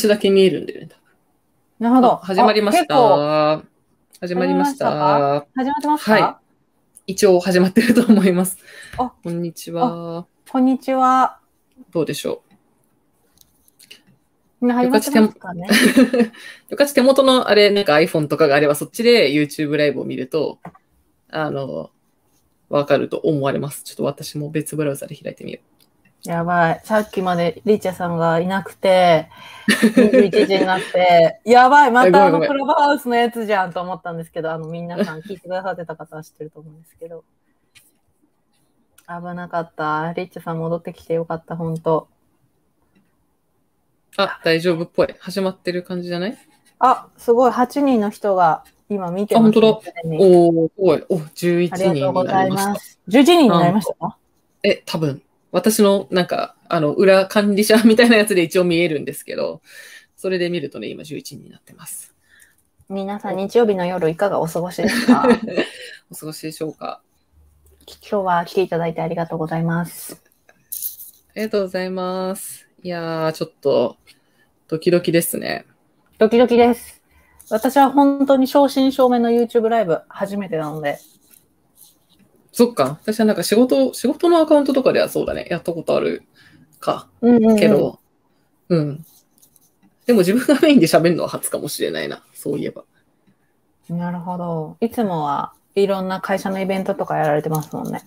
私だけ見えるんだよね。なるほど。始まりましあ。た。始まりました。始ま結構始まってますか、は一応始まってると思います。あこんにちは。こんにちは。どうでしょみんな始まってますか ねう。よかち手元のあれ、なんか iPhone とかがあれば、そっちで YouTube ライブを見ると、あの、わかると思われます。ちょっと私も別ブラウザで開いてみよやばい。さっきまでリーチャさんがいなくて、21時になって、 やばい、またあごのめんごめんクラブハウスのやつじゃんと思ったんですけど、あの、みんなさん聞いてくださってた方は知ってると思うんですけど。危なかった。リーチャさん戻ってきてよかった、本当う。あ、大丈夫っぽい。始まってる感じじゃないあ、すごい。8人の人が今見てます、あ本当だすでにおー、すごい。お、11あ人りがとうごにざなりいましたま。す。11人になりましたかえ、多分。私の、なんか、あの、裏管理者みたいなやつで一応見えるんですけど、それで見るとね、今11になってます。皆さん、日曜日の夜いかがお過ごしです か今お過ごしでしょうか。日は来ていただいてありがとうございます。ありがとうございます。いやー、ちょっと、ドキドキですね。ドキドキです。私は本当に正真正銘の YouTube ライブ初めてなので、そっか。私はなんか仕事、仕事のアカウントとかではそうだね。やったことあるか。うんうんうんけど、うん、でも自分がメインで喋るのは初かもしれないな。そういえば。なるほど。いつもはいろんな会社のイベントとかやられてますもんね。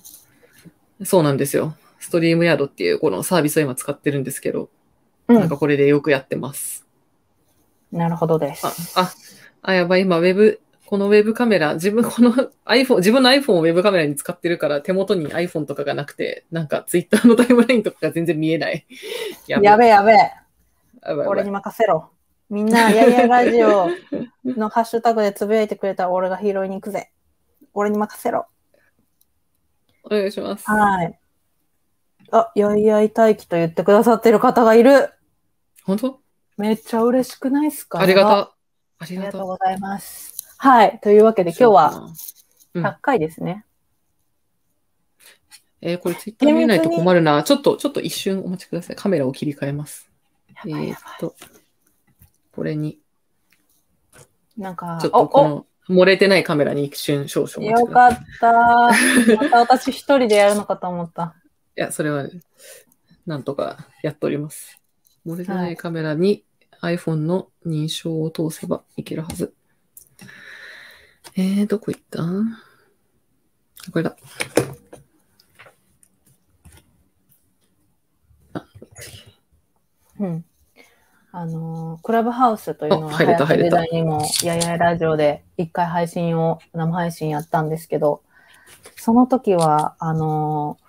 そうなんですよ。ストリームヤードっていうこのサービスを今使ってるんですけど、うなんんか、これでよくやってます。なるほどであす。、あ、あ、やばい、今、ウェブ、このウェブカメラ、自分、この iPhone、自分の iPhone をウェブカメラに使ってるから、手元に iPhone とかがなくて、なんか Twitter のタイムラインとかが全然見えない。やばいやべえやべえ。やばいやばい俺に任せろ。みんな、やいやいラジオのハッシュタグでつぶやいてくれたら俺が拾いに行くぜ。俺に任せろ。お願いします。はい。あ、やいやい待機と言ってくださってる方がいる。本当めっちゃ嬉しくないですかありがあた。ありりががとうた。ございます。はい。というわけで今日はうん100回ですね。えーこれ Twitter 見えないと困るな。ちょっと、ちょっと一瞬お待ちください。カメラを切り替えます。えやばいーやっと、これに、ばいなんかちょっ、お、とこお、の、漏れてないカメラに一瞬少々お待ちよください。かった。また私一人でやるのかと思った。いや、それは、なんとかやっております。漏れてないカメラに iPhone の認証を通せばいけるはず。えー、どこ行ったこれだ。うん。あのークラブハウスというのあは、入れた早く入時代にも、ややラジオで一回配信を、生配信やったんですけど、その時は、あのー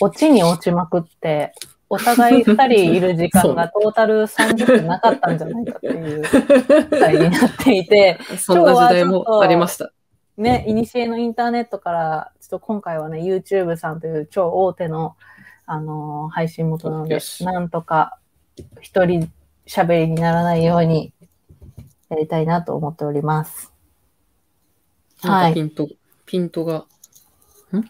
落ちに落ちまくって、お互い二人いる時 そう間がトータル30分なかったんじゃないかっていう時代になっていて、そんな時代もありました。ね、いにしえのインターネットから、ちょっと今回はね、YouTube さんという超大手の、あのー配信元なのよで、しなんとか一人喋りにならないようにやりたいなと思っております。なんはかい。ピント、ピントが、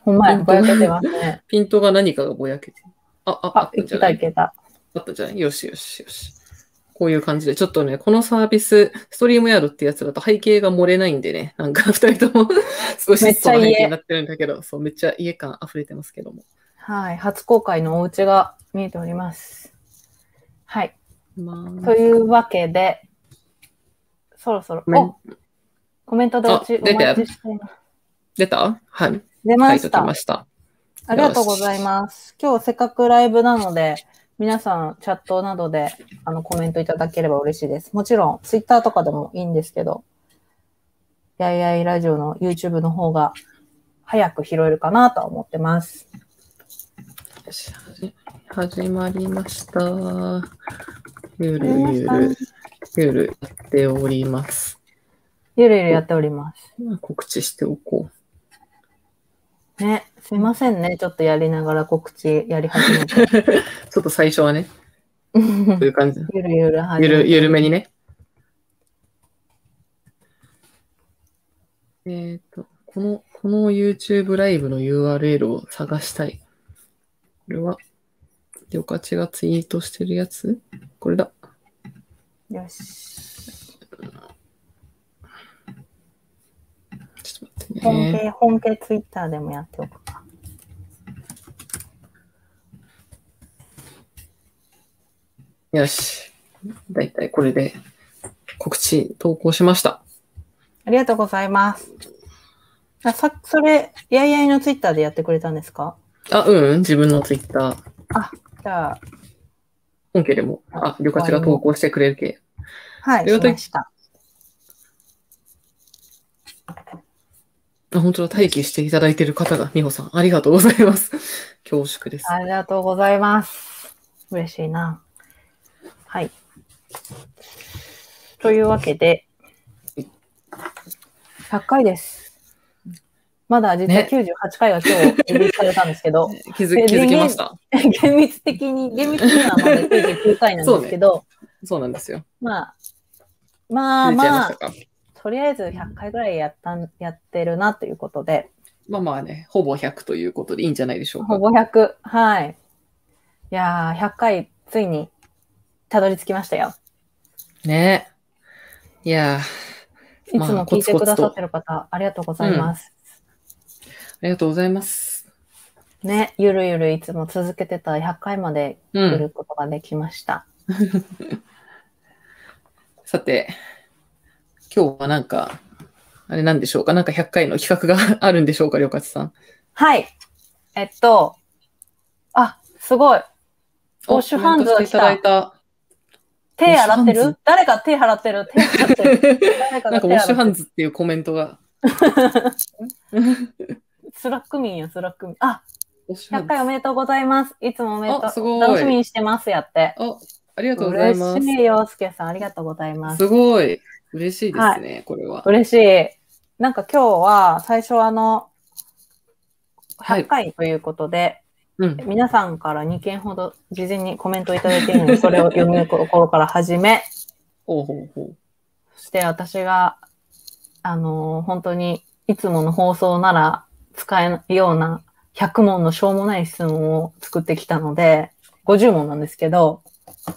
ほんまや、本ぼ当やけてますね。ピントが何かがぼやけて。あ、あ、 あっあ、たいんじゃなけたいいけた。あったんじゃないよしよしよし。こういう感じで、ちょっとね、このサービス、ストリームヤードってやつだと背景が漏れないんでね、なんか 二人 とも少しずめっつちそゃの家背景になってるんだけど、そう、めっちゃ家感溢れてますけども。はい。初公開のお家が見えております。はい。まあ、というわけで、そろそろ、コメンおコメントでおちあ出てお待ちしています。出たはい。出書まいとしきたま。した。ありがとうございます。今日せっかくライブなので、皆さんチャットなどであのコメントいただければ嬉しいです。もちろんツイッターとかでもいいんですけど、やいやいラジオの YouTube の方が早く拾えるかなとは思ってます。よし始まりました。ゆるゆる、ゆるやっております。ゆるゆるやっております。告知しておこう。ね、すいませんね。ちょっとやりながら告知やり始めて。ちょっと最初はね、 こういう感じ。ゆるゆる始めゆてる、ゆるめにね。えっ、と、この、この YouTube ライブの URL を探したい。これは、よかちがツイートしてるやつこれだ。よちょし。っと待って本ね。家、本家ツイッターでもやっておくか。よし。だいたいこれで告知投稿しました。ありがとうございます。あ、さ、それ、やいやいのツイッターでやってくれたんですかあ、うん、自分のツイッター、じゃあ、本家でも、あ、旅客が投稿してくれるけ。はい、了し解ました。あ、本当だ、待機していただいてる方が、美穂さん、ありがとうございます。恐縮です。ありがとうございます。嬉しいな。はい。というわけで、100回です。まだ実はね98回が今日リリースされたんです けど、気づ気づきました。厳密的に、厳密にはまだ99回なんですけど、そうなんですよ。まあ、まあ気づいちゃいまましたあ、か。とりあえず100回ぐらいやったん、やってるなということで、まあまあね、ほぼ100ということでいいんじゃないでしょうほか。ぼ100。はい。いやー、100回ついにたどり着きましたよ。ねいやー、いつも聞いてくださってる方、ありがとうございます。ありがとうございます。ね、ゆるゆるいつも続けてた100回までう来ん。ることができました。さて、今日はなんか、あれなんでしょうかなんか100回の企画が あるんでしょうかりょうかつさん。はい。えっと、あ、すごい。ウォッシュハンズが来たコメント手洗ってウォッシュハンる誰か手洗ってる手洗ってしるて いただいた。誰かなんかがウ手ォッシュ洗ってハる。ンズっていうコメント が。スラック民よ、スラック民。あ、ウォッシュハン100ズ回おめでとうございます。いつもおめでとあすう。ごい楽しみにしてます、やって。あ、ありがとうございま嬉すし。い、洋介さん。ありがとうございます。すごい。嬉しいですね、これは。嬉しい。なんか今日は最初あの、はい100回ということで、うん。皆さんから2件ほど事前にコメントいただいているので、それを読む頃から始め、ほうほうほそして私が、あのー本当にいつもの放送なら使えないような100問のしょうもない質問を作ってきたので、50問なんですけど、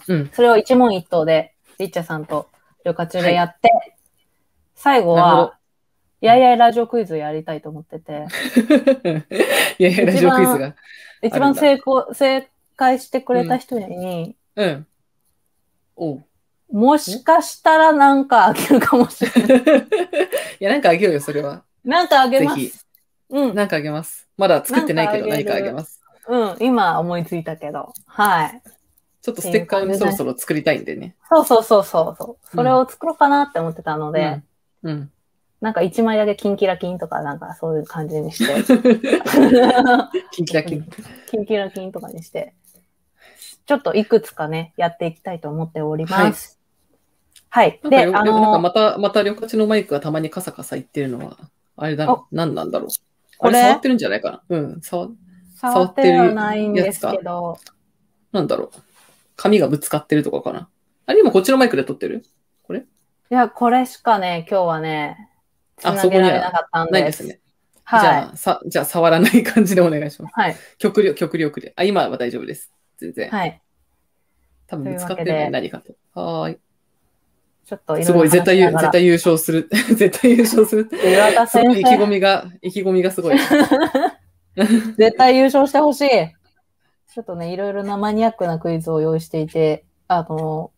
うんそれを一問一答で、リッチャさんと旅客中でやって、最後なるほどは、やいやいラジオクイズやりたいと思って て、う。いやいや、ラジオクイズが。一番成功、正解してくれた人に、うん。お う。もしかしたらなんかあげるかもしれ ない。いや、なんかあげようよ、それは。なんかあげまぜひす。うん、なんかあげます。まだ作ってないけど、なん何かかああげるげます。うん、今思いついたけど。はい。ちょっとステッカーをね、そろそろ作りたいんでね。そうそうそうそうそう。それを作ろうかなって思ってたので、うん。うん。なんか一枚だけキンキラキンとかなんかそういう感じにして、 キンキラキン。キンキラキンとかにして、ちょっといくつかね、やっていきたいと思っております。はい。なんかで、よ、なんあかの、また、また、旅客のマイクがたまにカサカサ言ってるのは、あれだなお、何なんだろう。こあれれ触ってるんじゃないかな。うん、触、触ってはないんですけど、なんだろう。髪がぶつかってるとかかな。あれ今こっちのマイクで撮ってるいや、これしかね、今日はね、あ繋げられなかったんです。ないですね。じはいゃ。あ、さ、じゃあ触らない感じでお願いします。はい。極力、極力で。あ、今は大丈夫です。全然。はい。多分ぶつかってるのというわけでに何かと。はーい。ちょっといろいろすごい、絶対優、話しな絶がら対優勝する。 絶対優勝する。岩田すごい先意気込生、みが、意気込みがすごい。絶対優勝してほしい。ちょっとね、いろいろなマニアックなクイズを用意していて、あの、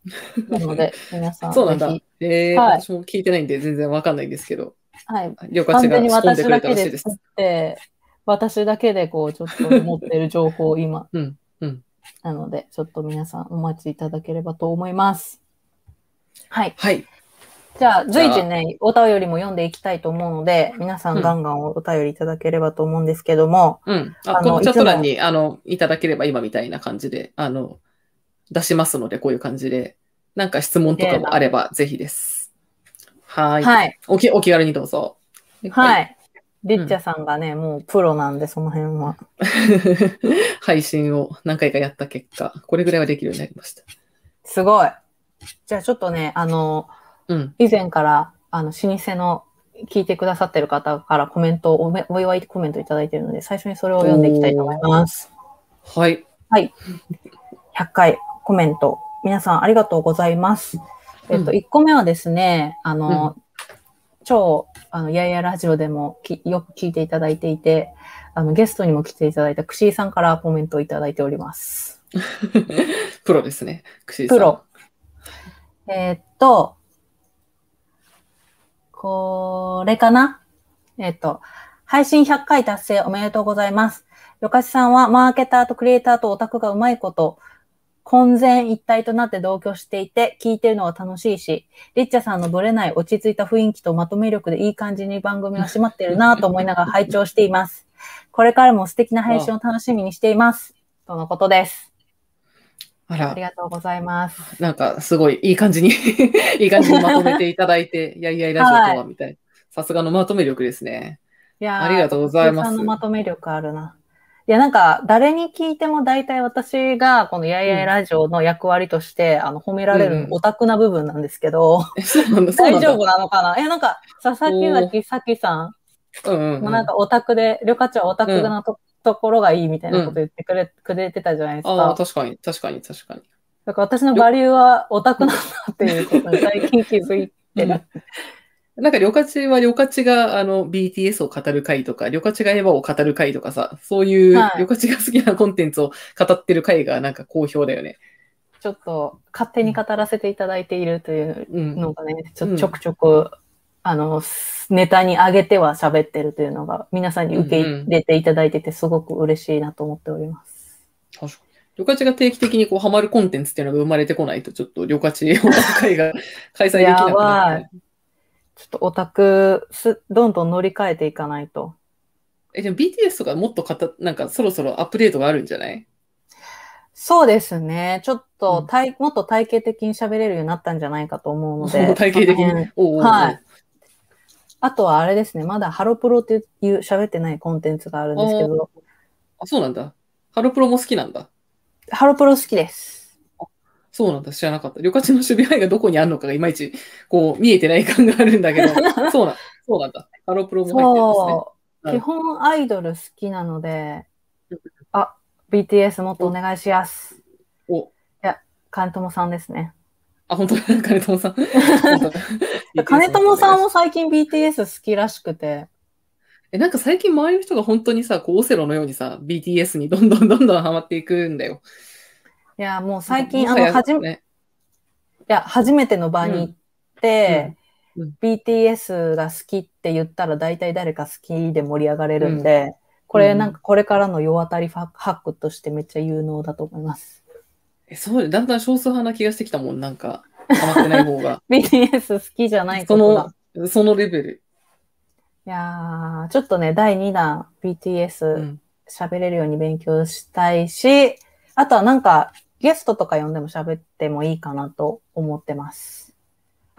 なので、皆さ ん、そうなんだぜひ。えー、はい私も聞いてないんで全然わかんないんですけど、はい。りょうかちが完全仕に込んで私くれだたけらしいでです作。って、私だけでこう、ちょっと持ってる情報を今。うんうんなので、ちょっと皆さんお待ちいただければと思います。はい。はい。じゃあ、随時ね、お便りも読んでいきたいと思うので、皆さうんんガンガンお便りいただければと思うんですけども、うん。ああ、のこのチャット欄に、あの、いただければ今みたいな感じで、あの、出しますので、こういう感じで、なんか質問とかもあれば、ぜひです。はーい。はい。おき、お気軽にどうぞ。。はいい。リッチャさんがね、もうプロなんで、その辺は。 配信を何回かやった結果、これぐらいはできるようになりました。すごい。じゃあちょっとね、あの、うん。以前から、あの、老舗の聞いてくださってる方からコメントをおめ、お祝いコメントいただいてるので、最初にそれを読んでいきたいと思います。はい。 100回コメント、皆さんありがとうございます。えっと、うん1個目はですね、あの、超、あの、やいやラジオでもきよく聞いていただいていて、あの、ゲストにも来ていただいたクシーさんからコメントをいただいております。プロですね。串井さんプロ。。えっと、これかなえっと、配信100回達成おめでとうございます。よかしさんはマーケターとクリエイターとオタクがうまいこと、混然一体となって同居していて、聞いてるのは楽しいし、リッチャさんのブレない落ち着いた雰囲気とまとめ力でいい感じに番組が締まってるなぁと思いながら拝聴しています。これからも素敵な配信を楽しみにしています。とのことです。ああらり、がとうございます。なんかすごいいい感じに、 いい感じにまとめていただいて、やいやいラジオとはみたいな。さすがのまとめ力ですね。いやーありがとうございますお客さんのまとめ力あるな。いや、なんか、誰に聞いても大体私が、このやいやいラジオの役割として、あの、褒められうんるうんオタクな部分なんですけど、えそうなんだ、 そうな大ん丈だ。夫なのかないや、なんか、佐々木崎咲さうんうんんうもんなんかオタクで、りょかちゃんオタクなと,、ところがいいみたいなこと言ってくれ,、くれてたじゃないですああ、か。確かに、確かに、確かに。だから私のバリューはオタクなんだっていうことに最近気づいてる。なんか、りょかちは、りょかちが、あの、BTS を語る回とか、りょかちがエヴァを語る回とかさ、そういう、はいりょかちが好きなコンテンツを語ってる回が、なんか好評だよね。ちょっと、勝手に語らせていただいているといううん。のがね、ちうんょちょくちょく、あの、すネタに上げては喋ってるというのが、皆さんに受け入れていただいてて、すごく嬉しいなと思っております。確かに。りょかちが定期的にこう、ハマるコンテンツっていうのが生まれてこないと、ちょっと、りょかちの会が開催できなくなる、ちょっとオタクす、どんどん乗り換えていかないと。え、でも BTS とかもっとかた、なんか、そろそろアップデートがあるんじゃないそうですね。ちょっとうん体、もっと体系的に喋れるようになったんじゃないかと思うのもで。 う体系的そのに辺。おうおうおうはいあとはあれですね。まだハロプロっていういう喋ってないコンテンツがあるんですけど、あ、そうなんだ。ハロプロも好きなんだ。ハロプロ好きです。そうなんだ。知らなかった。りょかちの守備範囲がどこにあるのかがいまいち、こう、見えてない感があるんだ けど、そうなん、そうなんだ。ハロプロも入ってるんですね。そう。はい基本アイドル好きなので、あ、BTS もっとお願いしやす。お、金友さんですね。あ、本当だ、金友さん。本当だ 金友さんも最近 BTS 好きらしくて、 え、なんか最近周りの人が本当にさ、こう、オセロのようにさ、BTS にどんどんどんどんハマっていくんだよ。いや、もう最近、なあんかの、はじめ、いね。や、初めての場に行って、うんうん BTS が好きって言ったら大体誰か好きで盛り上がれるんで、これうんなんかこれからの世当たりファハックとしてめっちゃ有能だと思います。え、そうだ、だんだん少数派な気がしてきたもん、なんか、ハマってない方が。 BTS 好きじゃ ないこそとがの、そのレベル。いやー、ちょっとね、第2弾う BTS ん。喋れるように勉強したいし、あとはなんかゲストとか呼んでも喋ってもいいかなと思ってます。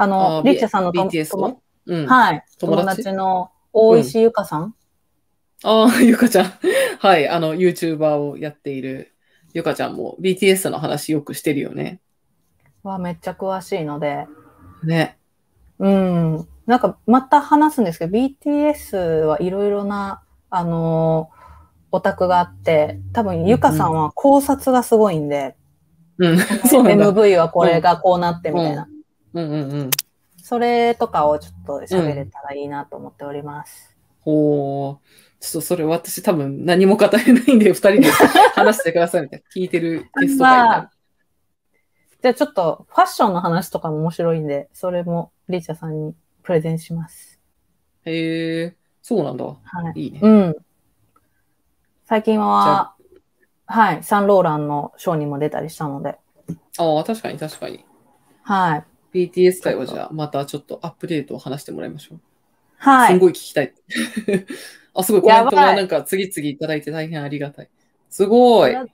あの、あーリッチャさんのと BTS 友のうん。あはい、友友達達の大石ゆかさん、あー、ゆかちゃん。 はい、あの、YouTuber をやっているゆかちゃんも BTS の話よくしてるよね。はめっちゃ詳しいので、ね。うん、なんかまた話すんですけど、BTS はいろいろな、あのーオタクがあって、多分ゆかさんは考察がすごいんで、うん、 そうなんだ。 MV はこれがこうなってみたいな。うんうんうん。それとかをちょっと喋れたらいいなと思っております。ほう。ちょっとそれ私多分何も語れないんで、二人 で話してくださいみたいな。聞いてるゲスト会になるまじゃあちょっとファッションの話とかも面白いんで、それもリーチャさんにプレゼンします。へえ、そうなんだ。はい。いいねう。ん。最近じゃは、はい、サンローランのショーにも出たりしたので、ああ、確かに確かに。はい。 BTS 会はじゃあ、またちょっとアップデートを話してもらいましょう。はすい。ごい聞きたい。 あ、すごい、コメントやばがいなんか次々いただいて大変ありがたい。すごい裏。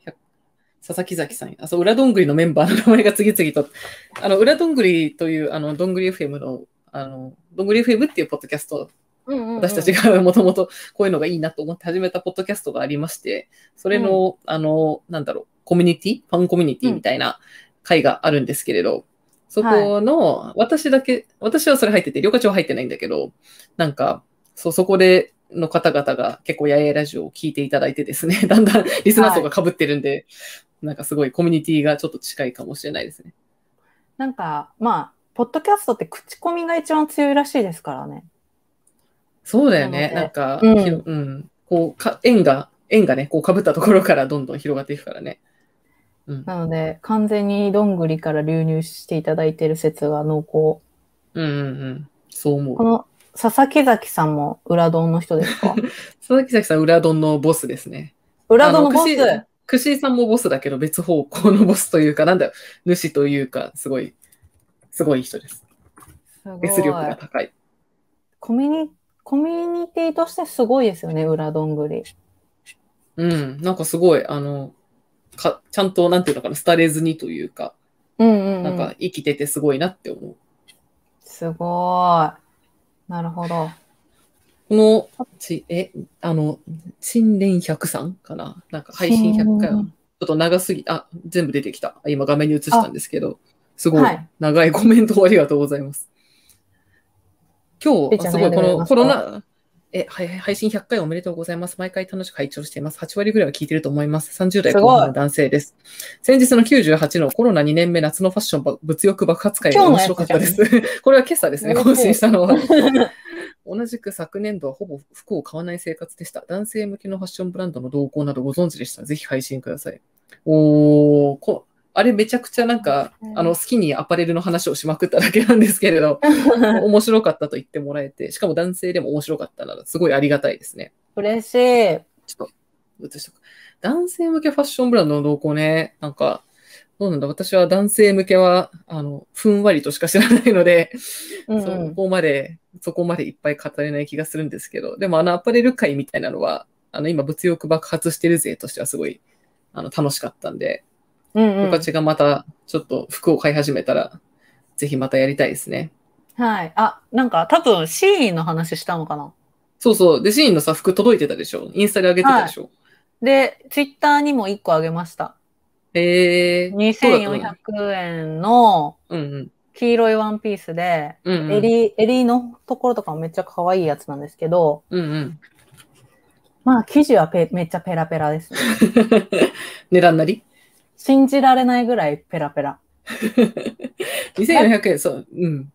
佐々木崎さん。あ、そう、裏どんぐりのメンバーの名前が次々と。あの、裏どんぐりという、あの、どんぐり FM の、あの、どんぐり FM っていうポッドキャストうんうんうん私たち。がもともとこういうのがいいなと思って始めたポッドキャストがありまして、それの、あの、なんだろう、コミュニティファンコミュニティみたいな会があるんですけれど、そこの、私だけ、私はそれ入ってて、りょかちは入ってないんだけど、なんか、そう、そこで、の方々が結構ややラジオを聞いていただいてですね、 だんだんリスナー層が被ってるんで、なんかすごいコミュニティがちょっと近いかもしれないですね。なんか、まあ、ポッドキャストって口コミが一番強いらしいですからね。そうだよね。ななのんか、うんひろうん。こう、か、縁が、縁がね、こう被ったところからどんどん広がっていくからね。うん。なので、完全にどんぐりから流入していただいてる説が濃厚。うんうんうん。そう思こう。の、佐々木崎さんも裏丼の人ですか佐々木咲さん、裏丼のボスですね。裏丼のボスあのくしさんもボスだけど、別方向のボスというか、なんだよ、主というか、すごい、すごい人です。すごい別力が高い。コミュニ、コミュニティとしてすごいですよね、裏どんぐり。うん。なんかすごい、あの、かちゃんと、なんていうのかな、廃れずにというか、うんうん、うん。なんか生きててすごいなって思う。すごい。なるほど。この、ち、え、あの、新年100さんかななんか配信100回は、うちんょっと長すぎ、あ、全部出てきた。今画面に映したんですけど、すごい、はい長いコメントをありがとうございます。今てっ日、ちゃあんすごい、こ悩んでおりのますコかロナ、え、はい、配信100回おめでとうございます。毎回楽しく拝聴しています。8割ぐらいは聞いてると思います。30代すごい後半の男性です。先日の98のコロナ2年目夏のファッションば物欲爆発会が面白かったです。これは今朝ですね、嬉しい更新したのは。同じく昨年度はほぼ服を買わない生活でした。男性向けのファッションブランドの動向などご存知でしたら、ぜひ配信ください。おー、こあれめちゃくちゃなんかう、んあの、好きにアパレルの話をしまくっただけなんですけれど、面白かったと言ってもらえて、しかも男性でも面白かったなら、すごいありがたいですね。嬉しい。ちょっと、映しとく。男性向けファッションブランドの動向ね、なんか、どうなんだ、私は男性向けは、あの、ふんわりとしか知らないので、うんうそん、こまで、そこまでいっぱい語れない気がするんですけど、でもあのアパレル界みたいなのは、あの今物欲爆発してるぜとしてはすごい、あの楽しかったんで、うんう僕んたちがまたちょっと服を買い始めたら、ぜひまたやりたいですね。はい。あ、なんか多分シーンの話したのかな。そうそう。で、シーンのさ、服届いてたでしょインスタで上げてたでしょ、で、ツイッターにも1個あげました。えー。そうだ2400と円の思ううんうん。黄色いワンピースで、うんうん。襟、襟のところとかもめっちゃ可愛いやつなんですけど、うんうん。 まあ生地はペめっちゃペラペラですね。値段なり信じられないぐらいペラペラ。 ?2400 円、そう。うん。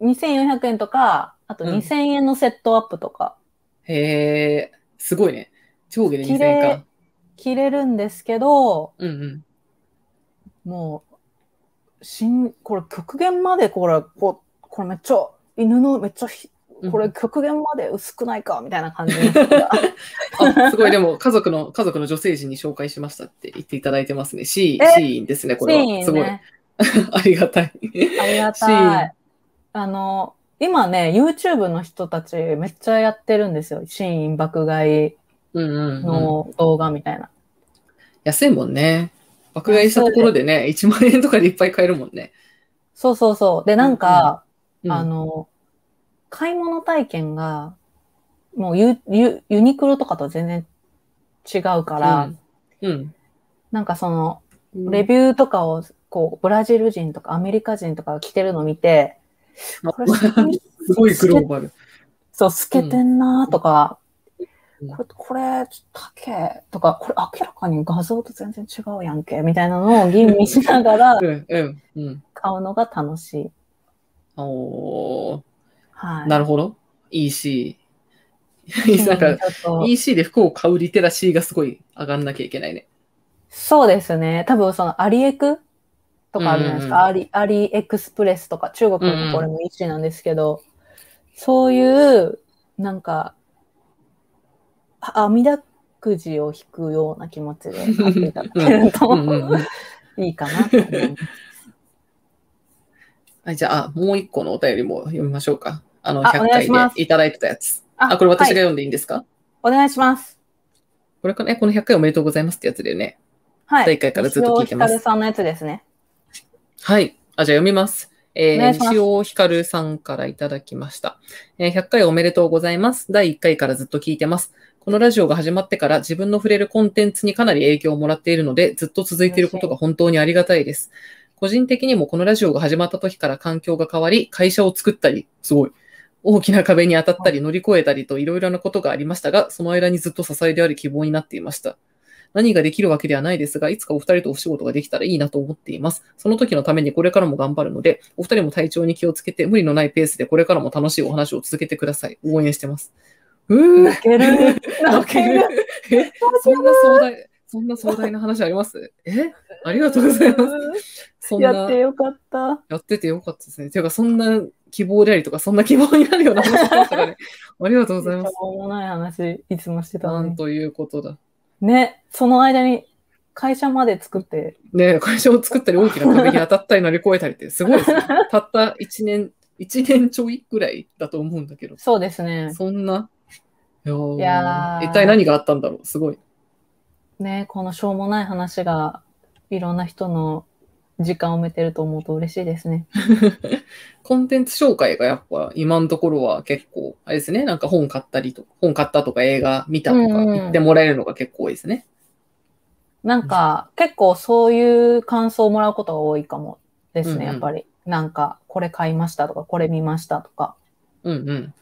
2400円とか、あとうん2000円のセットアップとか、へえー。すごいね。上下で2000円か。着れるんですけど、うんうん。もう、しん、これ極限までこれ、ここれめっちゃ、犬のめっちゃひ、これ極限まで薄くないかみたいな感じの人があ、すごい、でも、家族の、家族の女性陣に紹介しましたって言っていただいてますね。シー、えシーンですね、これシーンは。すごい。ねありがたい。 ありがシたーい。あの、今ね、YouTube の人たちめっちゃやってるんですよ。シーン爆買いうんうん、うん。の動画みたいな。安いもんね。爆買いしたところでね、1万円とかでいっぱい買えるもんね。そうそうそう。で、なんか、うん、あの、買い物体験が、もうユユユニクロとかとは全然違うから、うん、なんかその、うん。レビューとかを、こう、ブラジル人とかアメリカ人とかが着てるの見て、これ透けすごいグローバル。そう、透けてんなーとか、うんこれ、これ、ちょっと丈とか、これ明らかに画像と全然違うやんけ、みたいなのを吟味しながらうん、うん、うん。買うのが楽しい。おーはい。なるるほど。いいし。 なんか、EC で服を買うリテラシーがすごい上がんなきゃいけないね。そうですね。多分そのアリエクとかあるじゃないですか。うんうんアリ、アリエクスプレスとか、中国のとこれも一種なんですけど、そういう、なんか、あ網だくじを引くような気 持ちで買っていただけると、うんうんうん。いいかなと思います。はい、じゃあ、もう一個のお便りも読みましょうか。あの、あお100願いしま回すでいただいてたやつ。ああ、これ私がはい読んでいいんですか、お願いします。これかね、この100回おめでとうございますってやつだよね。はい。第一回からずっと聞いてます西尾ひかるさんのやつですね。はい。あ、じゃあ読みます。えお願ー、いします西尾ひかるさんからいただきました。えー100回おめでとうございます。第1回からずっと聞いてます。このラジオが始まってから自分の触れるコンテンツにかなり影響をもらっているので、ずっと続いていることが本当にありがたいです。個人的にもこのラジオが始まった時から環境が変わり、会社を作ったり、すごい。大きな壁に当たったり乗り越えたりといろいろなことがありましたが、その間にずっと支えであり希望になっていました。何ができるわけではないですが、いつかお二人とお仕事ができたらいいなと思っています。その時のためにこれからも頑張るので、お二人も体調に気をつけて、無理のないペースでこれからも楽しいお話を続けてください。応援してます。うー 泣ける。泣泣けけるる。。え、そんな壮大、そんな壮大な話ありますえありがとうございます。そんな、 やってよかった。やっててよかったですね。ていうか、そんな希望でありとか、そんな希望になるような話だったからね。ありがとうございまめっすち。ゃもない話、いつもしてたなのんに。ということだ。ね、その間に会社まで作って、ねえ会社を作ったり大きな壁に当たったり乗り越えたりってすごいですね。 たった1年、1年ちょいぐらいだと思うんだけど、そうですね。そんな。いやーいやー一体何があったんだろうすごい。ね、このしょうもない話が、いろんな人の時間を埋めてると思うと嬉しいですね。コンテンツ紹介がやっぱ今のところは結構、あれですね、なんか本買ったりとか、本買ったとか映画見たとうかんうん言ってもらえるのが結構多いですね。なんか、結構そういう感想をもらうことが多いかもですうんうね、んやっぱり。なんか、これ買いましたとか、これ見ましたとか。うんうん。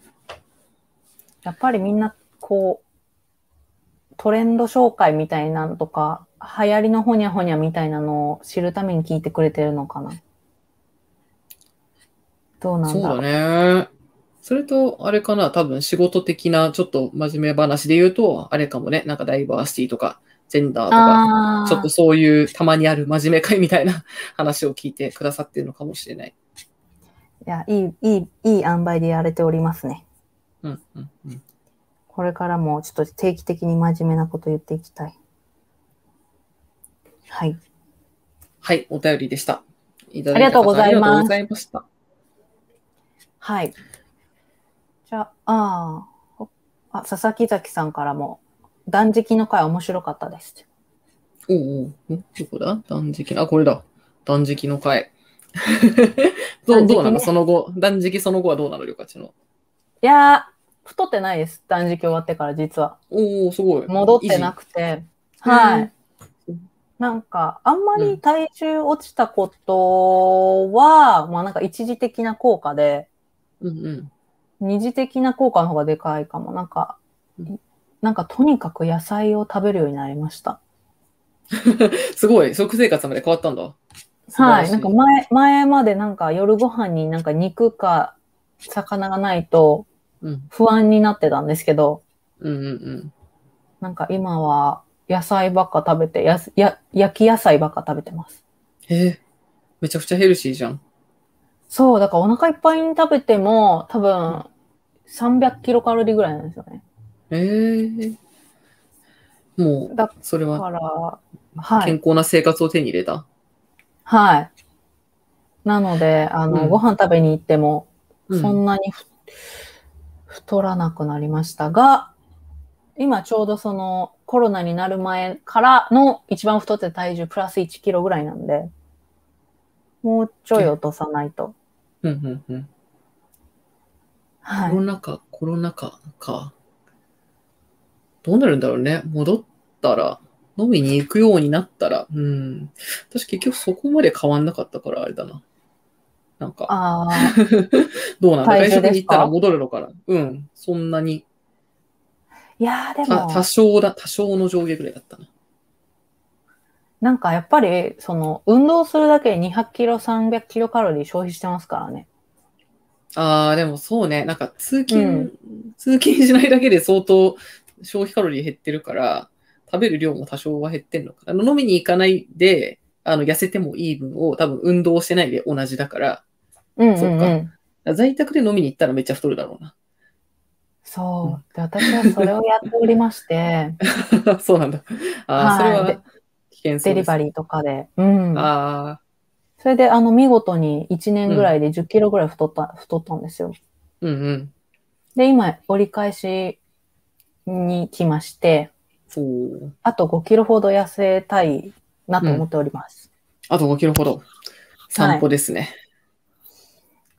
やっぱりみんな、こう、トレンド紹介みたいなのとか、流行りのほにゃほにゃみたいなのを知るために聞いてくれてるのかな。どうなんだそろううだね。それと、あれかな、多分仕事的な、ちょっと真面目話で言うと、あれかもね、なんかダイバーシティとか、ジェンダーとか、ああー、ちょっとそういうたまにある真面目会みたいな 話を聞いてくださってるのかもしれない。いや、いい、いい、いい塩梅でやれておりますね。うんうんうん。これからもちょっと定期的に真面目なこと言っていきたい。はい。はい、お便りでした。いたありだいたがとうご方ざあいりがとうますございました。はい。じゃあ、あーあ、佐々木崎さんからも、断食の回面白かったです。おうおう、んどこだ断食。あ、これだ。断食の会。 どう断食ねどうなのその後。断食その後はどうなのりょかちの。いやー、太ってないです。断食終わってから実は。おおすごい。戻ってなくて。維持はへい。なんか、あんまり体重落ちたことは、まあなんか一時的な効果で、ー。うんうん。二次的な効果の方がでかいかも。なんかうん、なんかとにかく野菜を食べるようになりました。すごい。食生活まで変わったんだ。素晴はらしい。なんか前、前までなんか夜ご飯になんか肉か魚がないとうん。不安になってたんですけど、うんうんうん。なんか今は野菜ばっか食べて、やすや焼き野菜ばっか食べてます。へえ。めちゃくちゃヘルシーじゃん。そう、だからお腹いっぱいに食べても多分300キロカロリーぐらいなんですよね。へえ。もう、だかそれはら、はい。健康な生活を手に入れた。はい。なので、あの、うんご飯食べに行っても、うんそんなにふ太らなくなりましたが、今ちょうどそのコロナになる前からの一番太ってた体重プラス1キロぐらいなんで、もうちょい落とさないと。うんうんうん。はコロい。ナ禍、コロナ禍か。どうなるんだろうね。戻ったら、飲みに行くようになったら、うん。私結局そこまで変わんなかったから、あれだな。なんか、ああ、 どうなの体外重食ですかに行ったら戻るのかなうん。そんなに、いやーでたも、多少だ、多少の上下ぐらいだったな。なんかやっぱり、その、運動するだけで200キロ、300キロカロリー消費してますからね。あー、でもそうね。なんか通勤、うん通勤しないだけで相当消費カロリー減ってるから、食べる量も多少は減ってんのかな。あの飲みに行かないで、あの、痩せてもいい分を多分運動してないで同じだから、うんうん、そっうんか。在宅で飲みに行ったらめっちゃ太るだろうそう。で、私はそれをやっておりまして、な。 そうなんだ。ああ、はいそれは危険そうでデリす。バリーとかで。うん。ああ、それで、あの、見事に1年ぐらいで10キロぐらい太った、太ったんですよ。うんうん。で、今、折り返しに来まして、そう。あと5キロほど痩せたいなと思っております。あと5キロほど。散歩ですね。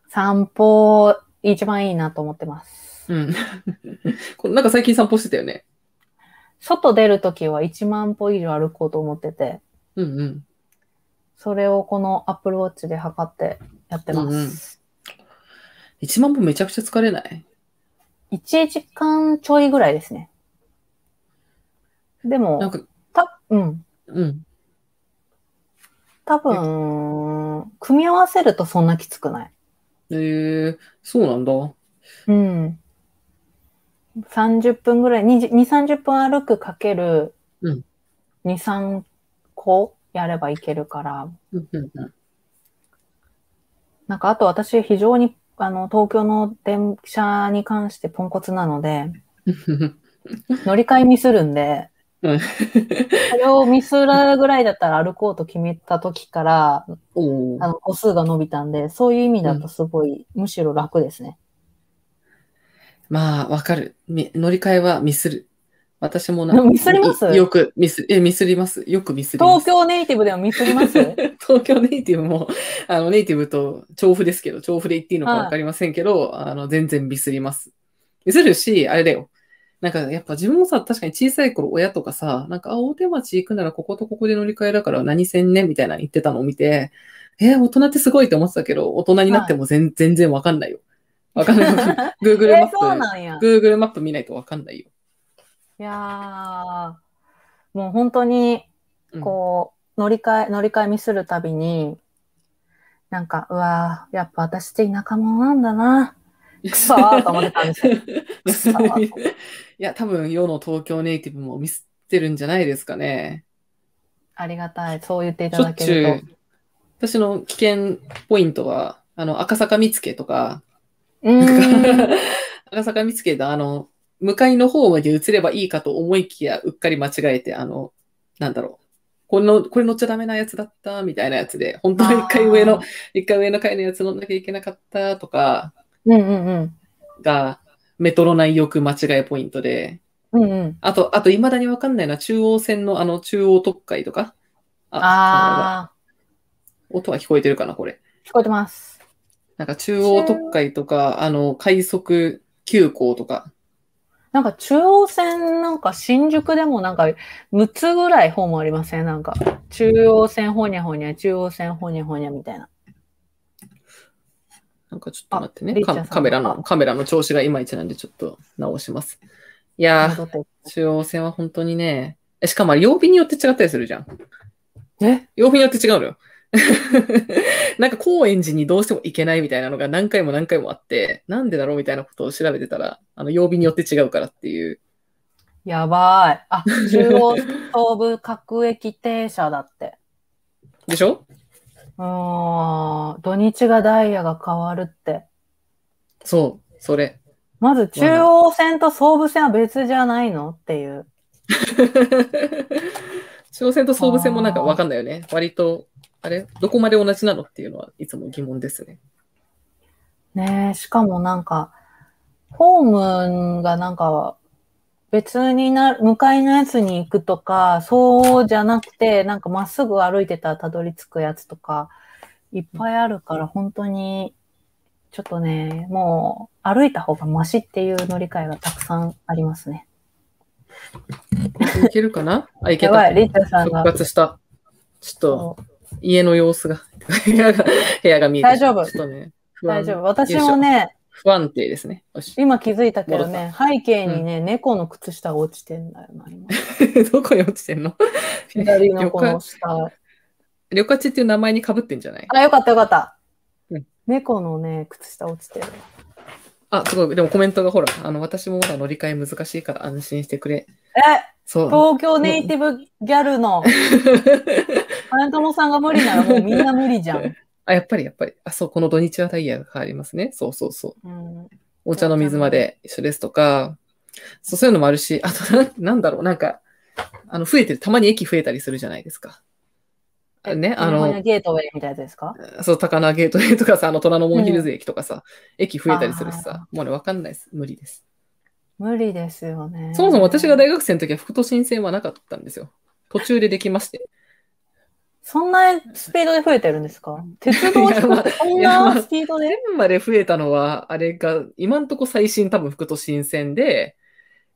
散歩、一番いいなと思ってます。うん。 これなんか最近散歩してたよね。外出るときは1万歩以上歩こうと思ってて、うんうん。それをこの Apple Watch で測ってやってます。うんうん1万歩めちゃくちゃ疲れない1時間ちょいぐらいですね。なでんも、か、たうん。うん。多分、組み合わせるとそんなきつくない。えー、そうなんだ。うん。30分ぐらい、20 2、30分歩くかける、うん2、3個やればいけるから。うんうんうんなんか、あと私、非常に、あの、東京の電車に関してポンコツなので、乗り換えミスるんで、うんそれをミスるぐらいだったら歩こうと決めた時から、おあーの、個数が伸びたんで、そういう意味だとすごい、むしろ楽ですね。まあ、わかる。み乗り換えはミスる。私もなミスりますよくミス、え、ミスります。よくミスりま東す。京ネイティブではミスります 東京ネイティブも、あの、ネイティブと調布ですけど、調布で言っていいのかわかりませんけど、あの、全然ミスります。ミスるし、あれだよ。なんか、やっぱ自分もさ、確かに小さい頃親とかさ、なんか、あ、大手町行くならこことここで乗り換えだから何線ねみたいなの言ってたのを見て、えー大人ってすごいって思ってたけど、大人になっても全,、全然わかんないよ。わ かんないわかんない。Google マえッ、プ、そうなんや。 Google マップ見ないとわかんないよ。いやーもう本当に、うんこう、乗り換え、乗り換えミスるたびに、なんか、うわーやっぱ私って田舎者なん だな。くそーと思ってたんですよ。くそーと思っいてや、多分世の東京ネイティブもミスってるんじゃないですかね。ありがたい。そう言っていしたょだっけちゅるう、私の危険ポイントは、あの、赤坂見附とか、と。うーん。赤坂見附のあの、向かいの方まで移ればいいかと思いきや、うっかり間違えて、あの、なんだろう。この、これ乗っちゃダメなやつだった、みたいなやつで、本当は一回上の、一回上の階のやつ乗んなきゃいけなかったとかうんうんうん。が、メトロ内翼間違いポイントで、うんうん。あと、あと、未だにわかんないのは、中央線のあの、中央特快とか。あ、あ音は聞こえてるかな、これ。ー、聞こえてます。なんか、中央特快とか、あの、快速急行とか。なんか中央線なんか新宿でもなんか6つぐらい本もありませんなんか中央線ほにゃほにゃ、中央線ほにゃほにゃみたいな。なんかちょっと待ってあリね。ーチャーカさんカメラの、カメラの調子がいまいちなんで、ちょっと直します。いやー、戻って中央線は本当にね、えしかもあれ、曜日によって違ったりするじゃん。え曜日によって違うのよ。 なんか高円寺にどうしても行けないみたいなのが何回も何回もあって、なんでだろうみたいなことを調べてたら、あの曜日によって違うからっていう。やばい。あ、中央東部各駅停車だって。 でしょうーん、土日がダイヤが変わるって。そう、それ。まず中央線と総武線は別じゃないのっていう。 中央線と総武線もなんかわかんないよね。割と、あれどこまで同じなのっていうのはいつも疑問です ね。ねえ、しかもなんか、ホームがなんか、別にな、向かいのやつに行くとか、そうじゃなくて、なんかまっすぐ歩いてたらたどり着くやつとか、いっぱいあるから、本当に、ちょっとね、もう歩いた方がマシっていう乗り換えがたくさんありますね。いけるかなあ、いけやばた。い、リッチャーさん復が。活した。ちょっと、そう家の様子が、 部屋が、部屋が見えてきた大丈夫ちょっとね、不安大丈夫。私もね、不安定ですね。よ し。今気づいたけどね、背景にね、猫の靴下が落ちてんだよな、 今。どこに落ちてんの左のこ旅の館下。 旅客地っていう名前にかぶってんじゃ ないあ、よかったよかったうん。猫のね、靴下落ちてる。あ、すごい。でもコメントがほら、あの、私もまだ乗り換え難しいから安心してくれ。え、そう。東京ネイティブギャル の金友さんが無理ならもうみんな無理じゃん。 あ、やっぱりやっぱり。あ、そう、この土日はダイヤが変わりますね。そうそうそう。うん、お茶の水まで一緒ですとか、そうそういうのもあるし、あとな、なんだろう、なんか、あの、増えてる、たまに駅増えたりするじゃないですか。あね、あ日本のの、ゲートウェイみたいなやつですかそう、高輪ゲートウェイとかさ、あの、虎ノ門ヒルズ駅とかさ、駅増えたりするしさ、もうね、わかんないです。無理です。無理ですよね。そもそも私が大学生の時は、副都心線はなかったんですよ。途中でできまして。そんなスピードで増えてるんですか鉄道飛行ってこんなスピードで線まで増えたのは、あれが、今んとこ最新多分副都心線で、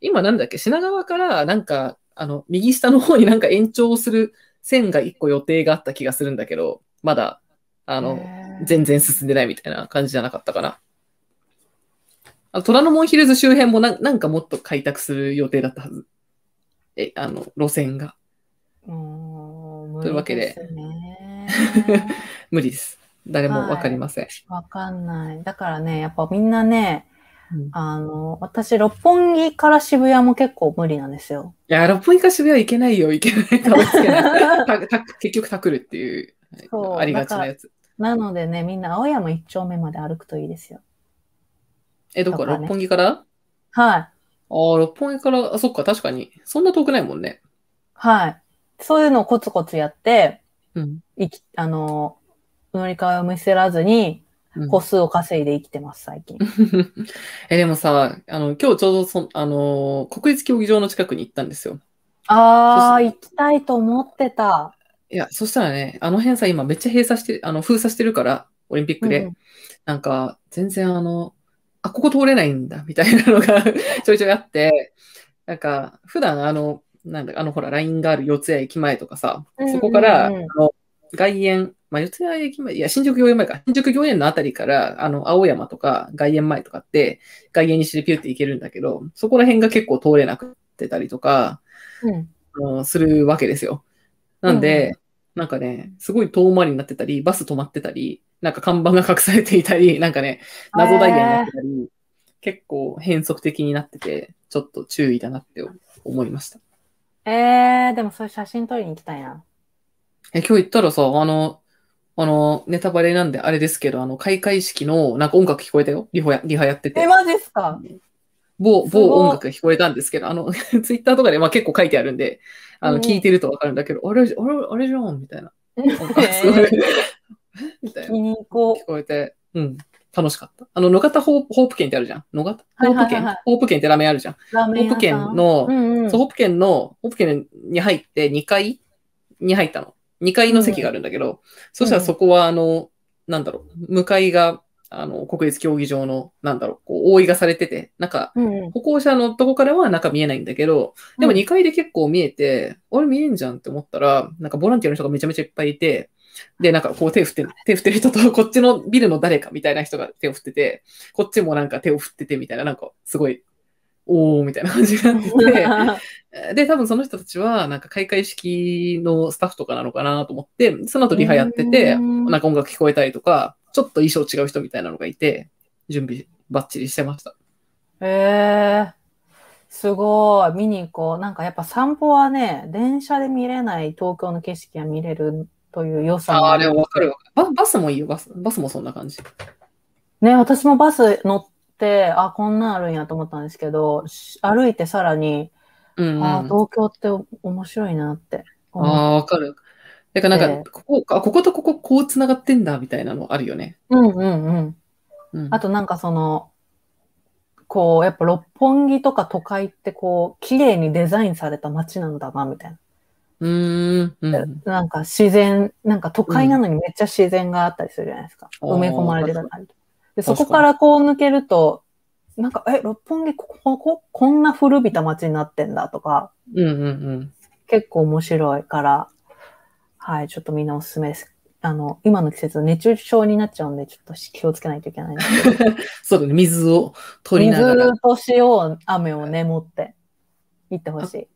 今なんだっけ、品川からなんか、あの、右下の方になんか延長する線が一個予定があった気がするんだけど、まだ、ああの、全然進んでないみたいな感じじゃなかったかな。あ虎ノ門ヒルズ周辺もなんなんかもっと開拓する予定だったはず。え、あの、路線が。もう、というわけで無理ですね。無理です。誰もわかりません。わかんない。だからね、やっぱみんなね、うんいあの、私、六本木から渋谷も結構無理なんですよ。や、六本木か渋谷はいけないよ、いけないかもしれない。たた結局タクるっていう、そうありがちなやつ。なのでね、みんな青山一丁目まで歩くといいですよ。え、どこなんかね六本木からあはい。あー、六本木から、あそっか、確かに。そんな遠くないもんね。はい。そういうのをコツコツやって、うん。生き、あの、乗り換えを見せらずに、うん個数を稼いで生きてます、最 近。 え、でもさ、あの、今日ちょうどそん、あのー、国立競技場の近くに行ったんですよ。あー、行きたいと思ってた。いや、そしたらね、あの辺さ、今めっちゃ閉鎖して、あの、封鎖してるから、オリンピックで。うんなんか、全然あの、あ、ここ通れないんだ、みたいなのが ちょいちょいあって、なんか、普段あの、なんだ、あの、ほら、ラインがある四ツ谷駅前とかさ、そこから、うんうんうんあの、外苑、まあ、四ツ谷駅前、いや、新宿御苑前か、新宿御苑のあたりから、あの、青山とか外苑前とかって、外苑西でピュって行けるんだけど、そこら辺が結構通れなくてたりとか、うん。あのするわけですよ。なんで、なんかね、すごい遠回りになってたり、バス止まってたり、なんか看板が隠されていたり、なん かね、謎ダイヤになってたり、結構変則的になってて、ちょっと注意だなって思いました。えー、えーでもそういう写真撮りに行きたいな。え、今日行ったらさ、あの、あの、ネタバレなんであれですけど、あの、開会式の、なんか音楽聞こえたよ。リホや、リハやっててえ、。マジっすか某、すごい某音楽が聞こえたんですけど、あの、 ツイッターとかで、まあ、結構書いてあるんで、あうんの、聞いてるとわかるんだけど、あれ、あれ、あれじゃん、みたい な。なんかすごい、えーえみたい気な。聞に行ここえて、うん。楽しかった。あの、野方ホープホープ県ってあるじゃん。野方はホいーはプいはい県はいホープ県ってラーメンあるじゃん。う。ラーホメンー屋さプん県のう、んうんそう、ホープ県の、ホープ県に入って2階に入ったの。2階の席があるんだけど、そしたらそこは、あの、なんだろう、向かいが、あの、国立競技場の、なんだろう、こう、覆いがされてて、なんか、うんうん歩行者のとこからは中見えないんだけど、でもうん2階で結構見えて、あれ見えんじゃんって思ったら、なんかボランティアの人がめちゃめちゃいっぱいいて、で、なんかこう手振って、手振ってる人と、こっちのビルの誰かみたいな人が手を振ってて、こっちもなんか手を振っててみたいな、なんかすごい、おーみたいな感じになってて、 で、多分その人たちは、なんか開会式のスタッフとかなのかなと思って、その後リハやってて、 うんなんか音楽聞こえたりとか、ちょっと衣装違う人みたいなのがいて、準備バッチリしてました。えー、すごい。見に行こう。なんかやっぱ散歩はね、電車で見れない東京の景色が見れるという良さああ、るでもわかるわかるバ。バスもいいよ、バス。バスもそんな感じ。ね、私もバス乗って、あ、こんなんあるんやと思ったんですけど、し歩いてさらに、うん、うん。ああ東京ってお面白いなってあ思っー、わかる。だからなんええか、ここ、あ、こことここ、こう繋がってんだ、みたいなのあるよね。うんうんうん。うん。あとなんかその、こう、やっぱ六本木とか都会ってこう、綺麗にデザインされた街なんだな、みたいな。うーん。うん。なんか自然、なんか都会なのにめっちゃ自然があったりするじゃないですか。うん埋め込まれてたりとか。で、そ確かにこからこう抜けると、なんか、え、六本木ここ、こ、こんな古びた街になってんだとか、うんうんうん。結構面白いから、はい、ちょっとみんなおすすめです。あの、今の季節、熱中症になっちゃうんで、ちょっと気をつけないといけないな。そうだね、水を取りながら。水と塩を、雨をね、持って、行ってほしい。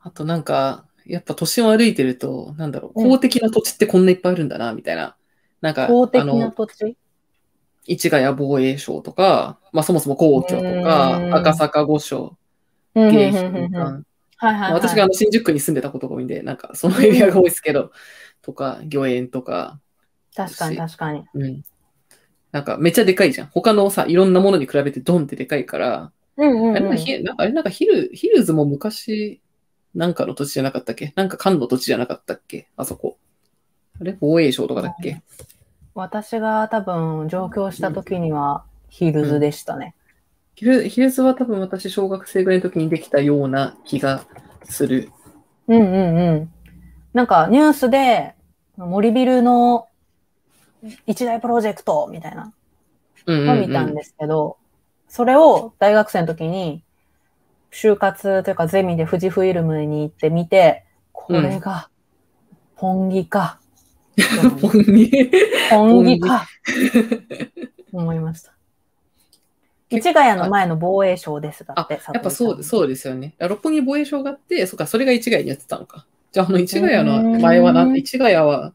あとなんか、やっぱ都心を歩いてると、なんだろう、うん公的な土地ってこんないっぱいあるんだな、みたいな。なんか、公的あなの、土地市ヶ谷防衛省とか、まあそもそも皇居とうか、ん赤坂御所、うんうん芸うん術うんうん。館はいはい、はい。私があの新宿区に住んでたことが多いんで、なんかそのエリアが多いですけど、とか、御苑とか、確かに確かに。うん。なんかめっちゃでかいじゃん。他のさ、いろんなものに比べてドンってでかいから、うんうん、うあん。れなんかヒなんかあれなんかヒル、ヒルズも昔、なんかの土地じゃなかったっけなんか関の土地じゃなかったっけあそこ。あれ防衛省とかだっけ私が多分上京した時にはヒルズでしたね。ヒルヒルズは多分私小学生ぐらいの時にできたような気がする。うんうんうん。なんかニュースで森ビルの一大プロジェクトみたいなうんうん、のを見た んですけど、それを大学生の時に就活というかゼミで富士フイルムに行ってみて、これが本気 か、ポンに。本気か、思いました。市ヶ谷の前の防衛省ですだって。やっぱそう、すそうですよね。あ六本木防衛省があって、そっか、それが一概にやってたのか。じゃあ、あの、市ヶ谷うのん前はなん、市ヶ谷は、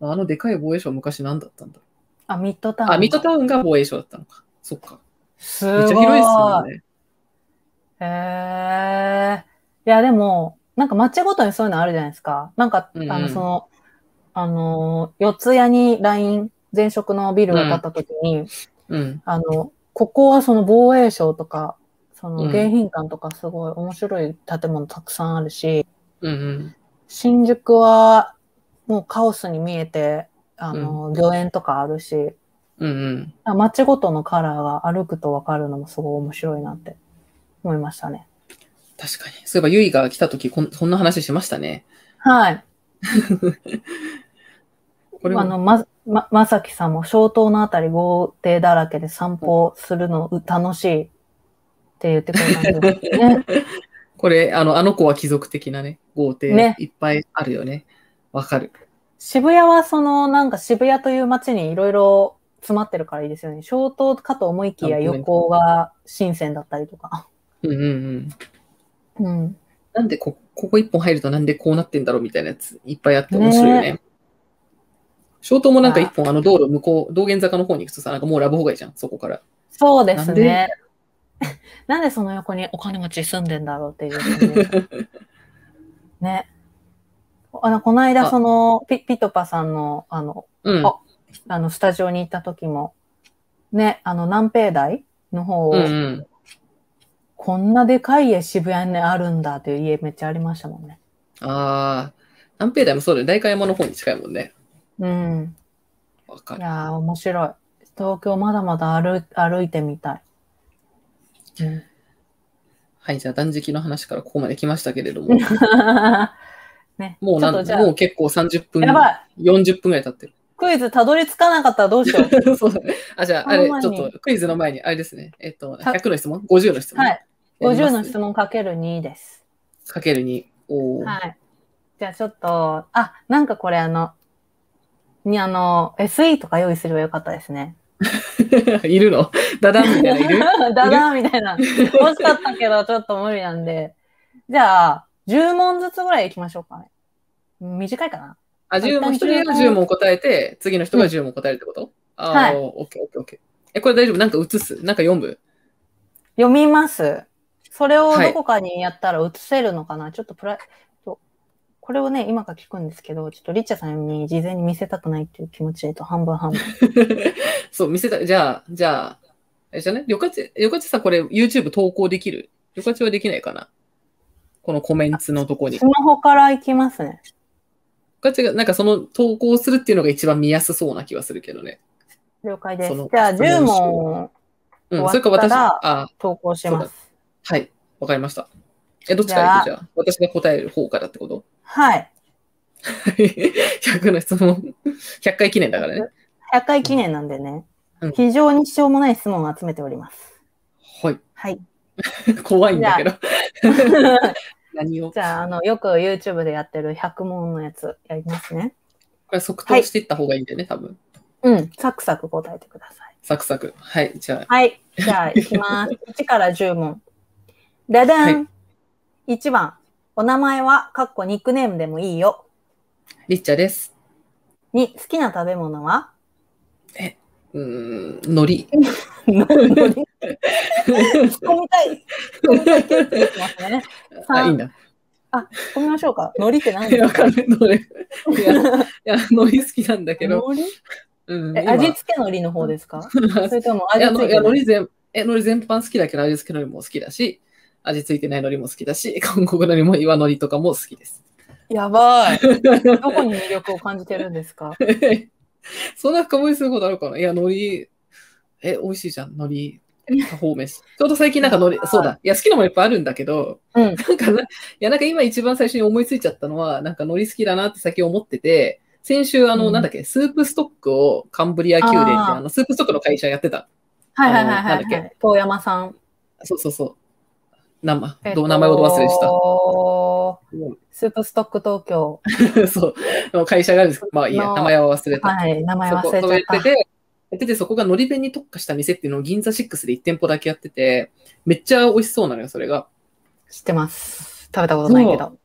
あのでかい防衛省昔何だったんだあ、ミッドタウン。あ、ミッドタウンが防衛省だったのか。そっか。すめっごちい。ゃ広いっすもんね。へえ。いや、でも、なんか街ごとにそういうのあるじゃないですか。なんか、うんうんあの、その、あの、四谷にライン前職のビルが建った時に、うん。あの、ここはその防衛省とか、そのうん迎賓館とかすごい面白い建物たくさんあるし、うんうん。新宿はもうカオスに見えて、あの、御苑とかあるし、うんうん。あ街ごとのカラーが歩くとわかるのもすごい面白いなって思いましたね。確かに。そういえば、ゆいが来た時こん、こんな話しましたね。はい。これもあの、ま、ま、まさきさんも、小島のあたり豪邸だらけで散歩するのう楽しいって言ってくれたんで すね。これ、あの、あの子は貴族的なね、豪邸、ねいっぱいあるよね。わかる。渋谷はその、なんか渋谷という街にいろいろ詰まってるからいいですよね。小島かと思いきやあごめん横が新鮮だったりとか。うんうんうん。うん。なんでこ、ここ一本入るとなんでこうなってんだろうみたいなやつ、いっぱいあって面白いよね。消灯もなんか一本、あの道路向こう、道玄坂の方に行くとさ、なんかもうラブホ街じゃん、そこから。そうですなんでね。なんでそ の横にお金持ち住んでんだろうっていうね。ね。あの、この間、あその、ピピトパさんの、あの、うん。ああの、スタジオに行った時も、ね、あの、南平台の方を、うんうん。こんなでかい家渋谷にあるんだっていう家めっちゃありましたもんね。ああ、南平台もそうだよね。代官山の方に近いもんね。うん。わかいる。やー、面白い。東京まだまだ歩歩いてみたい。うんはい、じゃあ断食の話からここまで来ましたけれど も、 ね、もうちなょっとんじゃあもう結構30分、やばい。 40分ぐらい経ってる。クイズたどり着かなかったらどうしよ う。そうだね。あ、じゃあ、あ そのれ、前ちにょっとクイズの前に、あれですね。えっと、た100の質問 ?50 の質問はい。50の問。質問かける2です。かける2。おーはい。じゃあちょっと、あ、なんかこれあの、にあの、SE とか用意すればよかったですね。 いるのダダンみたいなのいる だだみたいな。欲しかったけど、ちょっと無理なんで。じゃあ、10問ずつぐらい行きましょうかね。短いかなあ、10問、一人が10問答えて、次の人が10問答えるってこと、あはあ、いオッケーオッケーオッケー。え、これ大丈夫なんか映すなんか読む 読みます。それをどこかにやったら映せるのかな、ちょっとプライ、とこれをね、今から聞くんですけど、ちょっとリッチャさんに事前に見せたくないっていう気持ちでと半分半分。そう、見せた。じゃあ、じゃあ、あれじゃねよかち、よかちさ、これ YouTube 投稿できるよかちはできないかなこのコメンツのとこに。スマホから行きますね。ガチが、なんかその投稿するっていうのが一番見やすそうな気はするけどね。了解ですその。じゃあ、質問10問う終ん、わそれっかたら私、あ、投稿します。はい、わかりました。え、どっちから行くじゃあ、私が答える方からってことはい。 ?100 の質問。100回記念だからね。 100回記念なんでね、うん非常にしょうもない質問を集めております。はい。 はい。怖いんだけど。何をじゃあ、あの、よく YouTube でやってる100問のやつやりますね。これ即答していった方がいいんだよね、多分。うん。サクサク答えてください。サクサク。はい、じゃあ。はい。じゃあ、いきます。1から10問。ダダン、!1 番。お名前は、かっこニックネームでもいいよ。リッチャです。 2、好きな食べ 物は うーん、海苔。ののり突っ込みたい。突っ込みたいって言ってますね。あ、いいんだ。突っ込みましょうか。のりって何ですわかかんない。どれ。いや、いや海苔好きなんだけど。のりうん、え今味付けのりの方です かそれともい味や、付のいけやの海り苔全、え、海苔全般好きだけど、味付け海苔も好きだし、味付いてない海苔も好きだし、韓国海苔も岩海苔とかも好きです。やばい。 どこに魅力を感じてるんです かそんな深掘りすることあるかないや、海苔、え、美味しいじゃん、海苔。多方 面し。ちょうど最近なんか海苔、そうだ。いや、好きなものいっぱいあるんだけど、うん。なんかな、いや、なんか今一番最初に思いついちゃったのは、なんか海苔好きだなって先思ってて、先週、あの、うんなんだっけ、スープストックをカンブリア宮殿って、あーあの、スープストックの会社やってた。はいはいはいあのなはんい、だはっい。遠山さん。そうそうそう。名前、えっどとう名前をど忘れした。スープストック東京。 そう。会社があるんですけどまあいいや、の名前は忘れた。はい、名前そ忘これそうやっちゃて、ってやってて、そこがのり弁に特化した店っていうのを銀座6で1店舗だけやってて、めっちゃ美味しそうなのよ、それが。 た。知ってます。食べたことないけど。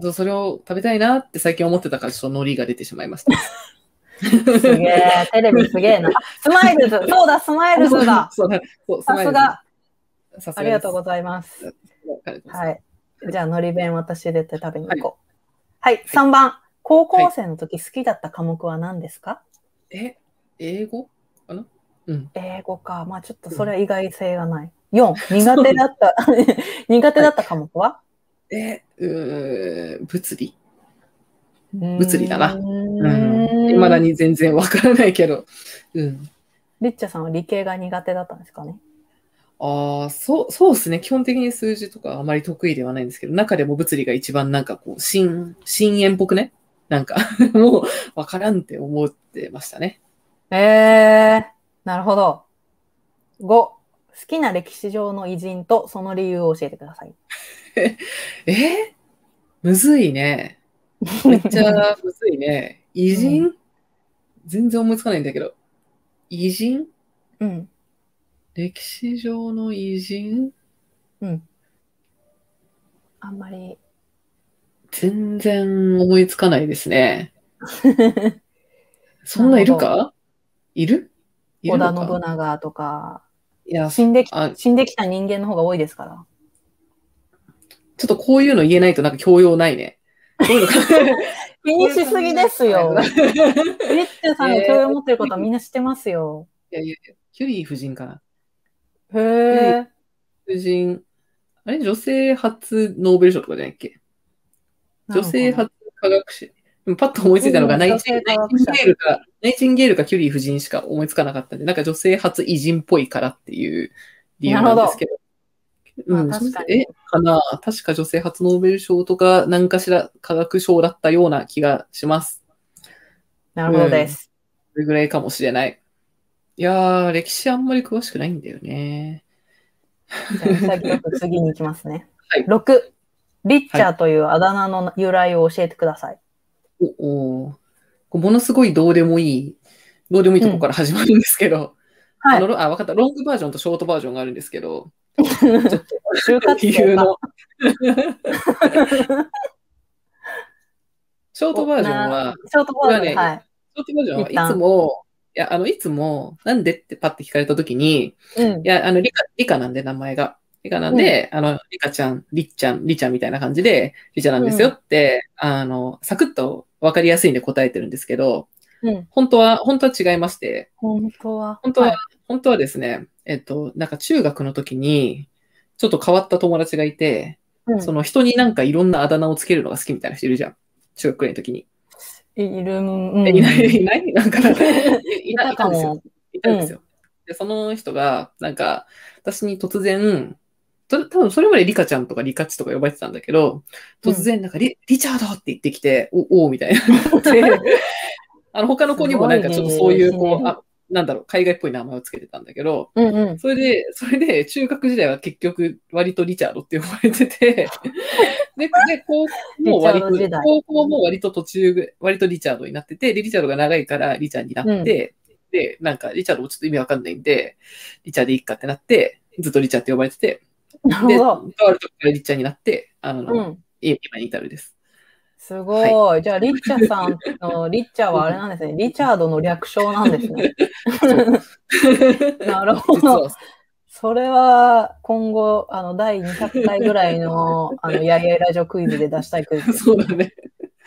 そうそれを食べたいなって最近思ってたから、ちょっとノリが出てしまいました。すげえ、テレビすげえな。あスマイルズ、そうだ、スマイルズだ。 そうだそうさすが、さすがです。ありがとうございざいます。ます。。はいい。じゃあ、のり弁私入れて食べに行こう。はい、3番。高校生の時好きだった科目は何ですか、え、英語かなうん。英語か。まあちょっとそれは意外性がない。4、苦手だ った、苦手だった科目は、え、うーん物理物理だなうん。未だに全然わからないけど。うん。リッチャさんは理系が苦手だったんですかねああ、そう、そうですね。基本的に数字とかあまり得意ではないんですけど、中でも物理が一番なんかこう、深、深淵っぽくねなんか、 もう、わからんって思ってましたね。ええなるほど。5、好きな歴史上の偉人とその理由を教えてください。えーむずいね。めっちゃむずいね。偉人、全然思いつかないんだけど。偉人うん。歴史上の偉人うん。あんまり。全然思いつかないです ね。そんないるなかいるいる織田のか信長とか、いや、死んできあ、死んできた人間の方が多いですから。ちょっとこういうの言えないとなんか教養ないね。こういうの考え気にしすぎですよ。リッチェさんが教養を持ってることはみんな知ってますよ。いやいやキュリー夫人かな。へえ。夫人、あれ女性初ノーベル賞とかじゃないっけ女性初科学者。でもパッと思いついたのがうんナイチン女性科ナイ学チン者ゲールか、ナイチンゲールかキュリー夫人しか思いつかなかったんで、なんか女性初偉人っぽいからっていう理由なんですけど。どうん、まあそうで確かすにえ、かな確か女性初ノーベル賞とか、何かしら科学賞だったような気がします。なるほどです。それぐらいかもしれない。いやー、歴史あんまり詳しくないんだよね。じゃあ、潔く次に行きますね。はい6、リッチャーというあだ名の由来を教えてください。おおーこうものすごいどうでもいい、どうでもいいとこから始まるんですけど、はあい。のあ、わかった。ロングバージョンとショートバージョンがあるんですけど、就活理由生か。の。ショートバージョンは、 ショートバージョこれン、ははい。ショートバージョン一は旦いつも、いや、あの、いつも、なんでってパッて聞かれたときに、うんい。や、あの、リカ、リカなんで、名前が。リカなんで、あの、リカちゃん、リッちゃん、リちゃんみたいな感じで、リちゃんなんですよって、あの、サクッとわかりやすいんで答えてるんですけど、うん。本当は、本当は違いまして、本当は。本当は、い本当はですね、えっと、なんか中学の時に、ちょっと変わった友達がいて、うんその人になんかいろんなあだ名をつけるのが好きみたいな人いるじゃん。中学くらいの時に。いいる、うん。えいない、いない なんか、い いなたいたかんですよ。も。いたんですよ。で、その人が、なんか、私に突然、と多分それまでリカちゃんとかリカチとか呼ばれてたんだけど、突然、なんかリ、リチャードって言ってきて、お、おうみたいになって、あの、他の子にもなんかちょっとそういう、すごいねこう、あ、なんだろう、海外っぽい名前をつけてたんだけど、うんうん。それで、それで、中学時代は結局、割とリチャードって呼ばれて て、で、で高校も割リチャード時と、代高校も割と途中ぐ、割とリチャードになってて、で、リチャードが長いからリチャーになって、で、なんか、リチャードもちょっと意味わかんないんで、リチャーでいいかってなって、ずっとリチャーって呼ばれてて、なで、るとほあど。るとこからリチャーになって、あの、うん。今に至るです。すごい。じゃあ、リッチャさん の、リッチャはあれなんですね。リチャードの略称なんですね。なるほ実ど。は、それは、今後、あの、第200回ぐらい の、あの、やいやいラジオクイズで出したいクイズです。そうだね。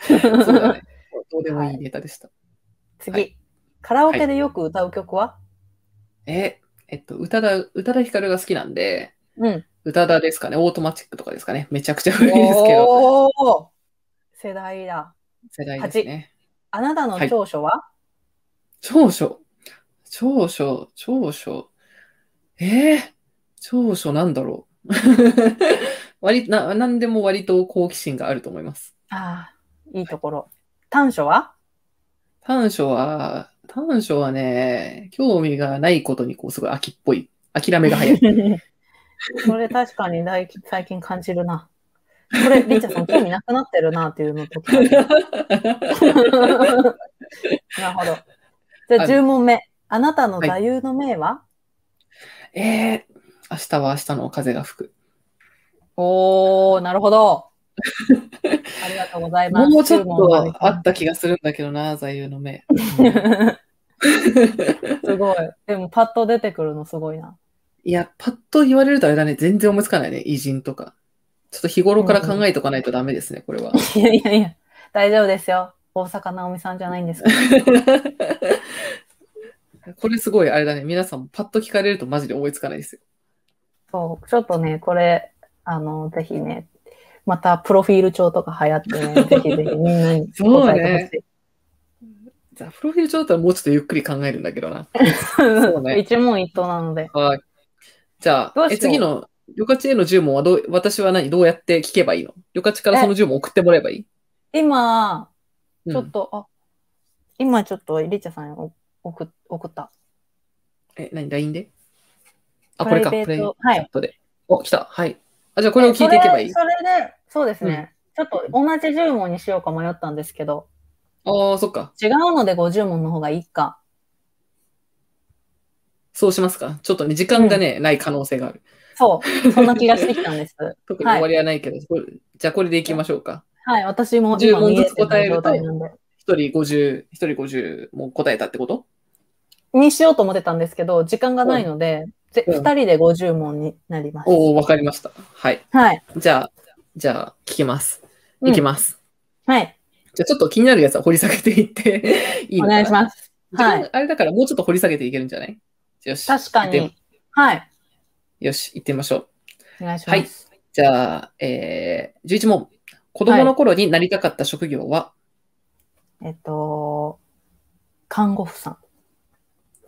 そうだね。どうでもいいネタでした。 次、はいカラオケでよく歌う曲は、え、えっと、宇多田、宇多田ヒカルが好きなん で、うん。宇多田ですかね、オートマチックとかですかね。めちゃくちゃ古いですけど、おー世代だ。世代ですね。あなたの長所は、長所。長所、長所。えー、長所なんだろう。 割な、なんでも割と好奇心があると思います。ああ、いいところ。短所 は短所は、短所はね、興味がないことにこう、すごい飽きっぽい。諦めが 早い。それ確かに大最近感じるな。これ、りっちゃさん、興味なくなってるなっていうのとなる ほど。じゃあ、はい10問目。あなたの座右の銘は、えー、明日は明日の風が吹く。おー、なるほど。 ありがとうございます。もうちょっ注文ができとあった気がするんだけどな、座右の 銘。すごい。でも、パッと出てくるのすごいな。いや、パッと言われるとあれだね、全然思いつかないね、偉人とか。ちょっと日頃から考えとかないとダメですね、これ は。いやいやいや、大丈夫ですよ。大坂なおみさんじゃないん ですから。これすごいあれだね、皆さんもパッと聞かれるとマジで思いつかないですよ。そう、ちょっとね、これ、あの、ぜひね、またプロフィール帳とか流行ってね、ぜひぜひみんな に答えてじゃあ、プロフィール帳だったらもうちょっとゆっくり考えるんだけどな。ほしい。そうね 一問一答なので。はい。じゃどあう、しよえう次の、旅客への10問はどう、私は何、どうやって聞けばいいの旅客からその10問送ってもらえばいい今、うんちょっと、あ、今ちょっとリチャさんにお送送った。え、何、LINE であ、これか、プライプベレイーチトはャいッ。トで。お、来た。はい。あ、じゃあこれを聞いていけばいいそれそれで、そうですね。ちょっと同じ10問にしようか迷ったんですけど、ああ、そっか。違うので50問の方がいいか。そうしますか。ちょっとね、時間がね、ない可能性がある。そう、そんな気がしてき たんです。特に終わりはないけど、これじゃあこれでいきましょうか。はい、私も10今問見えずつて答えるると状態なんで。一人50、一人50もう答えたってことにしようと思ってたんですけど、時間がないので、ぜうん二人で50問になります。おお、わかりました。はい。はい。じゃあ、じゃあ、聞きます。うんいきます。はい。じゃあ、ちょっと気になるやつは掘り下げていって いいおのかな願いします。時間はいあれだからもうちょっと掘り下げていけるんじゃないよし。確か行っにて。はい。よし、行ってみましょう。お願いしはまいす。。じゃあ、えー、11問。子供の頃になりたかった職業は、えっと、看護婦さん。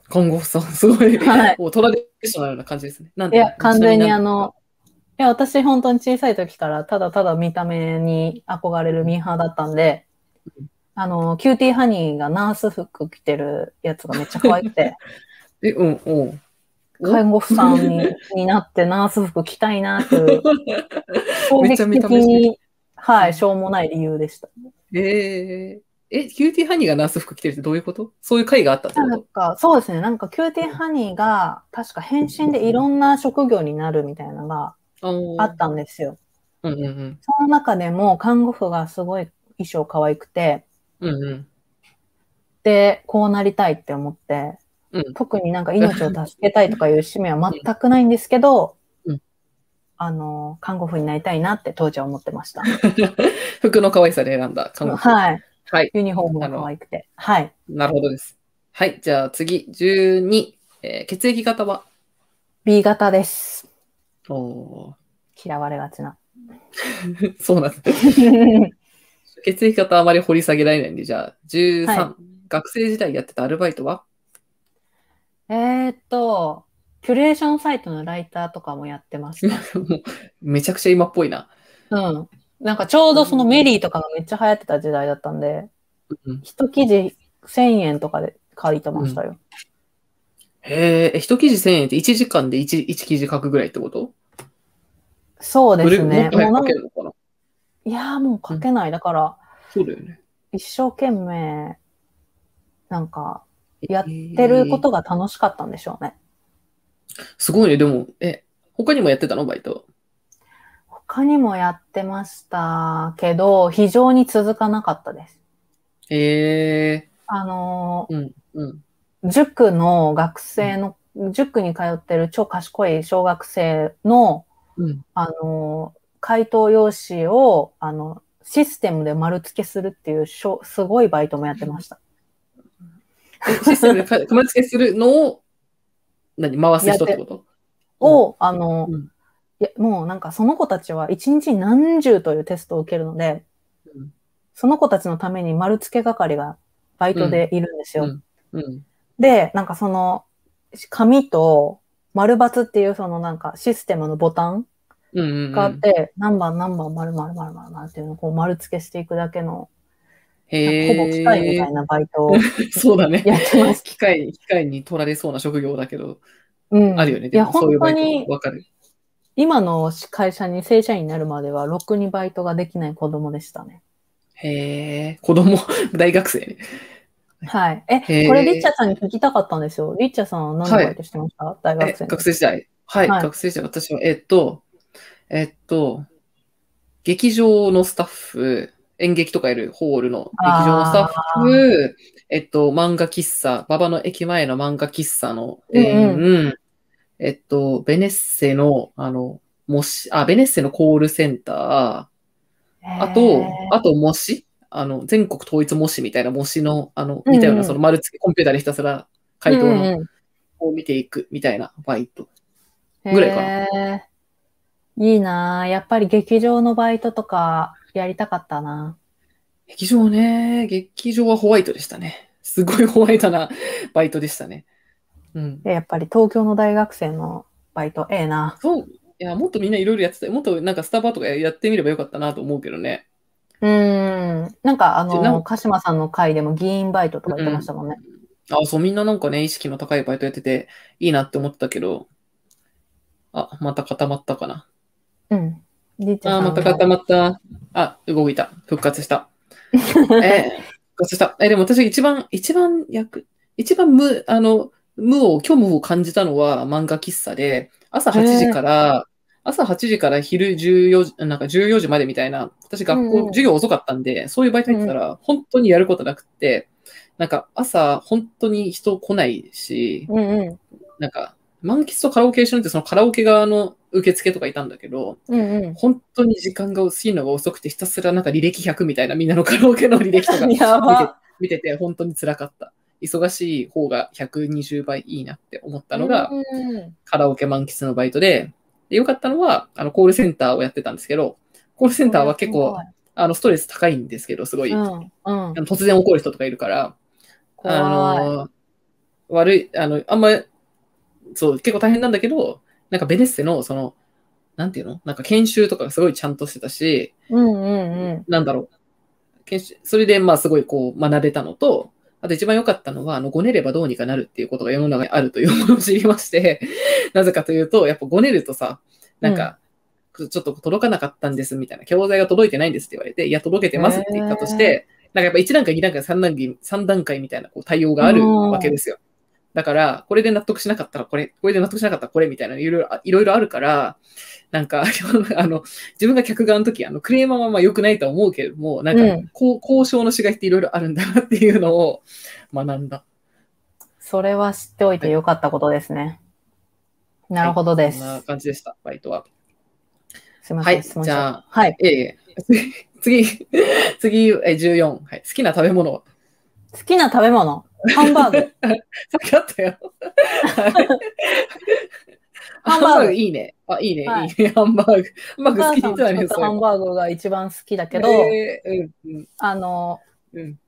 看護婦さん、すごい、はいもうトラディショナルな感じですね。なんいでや、完全にあ、ちなみの、いや、私本当に小さい時からただただ見た目に憧れるミーハーだったんで、あの、キューティーハニーがナース服着てるやつがめっちゃ可愛く て、え、うん、うん。お看護婦さんにになってナース服着たいなって いう、衝めっち撃ゃ見的た目してるに、はい、しょうもない理由でした。えー、え、キューティーハニーがナース服着てるってどういうことそういう会があったってなこんか、そうですね、なんかキューティーハニーが確か変身でいろんな職業になるみたいなのがとあったんですよ。うんうんうん。その中でも看護婦がすごい衣装可愛くて、うんうん。で、こうなりたいって思って、うん特になんか命を助けたいとかいう使命は全くないんですけど、うんあの、看護婦になりたいなって当時は思ってま した。服の可愛さで選んだ看護婦。はい。はい。ユニフォームが可愛くて。はい。なるほどです。はい。じゃあ次、12。えー血液型は B 型です。お嫌われがち な。ー そうなんです。血液型あまり掘り下げられないんで、じゃあ13。は学生時代やってたアルバイトは えーっと、キュレーションサイトのライターとかもやってました。もうめちゃくちゃ今っぽいな。うん。なんかちょうどそのメリーとかがめっちゃ流行ってた時代だったんで、うん一記事1000円とかで書いてましたよ。へーえ、一記事1000円って1時間で 1, 1記事書くぐらいってことそうですもねっ。と早もうく書なんけるのかないやーもう書けない。だから、そうだよね。一生懸命、なんか、やっっやってることが楽しかったんでしょうね。すごいね。でも、え、他にもやってたのバイト。他にもやってましたけど、非常に続かなかったです。へえ。あのうん、うん。ー、塾の学生の、塾に通ってる超賢い小学生の、うん。あのー、回答用紙を、あの、システムで丸付けするっていうしょ、すごいバイトもやってました。システム でか組み付けするのを、何、回す人ってことを、あの、うんいやもうなんかその子たちは一日に何十というテストを受けるので、うんその子たちのために丸付け係がバイトでいるんですよ。うん。で、なんかその紙と丸×っていうそのなんかシステムのボタンうんうんがあうっん。て、何番何番丸丸丸丸丸っていうのをこう丸付けしていくだけの、なんかほぼ機械みへたえい。なバイトを そうだね。やってます。機械、機械に取られそうな職業だけど、うん、あるよね。いでや、もそうい本う当バイにト、わかる。今の会社に正社員になるまでは、ろくにバイトができない子供でしたね。へえ。子供、 大学生ね。はい。へえ、ーこれ、リッチャさんに聞きたかったんですよ。リッチャさんは何のバイトしてました、大え学生の学生時代。はい、はい学生時代。私は、えっと、えっと、劇場のスタッフ、演劇とかやるホールの劇場のスタッフ、えっと、漫画喫茶、馬場の駅前の漫画喫茶の店員、うえっと、ベネッセの、あの、もし、あ、ベネッセのコールセンター、あと、あと、模試あの、全国統一模試みたいな模試の、あの、似たよううんうな、んその丸付きコンピューターでひたすらえー回答うんのうんを見ていくみたいなバイト。ぐらいかなへーいいなぁやっぱり劇場のバイトとかやりたかったな劇場ね、劇場はホワイトでしたね。すごいホワイトなバイトでしたね。うん。でやっぱり東京の大学生のバイト、ええなそう。いや、もっとみんないろいろやってた。もっとなんかスタバとかやってみればよかったなと思うけどね。うーん。なんかあちなの、鹿島さんの会でも議員バイトとか言ってましたもんね。あ、そう、みんななんかね、意識の高いバイトやってていいなって思ってたけど。あ、また固まったかな。うん。りっちゃんあ、さんまた固まった。あ、動いた。復活した。え、復活した。え、でも私一番、一番役、一番無、あの、無を、虚無を感じたのは漫画喫茶で、朝8時から、朝8時から昼14時、なんか14時までみたいな、私学うんうん校、授業遅かったんで、そういうバイト入ってたら、本当にやることなくって、なんか朝、本当に人来ないし、 うんうん。なんか、満喫とカラオケ一緒にって、そのカラオケ側の受付とかいたんだけど、うんう本当に時間が過ぎるのが遅くて、ひたすらなんか履歴100みたいな、みんなのカラオケの履歴とかん。見てやば。見てて、本当に辛かった。忙しい方が120倍いいなって思ったの が、うんカラオケ満喫のバイトで、で良かったのは、あの、コールセンターをやってたんですけど、コールセンターは結構、、あの、ストレス高いんですけど、すごい、うんあうのん。突然怒る人とかいるから、あ怖い。の、悪い、あの、あんま、そう、結構大変なんだけど、なんかベネッセの、その、なんていうのなんか研修とかがすごいちゃんとしてたし、うんうんうん。なんだろう。研修それで、まあ、すごいこう、学べたのと、あと一番良かったのは、あの、ごねればどうにかなるっていうことが世の中にあるというものを知りまして、 なぜかというと、やっぱごねるとさ、なんか、ちょっと届かなかったんですみたいな、教材が届いてないんですって言われて、いや、届けてますって言ったとして、なんかやっぱ1段階、2段階、3段階、三段階みたいなこう対応があるわけですよ。だから、これで納得しなかったらこれ、これで納得しなかったらこれみたいな、いろいろあいろいろあるから、なんか、 あの、自分が客側の時、あの、クレーマーはまあ良くないとは思うけれども、なんか、うんこう交渉のしがいっていろいろあるんだなっていうのを学んだ。それは知っておいてよかったことですね。なるほどです。そんな感じでした、バイトは。すみません、はい質問じゃあしちったはい。ええ、 次、 次、え14、はい。好きな食べ物は 好きな食べ物、ハンバーグ。さっきあったよ。 あ ハハンンバーグバーグいいね。あ、いいね、はいい、いね。ハ ンバーグ。ハンバーおグ好母きさだんはね、ちょっとハンそバーグが一番好きだけど、れ。えーうんあの、うんうん。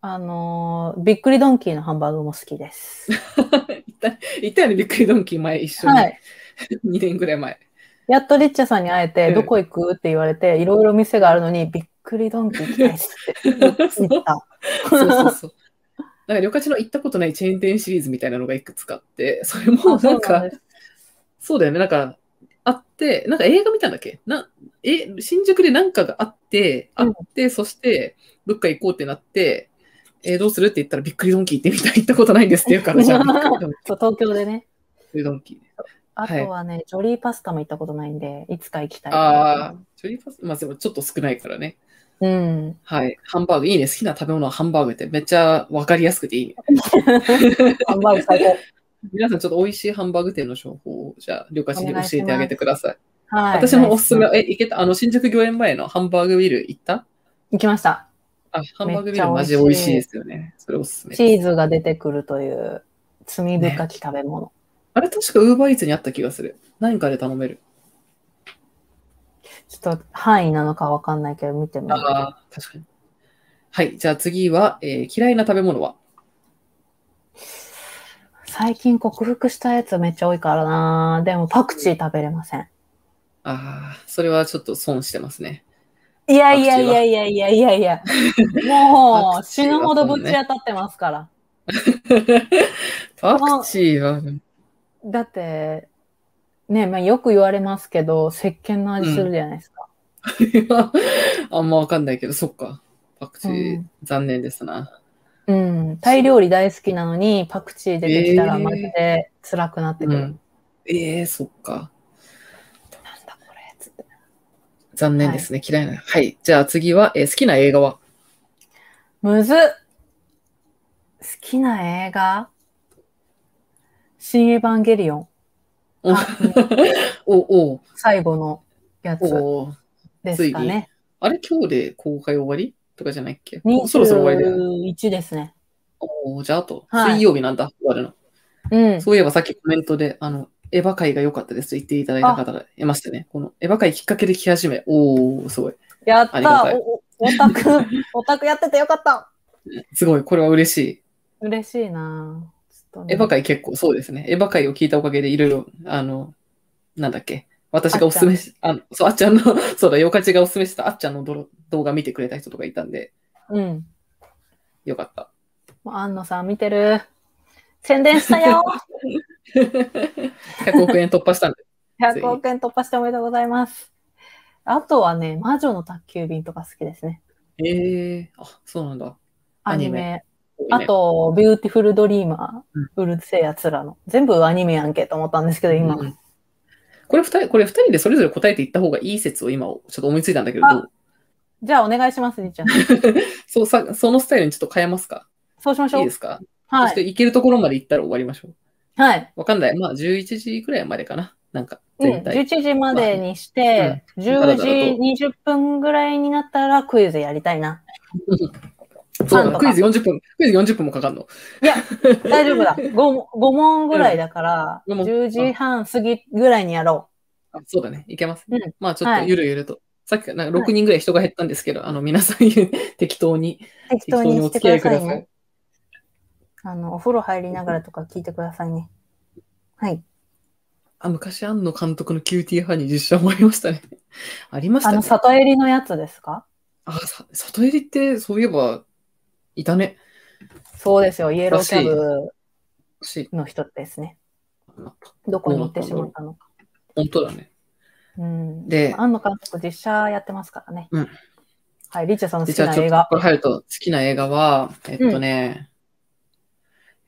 あの、びっくりドンキーのハンバーグも好きです。言った言ったよね、びっくりドンキー前一緒に。 はい。 2年ぐらい前。やっとリッチャさんに会えて、うんどこ行くって言われて、いろいろ店があるのに、びっくりドンキー行きたいっすって 言った。そうそうそう。なんか、旅館の行ったことないチェーン店シリーズみたいなのがいくつかあ って、それもあそうなんかな、んですそうだよね、なんか、あって、なんか映画見たんだっけなえ、新宿でなんかがあって、あうんって、そして、どっか行こうってなって、えーどうするって言ったら、びっくりドンキー行ってみたい、行ったことないんですって言う から、じゃあ、びっくりドンそう東京でね。キードンキー。あとはね、ジョリーパスタも行ったことないんで、いつか行きたい。ああ、ジョリーパス、まあ、でもちょっと少ないからね。うん。はい。ハンバーグ、いいね。好きな食べ物はハンバーグって、めっちゃわかりやすくていいね。ハンバーグ最高。皆さん、ちょっと美味しいハンバーグ店の情報を、じゃあ、りょうかちに教えてあげてください。はい。私のおすすめナえ、イ、行けたあの、新宿御苑前のハンバーグビル行ったス行きました。あ、ハンバーグビルマジ美味しいですよね。それおすすめ。チーズが出てくるという罪深き食べ物。あれ、確かウーバーイーツにあった気がする。何かで頼める。ちょっと範囲なのかわかんないけど、見てみる。ああ、確かに。はい。じゃあ次は、えー嫌いな食べ物は最近克服したやつめっちゃ多いからなでもパクチー食べれません。ああ、それはちょっと損してますね。いやいやいやいやいやいやいや。もうパクチー死はぬほどぶち当たってますから。パクチーは、 だって、ね、まあ、よく言われますけど、石鹸の味するじゃないですか。あんまわかんないけど、そっか。パクチー、うん残念ですな。うん。タイ料理大好きなのに、パクチー出てきたらマジで辛くなってうくる。ん。ええー、そっか。なんだこれっつって。残念ですね。嫌いな。はい。じゃあ次は、えー好きな映画はむずっ好きな映画新エヴァンゲリオン。おあのおお最後のやつ おおですかね。あれ今日で公開終わりとかじゃないっけ21そろそろ終わりだよね。ですね。おおじゃああと、はい水曜日なんだ、終わるの。うん。そういえばさっきコメントで、あの、エヴァ界が良かったですと言っていただいた方がいましてね、このエヴァ界きっかけで来始め、おおすごい。やっありがたたいおおオタク、 オタクやっててよかったすごい、これは嬉しい。嬉しいなぁちょっとねエヴァ界結構そうですね。エヴァ界を聞いたおかげでいろいろ、あの、なんだっけ。私がおすすめし、あの、そう、あっちゃんの、 そうだ、ヨカチがおすすめしたあっちゃんの動動画見てくれた人とかいたんで、うん。よか った。もう安野さん見てる。宣伝し たよ100億円突破したんで。 !100 億円突破しておめでとうございます。あとはね、魔女の宅急便とか好きですね。ええあ、そうなんだ。アニアニメ。多いねあ、と、ビューティフルドリーマー、うるせえやつらの。全部アニメやんけと思ったんですけど、今。うんこれ二人、これ二人でそれぞれ答えていった方がいい説を今、ちょっと思いついたんだけど、あどうじゃあ、お願いします、りっちゃん。そうさそのスタイルにちょっと変えますかそうしましいょいうで。すか、はそしてい。行けるところまで行ったら終わりましょう。はい。わかんない。まあ、11時くらいまでかな。なんか、うん、全体。 11時までにして、うん10時20分ぐらいになったらクイズやりたいな。そうパンだ、とかクイズ40分、クイズ40分もかかんの。大丈 夫だ。5, 問ぐらいだから、うん五問10時半過ぎぐらいにやろあそうだね、いけます。うんまあ、ちょっはといゆるゆると。さっきからなんか6人ぐらい人が減ったんですけど、あの、皆さん 適当に、う。適適当当ににおして付くき合いだくさだいさいね。。あの、お風呂入りながらとか聞いてくださいね。はい。あ、昔、庵野監督のキューティーハニー実写もありましたね。ありましあたの、ね。里襟のやつですかあ、さ里襟って、そういえば、いたね。そうですよ。イエローキャブし、の人ですね。どこに行ってしまったのか。本当だね。うん。でまあ安野監督実写やってますからね。うんはい。リッチャーさんの好できじゃあなちょ映っと、画。これ入ると、好きな映画は、えっとね、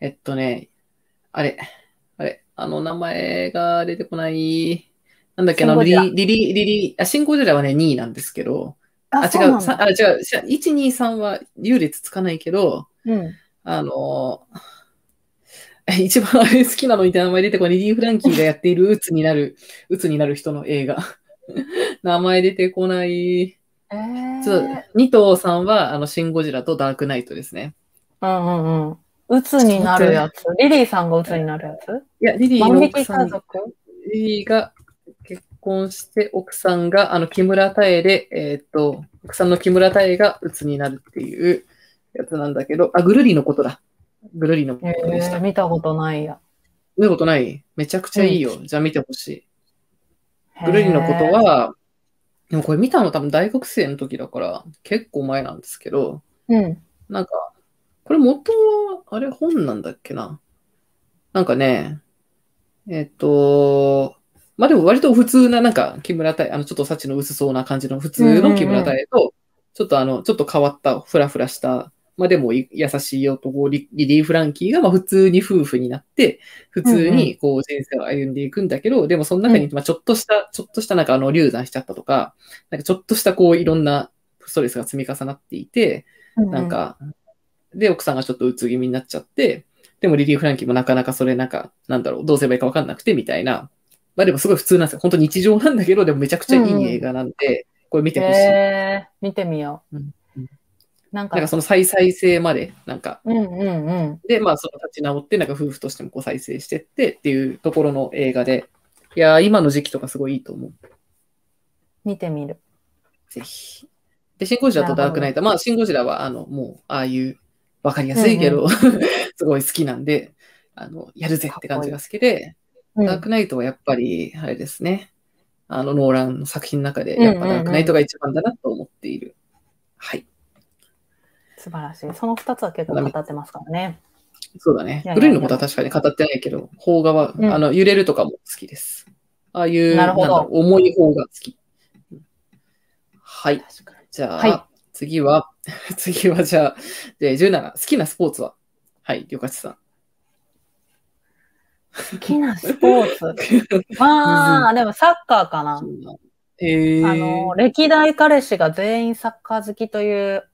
えっとね、あれ、あれ、あの、名前が出てこない、なんだっけな、あのリシンゴリ、リリ、リリ、あ、新ゴジラはね、2位なんですけど、あ、そ違なう、んさだあ、違う、し1、2、3は優劣つかないけど、うん。あの ー、一番あれ好きなのに名前出てこない、リリー・フランキーがやっている鬱になる、 鬱になる人の映画。 名前出てこない。えーそう、2頭さんは、あの、シン・ゴジラとダークナイトですね。うんうんうん。鬱になるやつ。リリーさんが鬱になるやついや、リリー万の引奥きさ家ん、族リリーが結婚して、奥さんが、あの、木村多江で、えーっと、奥さんの木村多江が鬱になるっていうやつなんだけど、あ、ぐるりのことだ。ぐるりのこえとでした。ー、見たことないや。見たことないめちゃくちゃいいよ。じゃあ見てほしい。ぐるりのことへー、は、でもこれ見たの多分大学生の時だから、結構前なんですけど、うん。なんか、これ元は、あれ本なんだっけな。なんかね、えっ、と、まあでも割と普通な、なんか木村多江、あのちょっと幸の薄そうな感じの普通の木村多江と、ちょっとあの、ちょっと変わった、ふらふらした、まあでもい優しい男、リリリー・フランキーが、まあ普通に夫婦になって、普通にこう人生を歩んでいくんだけど、でもその中に、まあちょっとした、ちょっとしたなんかあの流産しちゃったとか、なんかちょっとしたこういろんなストレスが積み重なっていて、なんか、で、奥さんがちょっとうつ気味になっちゃって、でもリリー・フランキーもなかなかそれなんか、なんだろう、どうすればいいかわかんなくてみたいな。まあでもすごい普通なんですよ。本当日常なんだけど、でもめちゃくちゃいい映画なんで、これ見うん、てほしい。えー、見てみよう。うんうんなんかなんかその再再生まで、なんか、うんうんうん。で、まあその立ち直って、なんか夫婦としてもこう再生してってっていうところの映画で、いやー、今の時期とかすごいいいと思う。見てみる。ぜひ。で、シン・ゴジラとダークナイト。まあ、シン・ゴジラは、あの、もう、ああいう、わかりやすいけど、 すごい好きなんで、あの、やるぜって感じが好きで、うんダークナイトはやっぱり、あれですね、あの、ノーランの作品の中で、やっぱダークナイトが一番だなと思っている。はい。素晴らしい。その2つは結構語ってますからね。そうだねいやいやいや。グルーのことは確かに語ってないけど、邦画は、うんあの、揺れるとかも好きです。ああいう、なるほどんだろう重い方が好き。はい。確かに。じゃあ、はい次は、 次はじゃあ、で17、好きなスポーツははい、りょかちさん。 好きなスポーツ。まあ、でもサッカーかな。へえ。あの、歴代彼氏が全員サッカー好きという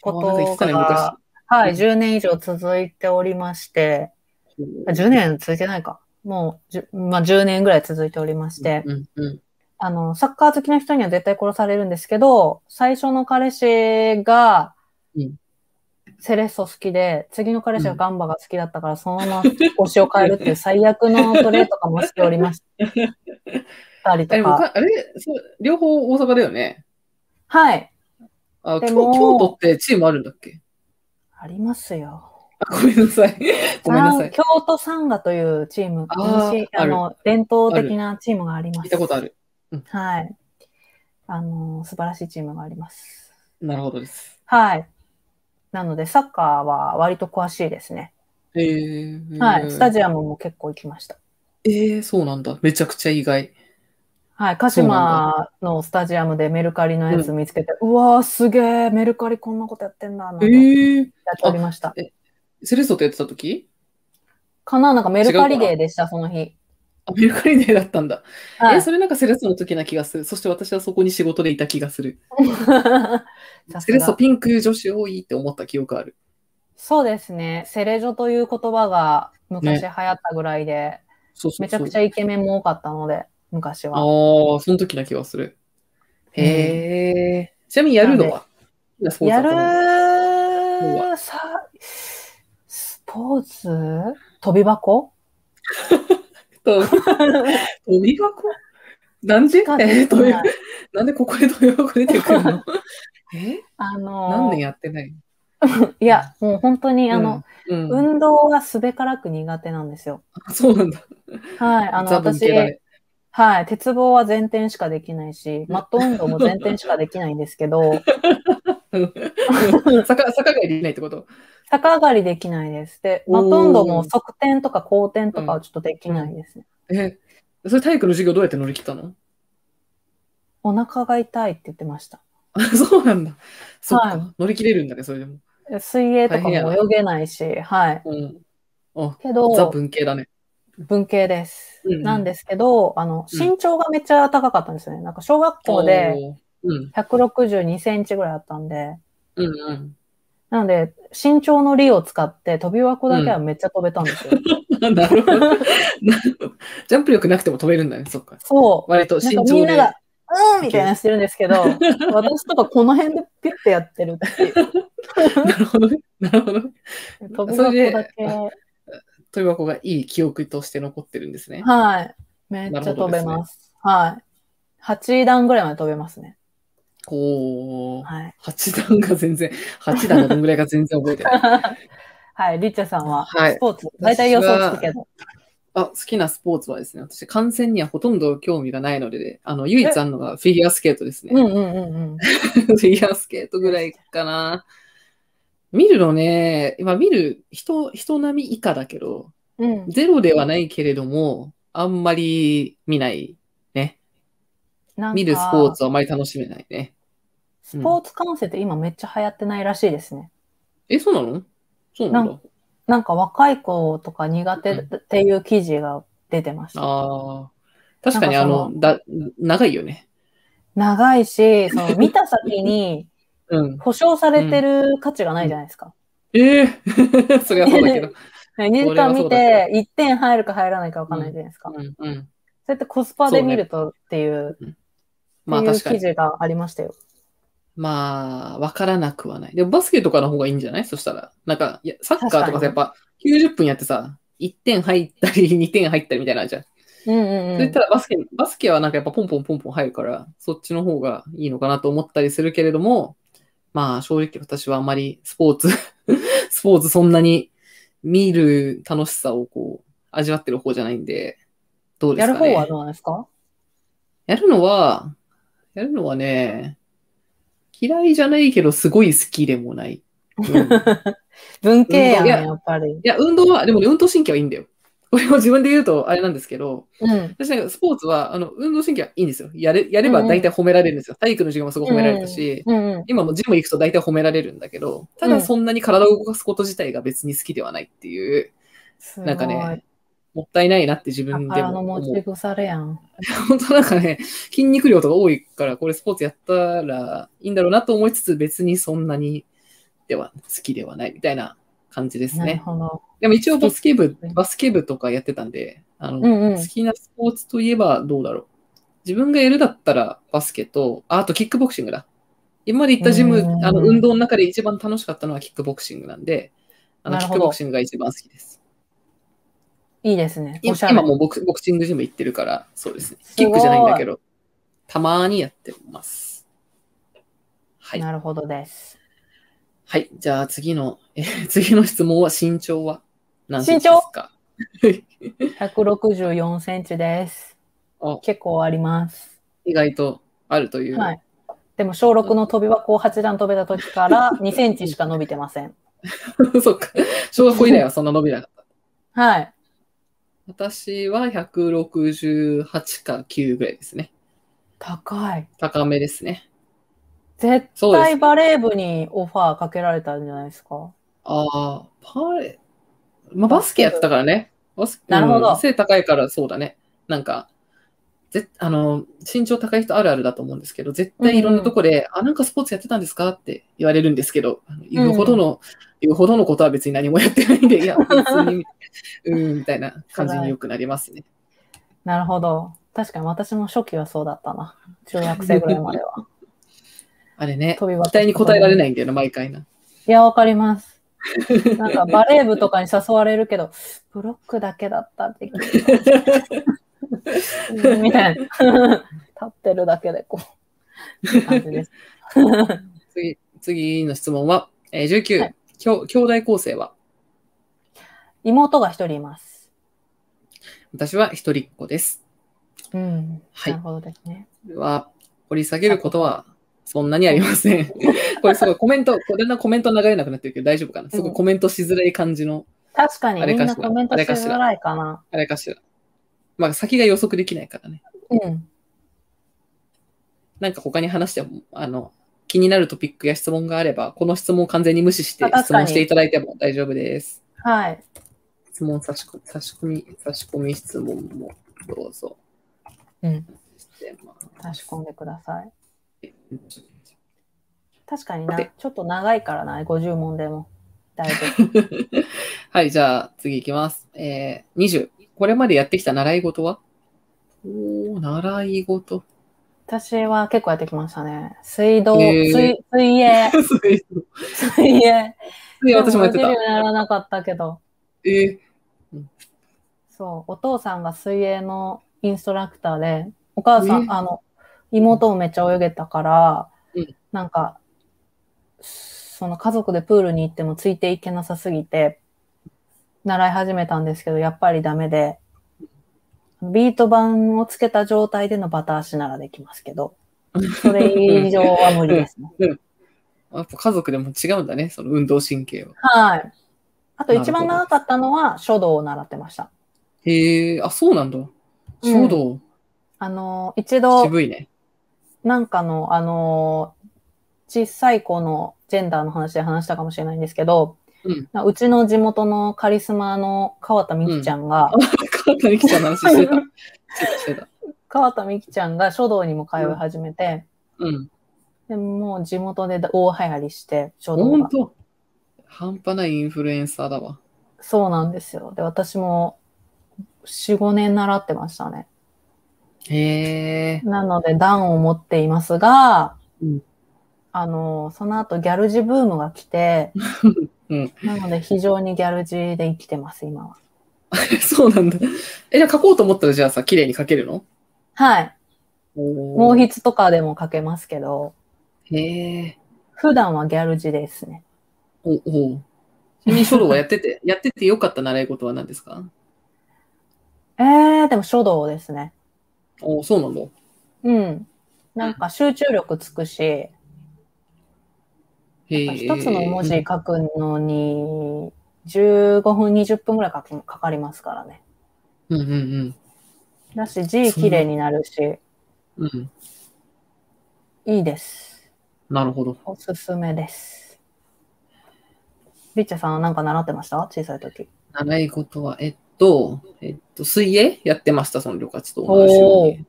こあなんか言っとてたね昔が、はい、うん10年以上続いておりまして、あ10年続いてないか。もうじゅ、まあ、10年ぐらい続いておりまして、うんうん。あの、サッカー好きな人には絶対殺されるんですけど、最初の彼氏がうん、セレッソ好きで、次の彼氏がガンバが好きだったから、そのまま推しを変えるっ ていう最悪のトレーとかもしておりました。りあれともか。か、あれ、そう両方大阪だよね。はい。あ、で京も京都ってチームあるんだっけ ありますよ。あごめんなさい。ごめんなさサンい。京都サンガというチーム、あー西ああるの伝統的なチームがあります。聞いたことある。はい。あの、素晴らしいチームがあります。なるほどです。はい。なので、サッカーは割と詳しいですね。えー、はい。スタジジアムも結構行きました。えー、そうなんだ。めちゃくちゃ意外。はい。鹿島のスタジアムでメルカリのやつ見つけて、うわー、すげー、メルカリこんなことやってんだ、なんえてやー、っておりました。セレッソとやってた時かななんかメルカリデーでした、その日。あ、メルカリデーだったんだ。はえ、 い。それなんかセレッソの時な気がする。そして私はそこに仕事でいた気がする。さすセレッソがピンク女子多いって思った記憶ある。そうですね。セレジョという言葉が昔流行ったぐらいで、そうそうめちそゃう。くちゃイケメンも多かったので、昔ああは。ー、その時な気がする。へえ、ちなみにやるのはスポーツやだとる思うーさ、スポーツ飛び箱と、飛び箱なんでかえねー飛びなんでここで飛び箱出てくる のえあのー何年やってないいや、もう本当に、あの、、うんうん運動がすべからく苦手なんですよ。あそうなんだ。はい、あの、ザ文系だ私、ね。はい、鉄棒は前転しかできないし、マット運動も前転しかできないんです けど、うん 坂坂がいりないってこと逆上がりできないです。で、おマーット運動も側転とか後転とかはちょっとできないですね。え、それ体育の授業どうやって乗り切ったのお腹が痛いって言ってました。あ、 そうなんだ。そっか、は乗り切れるんだね、それでも。水泳とかも泳げないし、はい。うん。あ、けザど、文系だね。文系です。うんなんですけど、あの、うん身長がめっちゃ高かったんですよね。なんか小学校でおー。うん。 162センチぐらいあったんで、うんうん。なので、身長の利を使って飛び箱だけはめっちゃ飛べたんですよ。 なるほど。なるほどジャンプ力なくても飛べるんだね、そっか。そう。割と身なんかみ長んなで。が、うんみたいなしてるんですけど、私とかこの辺でピュッてやってるってい う。なるほどね。なるほど。飛び箱だけ。というわけがいい記憶として残ってるんですね。はい。めっちゃ飛べます。はい。8段ぐらいまで飛べますね。こう、 はい。八段が全然、八段がどんぐらいか全然覚えて ない。はい。リッチャさんは、はいスポーツ、大体予想つくけど。あ、好きなスポーツはですね、私、観戦にはほとんど興味がないので、あの、唯一あるのがフィギュアスケートですね。うんうんうんうん。 フィギュアスケートぐらいかな。見るのね、今見る人、人並み以下だけど、うん、ゼロではないけれども、あんまり見ないね。なんか見るスポー。ツはあまり楽しめないね。スポーツ観戦って今めっちゃ流行ってないらしいですね。え、そうなのそうなんだ。なんか若い子とか苦手っていう記事が出てました。ああ。確かにあのなん、だ、長いよね。長いし、その見た 先にうん。保証されてる価値がないじゃないですか。ええ それはそうだけど。 2時間見て1点入るか入らないか分かんないじゃないですか。うんうん。そうやってコスパで見るとっていう、まあってい確うか記に。事がありましたよ。まあ、わからなくはない。でもバスケとかの方がいいんじゃないそしたら。なんか、いやサッカーとか確かにさ、やっぱ90分やってさ、1点入ったり、2点入 ったりみたいなのあるじゃん。うんそうんうれ言んった。らバスケ、バスケはなんかやっぱポンポンポンポン入るから、そっちの方がいいのかなと思ったりするけれども、まあ正直私はあまりスポーツ、 スポーツそんなに見る楽しさをこう、味わってる方じゃないんで、どうでやするかね。方はどうなんですかやるのは、やるのはね、嫌いじゃないけどすごい好きでも ない。うん文系やん、いややっぱり。いや、運動は、でもね、運動神経はいいんだよ。これも自分で言うとあれなんですけど、うん。私なんかスポーツは、あの、運動神経はいいんですよ。やれ、やれば大体褒められるんですよ。体育の授業もすごい褒められたし、うんうん。今もジム行くと大体褒められるんだけど、ただそんなに体を動かすこと自体が別に好きではないっていう、すごいなんかね、もったいないなって自分でも宝の思う。持ち腐れやん。 本当なんかね、筋肉量とか多いから、これスポーツやったらいいんだろうなと思いつつ、別にそんなにでは好きではないみたいな感じですなるね。ほど。でも一応バスケ部好きですね、バスケ部とかやってたんで、あの、うんうん好きなスポーツといえばどうだろう。自分がやるだったらバスケと、ああとキックボクシングだ。今まで行ったジムう、んあの運動の中で一番楽しかったのはキックボクシングなんで、あのなキるッほどクボクシングが一番好きです。いいですね。お今しゃれ。今もうボクボクシングジム行ってるから、そうですね。すごいキックじゃないんだけど、たまーにやってます。はい。なるほどです。はい。じゃあ次の、え ー次の質問は身長は何センチ身長ですか164センチですあ。結構あります。意外とあるという。はい。でも小6の飛び箱を8段飛べた時から2センチしか伸びてません。 そっか。小学校以来はそんな伸びなかった。はい。私は168か9ぐらいですね。高い。高めですね。絶そうで対す。バレー部にオファーかけられたんじゃないですか。ああ、パレ、まあ、バスケやってたからね。バスなるほどうん背高いからそうだね。なんか、ぜあの、身長高い人あるあるだと思うんですけど、絶対いろんなとこで、あ、なんかスポーツやってたんですかって言われるんですけど、あの言うほどの、言うほどのことは別に何もやってないんで、 いや、別に、うん、みたいな感じによくなりますね。なるほど。確かに私も初期はそうだったな。中学生ぐらいまで は。あれね、飛び箱。期待に応えられないんだよな、毎回な。いや、わか ります。なんかバレー部とかに誘われるけど、ブロックだけだったって 聞いたみたいな。 立ってるだけでこう。って感じです。次、次の質問は、えー19、はいきょ兄弟構成は妹が一人います。私は一人っ子です。うん。はいなるほどですね。これは、掘り下げることはそんなにありません。 これすごいコメント、これなコメント流れなくなってるけど大丈夫かなすごいコメントしづらい感じの、確かにあみれかんしらなコメントしづらいかな。あれかしら。まあ先が予測できないからね。うん。なんか他に話しても、あの、気になるトピックや質問があれば、この質問を完全に無視してあ確か質問にしていただいても大丈夫です。はい。質問差し込差し込み、差し込み質問もどうぞ。うん。してます差し込んでください。うん確かにな。でちょっと長いからな、50問でも。だいぶ。はい、じゃあ次いきます。えー、20。これまでやってきた習い事はおー、習い 事。私は結構やってきましたね。水道、へー水水泳、水泳水泳。私もやってたで。泳げるようにならなかったけど、えそう、お父さんが水泳のインストラクターで、お母さえん、あの、妹もめっちゃ泳げたから、うんなんか、その家族でプールに行ってもついていけなさすぎて、習い始めたんですけど、やっぱりダメで、ビート板をつけた状態でのバタ足ならできますけど、それ以上は無理で すね。ー、やっぱ家族でも違うんだね、その運動神経は。はい。あとなるほど一番長かったのは書道を習ってました。へえ、あ、そうなんだ。書道、あの、一度、渋いね。なんかの、あの、小さい子のジェンダーの話で話したかもしれないんですけど、うんなうちの地元のカリスマの川田美希ちゃんが、川田美樹ちゃんの話してた。 してた、してた。川田美希ちゃんが書道にも通い始めて、うん。でもう地元で大流行りして、書道ほんが。と。半端ないインフルエンサーだわ。そうなんですよ。で、私も4、5年習ってましたね。へえ。なので、段を持っていますが、うんあの、その後ギャルジブームが来て、 うんなので非常にギャルジで生きてます、今は。 そうなんだ。え、じゃあ書こうと思ったらじゃあさ、綺麗に書けるのはい。毛もう筆とかでも書けますけど、へえ。普段はギャルジですね。おおう。ちなみに書道はやってて、 やっててよかった習い事は何ですかえー、でも書道ですね。おお、そうなんだ。うん。なんか集中力つくし、へえ。一つの文字書くのに15分、20分ぐらいかきかかりますからね。うんうんだし、字綺麗になるし、うん。うん。いいです。なるほど。おすすめです。リッチャさんは何か習ってました小さい時。習い事は、えっと、えっと、水泳やってました、その旅活と同じように。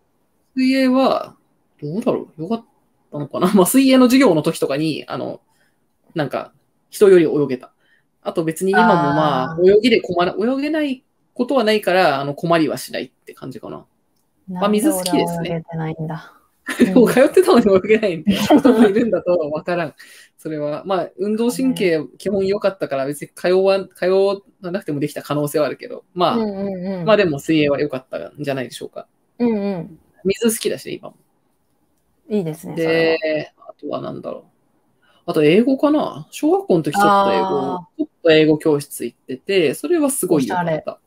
水泳は、どうだろうよかったのかな まあ、水泳の授業の時とかに、あの、なんか、人より泳げた。あと別に今もまあ、あ泳ぎで困ら、泳げないことはないから、あの、困りはしないって感じかな。まあ水好きですね泳げてないんだ。 今日通ってたのに泳げないんで、人もいるんだとは分からん。それは、まあ、運動神経基本良かったから、別に通わん、通わなくてもできた可能性はあるけど、まあ、うんうんうん。まあでも水泳は良かったんじゃないでしょうか。うんう水好きだしね、今も。ん。いいですね。それはで、あとはなんだろう。あと英語かな小学校の時ちょっと英語、あちょっと英語教室行ってて、それはすごい良かおしった。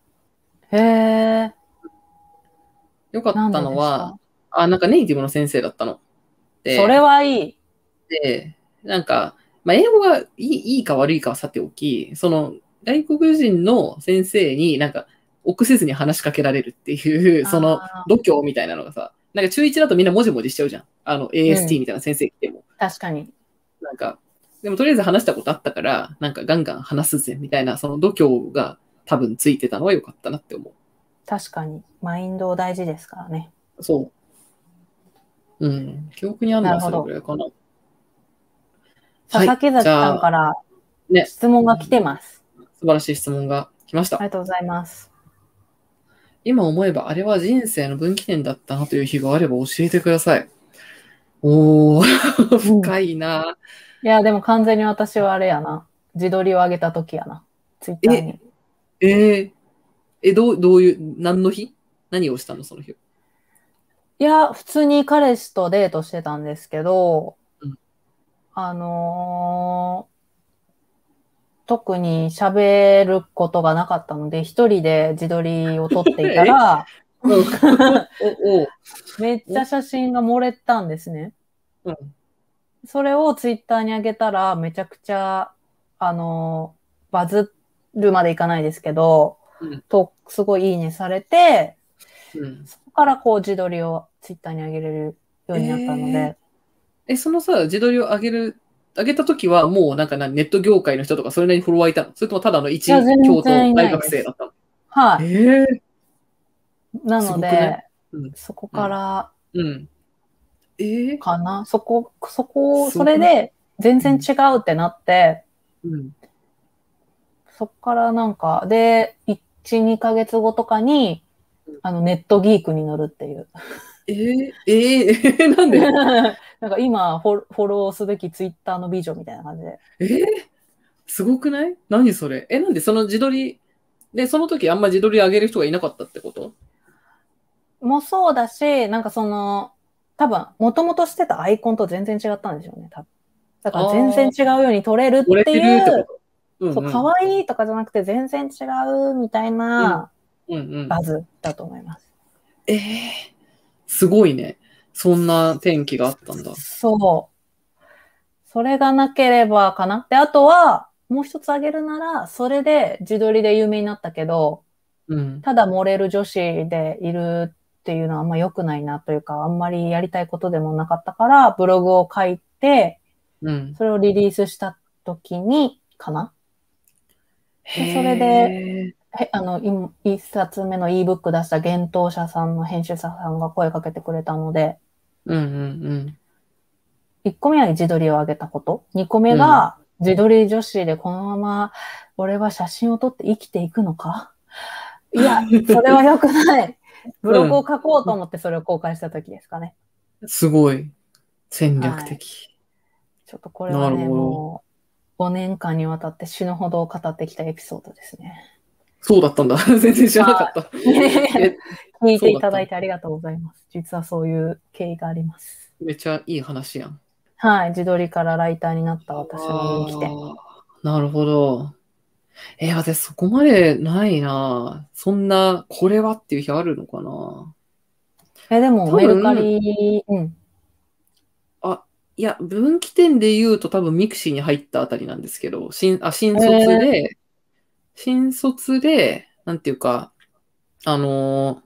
へえ。良かっなんでたですのかは、あ、なんかネイティブの先生だったの。でそれはいい。で、なんか、まあ、英語がいいいいか悪いかはさておき、その、外国人の先生になんか、臆せずに話しかけられるっていう、そのあ、度胸みたいなのがさ、なんか中1だとみんなもじもじしちゃうじゃん。あの、AST みたいな先生来ても。確かに。なんか、でもとりあえず話したことあったから、なんかガンガン話すぜみたいな、その度胸が多分ついてたのは良かったなって思確かに。マインド大事ですからね。う。そう。うん。記憶にあるのはなそるほれどぐらいかな。佐々木崎さんじゃかあ、らね質問が来てます。素晴らしい質問が来ましたあり。がとうございます。今思えばあれは人生の分岐点だったなという日があれば教えてください。お ー、深いな。いや、でも完全に私はあれやな。自撮りを上げた時やな。ツイッターに。えー、え、どう、どういう、何の日何をしたのその日。いや、普通に彼氏とデートしてたんですけど、うんあのー特に喋ることがなかったので、一人で自撮りを撮ってい たら、うん、お、お、めっちゃ写真が漏れたんですね。うんそれをツイッターに上げたら、めちゃくちゃ、あの、バズるまでいかないですけど、うんと、すごいいいねされて、うん。そこからこう自撮りをツイッターに上げれるようになったので、え、そのさ、自撮りを上げる、上げた時はもうなんかなネット業界の人とかそれなりにフォロワーいたのそれともただの一いや全然京都大いないです学生だったのはい。ええなすごのくで、ねうんそこからうん。えー、かな、そこ、そこ、すそごくねれで全然違うってなって、うん。そっからなんか、で、1、2ヶ月後とかにうん、あの、ネットギークになるっていう。えー、えー、 なんで なんか今フォロ、フォローすべきツイッターの美女みたいな感じで。えーすごくない何それえ、なんでその自撮り、で、その時あんま自撮り上げる人がいなかったってこともそうだし、なんかその、多分、もともとしてたアイコンと全然違ったんでしょうね、多分。だから全然違うように撮れるって折れてるいってこう、とうんうんそう、可愛いとかじゃなくて全然違うみたいなうんうん。バズだと思います。えー、すごいね。そんな天気があったんだ。そう。それがなければかな。で、あとは、もう一つあげるなら、それで自撮りで有名になったけど、うん。ただ漏れる女子でいるっていうのはあんま良くないなというか、あんまりやりたいことでもなかったから、ブログを書いて、うん。それをリリースした時に、かなでそれでで、へあの、今一冊目の ebook 出した幻冬者さんの編集者さんが声かけてくれたので、うんうん1個目は自撮りを上げたこと。2個目が、自撮り女子でこのまま、俺は写真を撮って生きていくのかいや、それは良く ない。ブログを書こうと思ってそれを公開した時ですかね。うん。すごい。戦略的。ちょっとこれはなね、るほどもう5年間にわたって死ぬほど語ってきたエピソードですね。そうだったんだ。 全然知らなかった。 え聞いていただいてありがとうございます。実はそういう経緯があります。めっちゃいい話やん。はい、自撮りからライターになった私の生きて。あーなるほど。えー私そこまでないなそんな、これはっていう日あるのかなえ、でも多メ分ルカリ、うん。いや、分岐点で言うと多分ミクシーに入ったあたりなんですけど、新、あ、新卒で、新卒で、なんていうか、あのー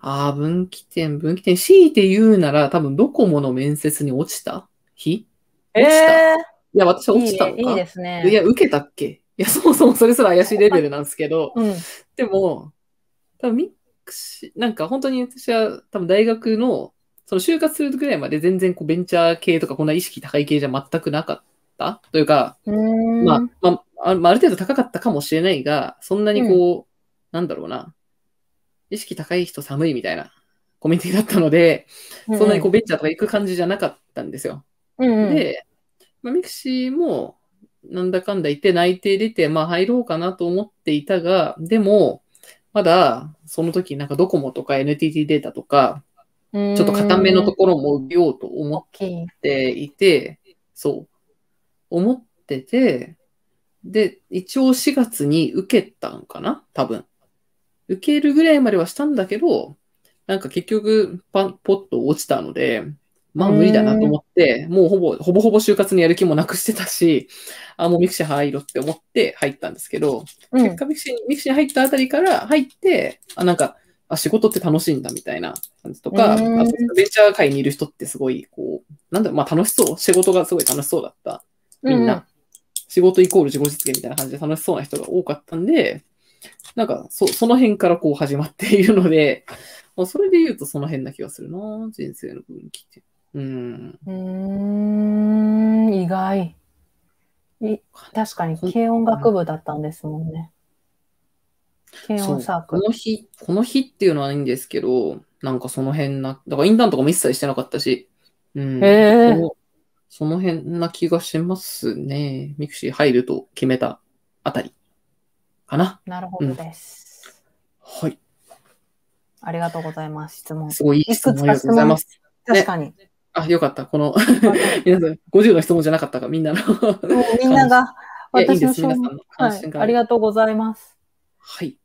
ああ、分岐点、分岐点、強いて言うなら多分ドコモの面接に落ちた日落ちた。いえや、私はー落ちたのかいいねいいですね。いや、受けたっけいや、そもそもそれすら怪しいレベルなんですけど、うん。でも、多分ミクシー、なんか本当に私は多分大学の、その就活するぐらいまで全然こうベンチャー系とかこんな意識高い系じゃ全くなかったというか、うーんまあ、まあ、あまあある程度高かったかもしれないが、そんなにこう、なんだろうな、意識高い人寒いみたいなコミュニティだったので、そんなにこうベンチャーとか行く感じじゃなかったんですよ。うんうん、で、まあ、ミクシーも、なんだかんだ言って内定出て、まあ入ろうかなと思っていたが、でも、まだ、その時なんかドコモとか NTT データとか、ちょちょっと固めのところも受けようと思っ大きい。っていて、そう、思ってて、で、一応4月に受けたんかな多分。受けるぐらいまではしたんだけど、なんか結局、パン、ポッと落ちたので、まあ無理だなと思って、もうほぼ、ほぼほぼ就活にやる気もなくしてたし、あ、もうミクシィ入ろうって思って入ったんですけど、う結ん果ミクシィミクシィに入ったあたりから入って、あ、なんか、あ、仕事って楽しいんだみたいな感じとか、あうんとベンチャー界にいる人ってすごい、こう、なんだろう、まあ楽しそう。仕事がすごい楽しそうだった。みんな。仕事イコール自己実現みたいな感じで楽しそうな人が多かったんで、なんか、そ、その辺からこう始まっているので、まあ、それで言うとその辺な気がするな人生の分岐って。うん。うん、うーん意外。い確かに、ほん軽音楽部だったんですもんね。軽そ音うサークこル。の日、この日っていうのはいいんですけど、なんかその辺な、だからインターンとかも一切してなかったし、うん。へそーのその辺な気がしますね。ミクシー入ると決めたあたりかな。なるほどです。はい。ありがとうございます。質問。すごいいい質問いくありがつかとうございます。確かに。あ、よかった。この、 皆さん、50の質問じゃなかったか、みんなの。いもうみんなが、や、いい私でのす。皆さん問のは関心い。が。ありがとうございます。はい。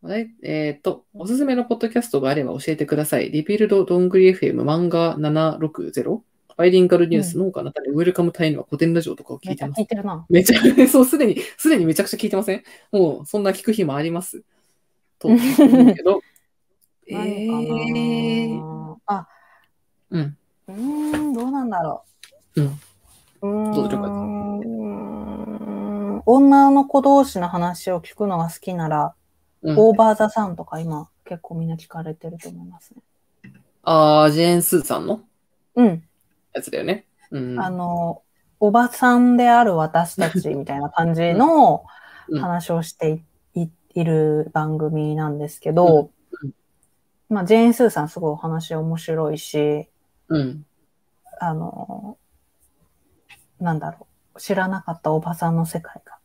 はいえっ、と、おすすめのポッドキャストがあれば教えてください。リビルドどんぐり FM 漫画760、バイリンガルニュース、農家のたり、ウェルカムタイムは古典ラジオとかを聞めっいちてゃます聞。いてるな。めちゃ、そう、すでに、すでにめちゃくちゃ聞いてませんもう、そんな聞く日もあります。と思うけど。え何かな、ー、あ、うん。うーん、どうなんだろう。うんうーん。どうすればいいうーん女の子同士の話を聞くのが好きなら、うん、オーバーザさんとか今結構みんな聞かれてると思いますね。あー、ジェーン・スーさんのうん。やつだよね。うん。あの、おばさんである私たちみたいな感じのうん話をしてい,い、いる番組なんですけど、うんまあ、ジェーン・スーさんすごいお話面白いし、うん。あの、なんだろう、知らなかったおばさんの世界が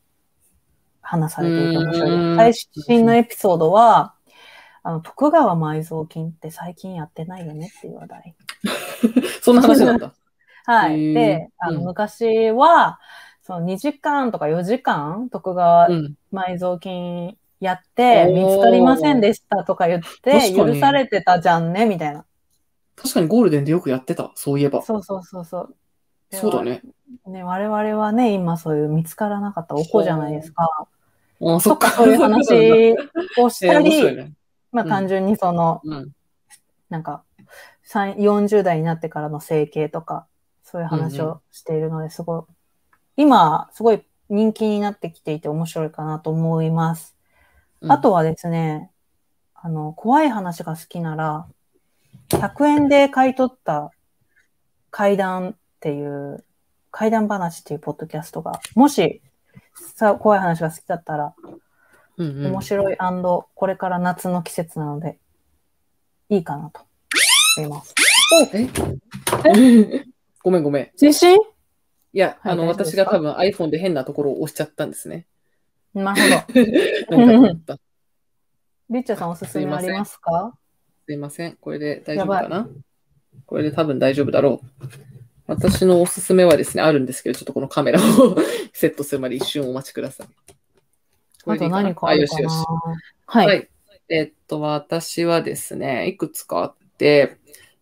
話されていて面う白んい。最新のエピソードは、あの、徳川埋蔵金って最近やってないよねっていう話題。そんな話なんだ。はい。へーで、あの、うん昔は、その2時間とか4時間、徳川うん。埋蔵金やって、おー見つかりませんでしたとか言っ確て、かに許されてたじゃんね、みたいな。確かにゴールデンでよくやってた。そういえば。そうそうそうそう。でそうだ。ね。ね、我々はね、今そういう見つからなかったお子じゃないですか。あー、そとっか。か、そういう話をしえー、た面白いり、ね。まあ単純にその、うん。なんか、さん40代になってからの整形とか、そういう話うんうをしているので、すごい、今、すごい人気になってきていて面白いかなと思います。うんあ、とはですね、あの、怖い話が好きなら、100円で買い取った怪談っていう、怪談話っていうポッドキャストが、もし、さ怖い話が好きだったら、うんうん面白いこれから夏の季節なので、いいかなと思います。 ごめんごめん。地震いや、はいあの、大丈夫で私すかが多分 iPhone で変なところを押しちゃったんですね。なるほど。なんか思った。リッチャーさんおすすめありますかすいません。これで大丈夫かなこれで多分大丈夫だろう。私のおすすめはですね、あるんですけど、ちょっとこのカメラを セットするまで一瞬お待ちください。こあれでいといかな何かあるかよしよしな。はい。はい。えっと、私はですね、いくつかあって、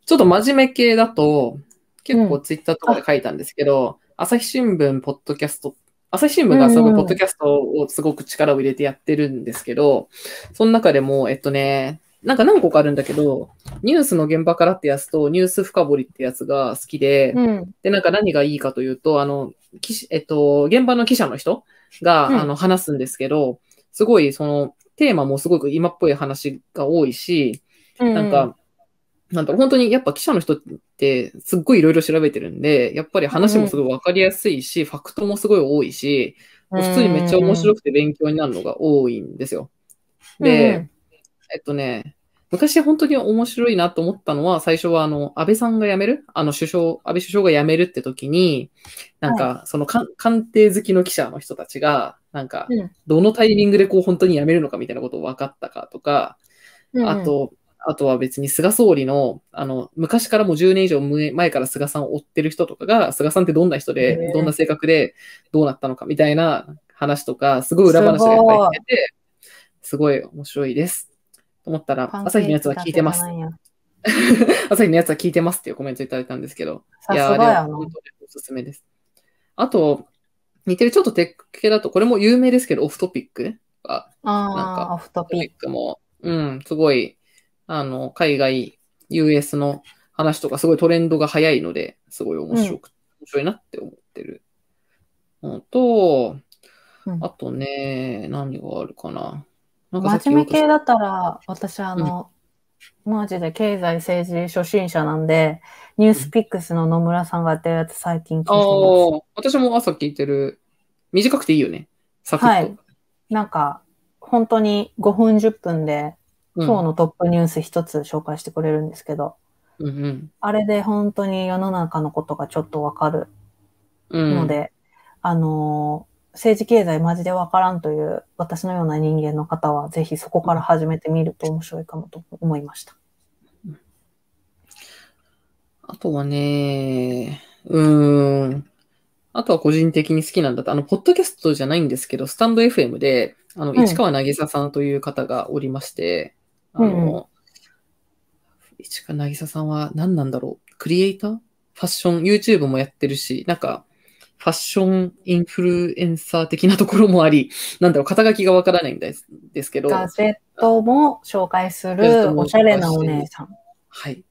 ちょっと真面目系だと、結構ツイッターとかで書いたんですけど、朝日新聞、ポッドキャスト、朝日新聞がすごういんポッドキャストをすごく力を入れてやってるんですけど、その中でも、えっとね、なんか何個かあるんだけど、ニュースの現場からってやつと、ニュース深掘りってやつが好きで、うん。で、なんか何がいいかというと、あの、記者えっと、現場の記者の人が、うんあの、話すんですけど、すごい、その、テーマもすごく今っぽい話が多いし、なんか、、なんだろう、本当にやっぱ記者の人ってすっごいいろいろ調べてるんで、やっぱり話もすごいわかりやすいし、ファクトもすごい多いし、もう普通にめっちゃ面白くくて勉強になるのが多いんですよ。てで、えっとね、昔本当に面白いなと思ったのは、最初はあの、安倍さんが辞めるあの首相、安倍首相が辞めるって時に、なんか、その官官邸好きの記者の人たちが、なんかうん、どのタイミングでこう本当に辞めるのかみたいなことを分かったかとか、あ、と、あとは別に菅総理の、あの、昔からもう10年以上前前から菅さんを追ってる人とかが、菅さんってどんな人へでー、どんな性格で、どうなったのかみたいな話とか、すごい裏話がいっぱい聞けて、すごい面白いです。と思ったら、朝日のやつは聞いてます。朝日のやつは聞いてますっていうコメントいただいたんですけど、さすいがやー、でやもな本。当におすすめです。あと、似てるちょっとテック系だと、これも有名ですけど、オフトピックがなんああ、かオフトトピピ。ックも、うん、すごい、あの、海外、US の話とか、すごいトレンドが早いので、すごい面白く、面白いなって思ってるのと、うんあとね、何があるかな。なんかさっき真面目言お系うとだったら、私、あの、マジで経済政治初心者なんで、ニュースピックスの野村さんがやってるやつ最近聞いてあます。あ、私も朝聞いてる。短くていいよね。サクッと。はいなんか、本当に5分10分で、うん、今日のトップニュース一つ紹介してくれるんですけど、うんうん。あれで本当に世の中のことがちょっとわかるうん。ので、あのー政治経済マジでわからんという私のような人間の方は、ぜひそこから始めてみると面白いかもと思いました。あとはね、うーん。あとは個人的に好きなんだと、あの、ポッドキャストじゃないんですけど、スタンド FM で、あの、うん市川渚さんという方がおりまして、あうんの、市川渚さんは何なんだろうクリエイターファッション、YouTube もやってるし、なんか、ファッションインフルエンサー的なところもあり、なんだろう、肩書きがわからないんですですけど、ガジェットも紹介すガジェットるもおしゃれなお姉さん。はい。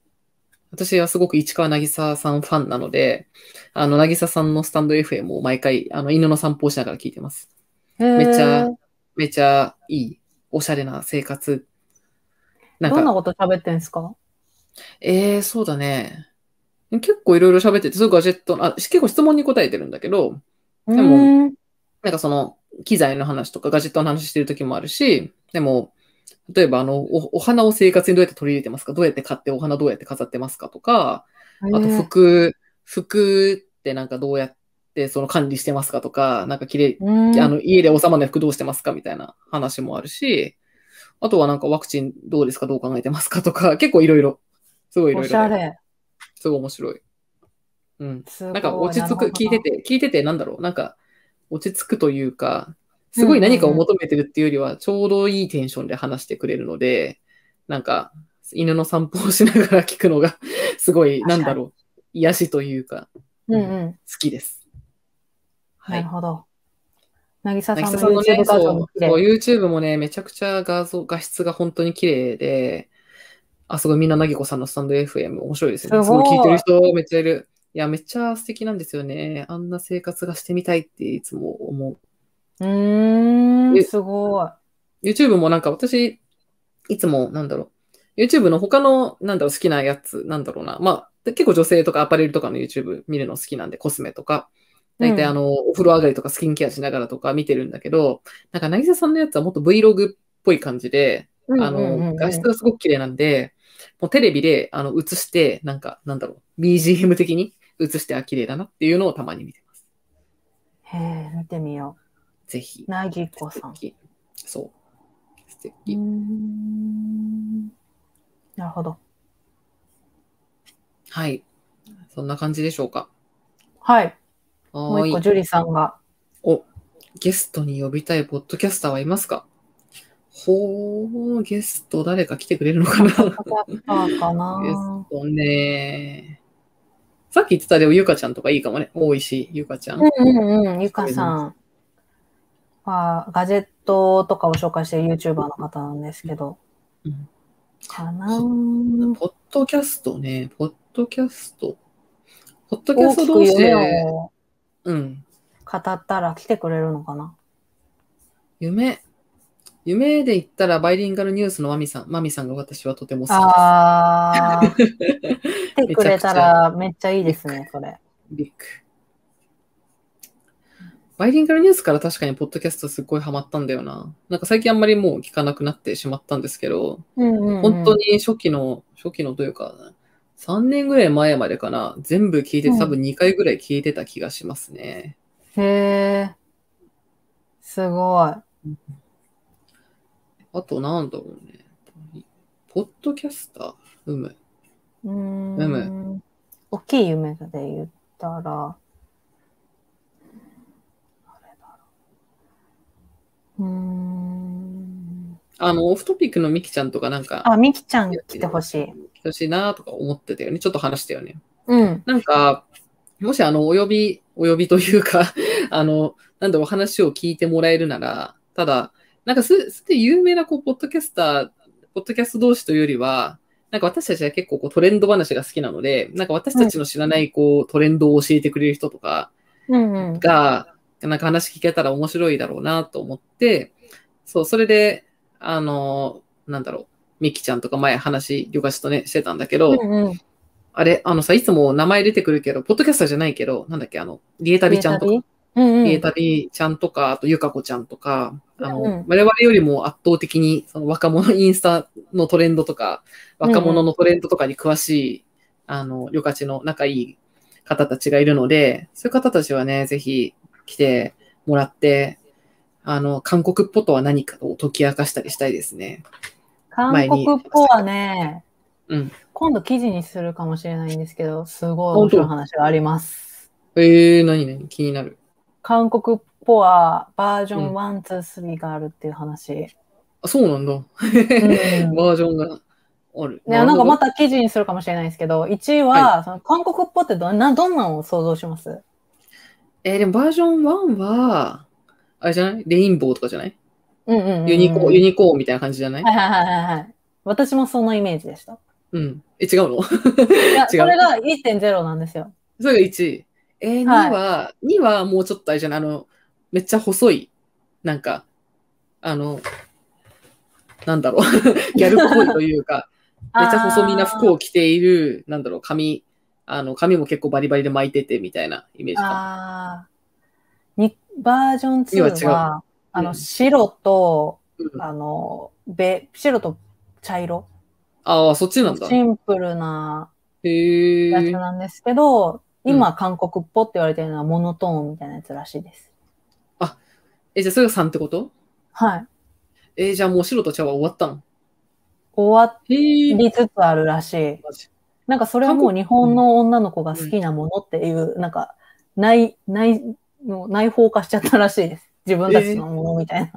私はすごく市川渚さんファンなので、あの、渚さんのスタンド FM を毎回、あの、犬の散歩をしながら聞いてます。めめっちゃ、めちゃいい、おしゃれな生活。なんどんなか、こと喋ってんすかえー、そうだね。結構いろいろ喋ってて、すごいガジェットの、あ、結構質問に答えてるんだけど、でもも、なんかその、機材の話とかガジェットの話してる時もあるし、でも、例えばあの、おお花を生活にどうやって取り入れてますかどうやって買ってお花どうやって飾ってますかとか、あと服、服ってなんかどうやってその管理してますかとか、なんかきれい、うん、あの家で収まらない服どうしてますかみたいな話もあるし、あとはなんかワクチンどうですかどう考えてますかとか、結構いろいろ。すごいいろおいしゃろで。れ。すごい面白い。うん。すごいなんか落ち着く、聞いて。て、聞いててなんだろう、なんか落ち着くというか、うんすごい何かを求めてるっていうよりは、ちょうどいいテンションで話してくれるので、なんか、犬の散歩をしながら聞くのが、 すごい、確かなにんだろう、癒しというか、なるほどうんうん。好きです。はないる。ほど。なぎさ渚さんさんのの YouTube ね、画像そもう綺そう、麗。 YouTube もね、めちゃくちゃ画像、画質が本当に綺麗で、あ、すごい、みんななぎこさんのスタンド FM 面白いですよね。すすごごいい聞いてる人めっちゃいる。いや、めっちゃ素敵なんですよね。あんな生活がしてみたいっていつも思う。うーん、えすごい。 YouTube もなんか私、いつも、なんだろう、YouTube の他の、なんだろう、好きなやつ、なんだろうな、まあ、で結構女性とかアパレルとかの YouTube 見るの好きなんで、コスメとか、大体うんあの、お風呂上がりとかスキンケアしながらとか見てるんだけど、なんか、なぎささんのやつはもっと Vlog っぽい感じで、あうんうんうんうの、ん画質がすごく綺麗なんで、もうテレビで、あの、映して、なんか、なんだろう、BGM 的に映して、あ、綺麗だなっていうのをたまに見てます。へえ、見てみよぜひう。。なぎこ素さん。敵。そう。素敵。うーんなるほど。はい。そんな感じでしょうか。はい。もはう一個、ーい。ジュリさんが。お、ゲストに呼びたいポッドキャスターはいますかほー、ゲスト誰か来てくれるのかなゲスパターかな。トね。さっき言ってたでも、ゆかちゃんとかいいかもね。多いし、ゆかちゃん。うんうんうん。ゆかさんは、ガジェットとかを紹介してる YouTuber の方なんですけどうん。かなそぁポッドキャストね。ポッドキャスト。ポッドキャ大ストきく同士夢で、をうん。語ったら来てくれるのかな夢。夢で言ったらバイリンガルニュースのマミさん。マミさんが私はとても好きです。ああ。 来てくれたらめっちゃいいですね、それ。ビッグ。バイリンガルニュースから確かにポッドキャストすっごいハマったんだよな。なんか最近あんまりもう聞かなくなってしまったんですけど、うんうんうん本当に初期の、初期のというか、3年ぐらい前までかな、全部聞いてうん多分2回ぐらい聞いてた気がしますね。へえ。すごい。あとなんだろうね。ポッドキャスターうむ。うーんう大きい夢で言ったら、あれだろう。うーん。あの、オフトピックのミキちゃんとかなんか、あ、みきちゃん来てほしい。来てほしいなとか思ってたよね。ちょっと話したよね。うん。なんか、もしあの、お呼び、お呼びというか、 あの、なんだろう、話を聞いてもらえるなら、ただ、なんかす、すでに有名な、こう、ポッドキャスター、ポッドキャスト同士というよりは、なんか私たちは結構こうトレンド話が好きなので、なんか私たちの知らないこうトレンドを教えてくれる人とかうんうん。が、なんか話聞けたら面白いだろうなと思って、そう、それで、あの、なんだろう、ミキちゃんとか前話、ヨガシとね、してたんだけど、うんうん。あれ、あのさ、いつも名前出てくるけど、ポッドキャスターじゃないけど、なんだっけ、あの、リエタビちゃんとか、うんうん。リエタビちゃんとか、あとゆかこちゃんとか、あの、うん我々よりも圧倒的に、その若者インスタのトレンドとか、若者のトレンドとかに詳しい、あの、よかちの仲いい方たちがいるので、そういう方たちはね、ぜひ来てもらって、あの、韓国っぽとは何かを解き明かしたりしたいですね。韓国っぽはね、うん今度記事にするかもしれないんですけど、すごい面白い話があります。えー、何何気になる。韓国っぽはバージョうン1、2、3があるっていう話。あ、そうなんだ。うんバージョンがある。ね、なんかまた。た記事にするかもしれないですけど、1位は、その韓国っぽってどんな、どんなのを想像しますえーでもバージョン1は、あれじゃないレインボーとかじゃないうんうん、ユニコーン、ーユニコーンみたいな感じじゃないはいはいはいはいはい。私もそのイメージでした。うん。え、違うの いや、違そうれが1.0なんですよ。それが1位。えー、2はいは、2はもうちょっとあれじゃないあの、めっちゃ細い。なんか、あの、なんだろう。ギ ャルっぽいというか、めっちゃ細身な服を。を着ている、なんだろう、髪、あの、髪も結構バリバリで巻いててみたいなイメージかな。あーにバージョン2今違は、あうんの、白と、うんあの、べ、白と茶色。ああ、そっちなんだ。シンプルなへやつえ。なんですけど、うん今、韓国っぽって言われてるのはモノトーンみたいなやつらしいです。え、じゃあそれが3ってことはい。えーじゃあもう白と茶は終わったん終わへえ。りつつあるらしい。マジなんかそれはもう日本の女の子が好きなものっていう、なんか、内、内、の内包化しちゃったらしいです。自分たちのものみたいな。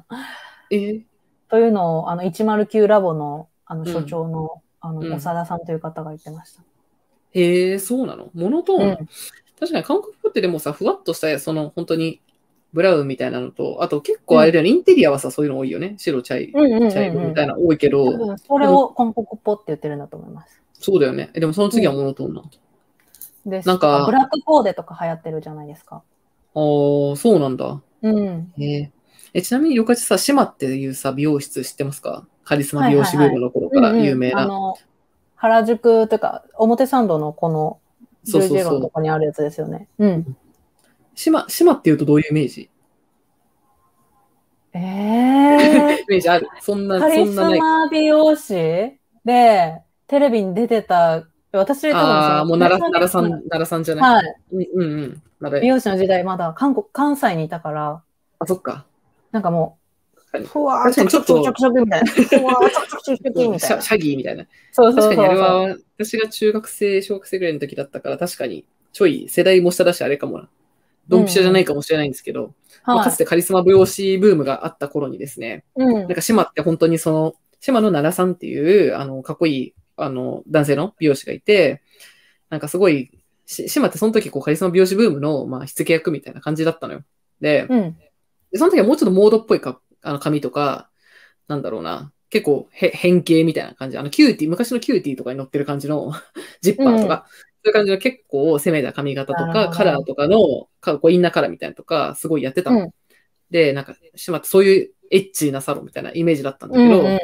えーというのを、あの、109ラボの、あの、うん所長の、あうんの、長田さんという方が言ってました。へえ、そうなのモノトーン、うん確かに韓国語ってでもさ、ふわっとした、その本当にブラウンみたいなのと、あと結構あれだよね、インテリアはさ、そういうの多いよね。白、茶色、うんうんうん、茶色みたいな。なの多いけど、多分それを韓国っぽって言ってるんだと思います。そうだよね。えでもその次はモノトーンな。で、なんかブラックコーデとか流行ってるじゃないですか。ああ、そうなんだ。うん。へええちなみに、よかちさ、シマっていうさ、美容室知ってますかカリスマ美容師ブームの頃から有名うんうんあな。の、原宿というか、表参道のこの、そうそう十字路のそとう。こにあるやつですよね。うん。シマ、シマっていうとどういうイメージえイメージある。 そんー、な、カそリんスなない。マ美容師で、テレビに出てた、私多分そのああ、もう奈良奈良さん、奈良さんじゃない。はい。うんうんうん。な美る容師の時代まだ韓国、関西にいたから、あ、そっか。なんかも確う、ふわー確かにちょっとちょくちょくちょくみたいな。ふわーちょくちょくちょくちょシくみたいャ な。シャギーみたいな。そうそう確そかうにあれそう。は、私が中学生、小学生ぐらいの時だったから、確かに、ちょい世代も下だし、あれかもな。ドンピシャじゃないかもしれないんですけど、まあかはつてカリスマ美容師ブームがあった頃にですね、い。うんなん。か島って本当にその、島の奈良さんっていう、あの、かっこいい、あの、男性の美容師がいて、なんかすごい、し島ってその時こうカリスマ美容師ブームの、まあ、火付け役みたいな感じだったのよ。で、うん。で、その時はもうちょっとモードっぽいかあの髪とか、なんだろうな、結構へ変形みたいな感じ。あの、キューティー、昔のキューティーとかに乗ってる感じの ジッパーとか、そういう感じの結構攻めた髪型となるほか、どカラーとかの、かこうインナーカラーみたいなのとか、すごいやってたの。うんで、なんか、しまって、そういうエッチなサロンみたいなイメージだったんだうけんど、う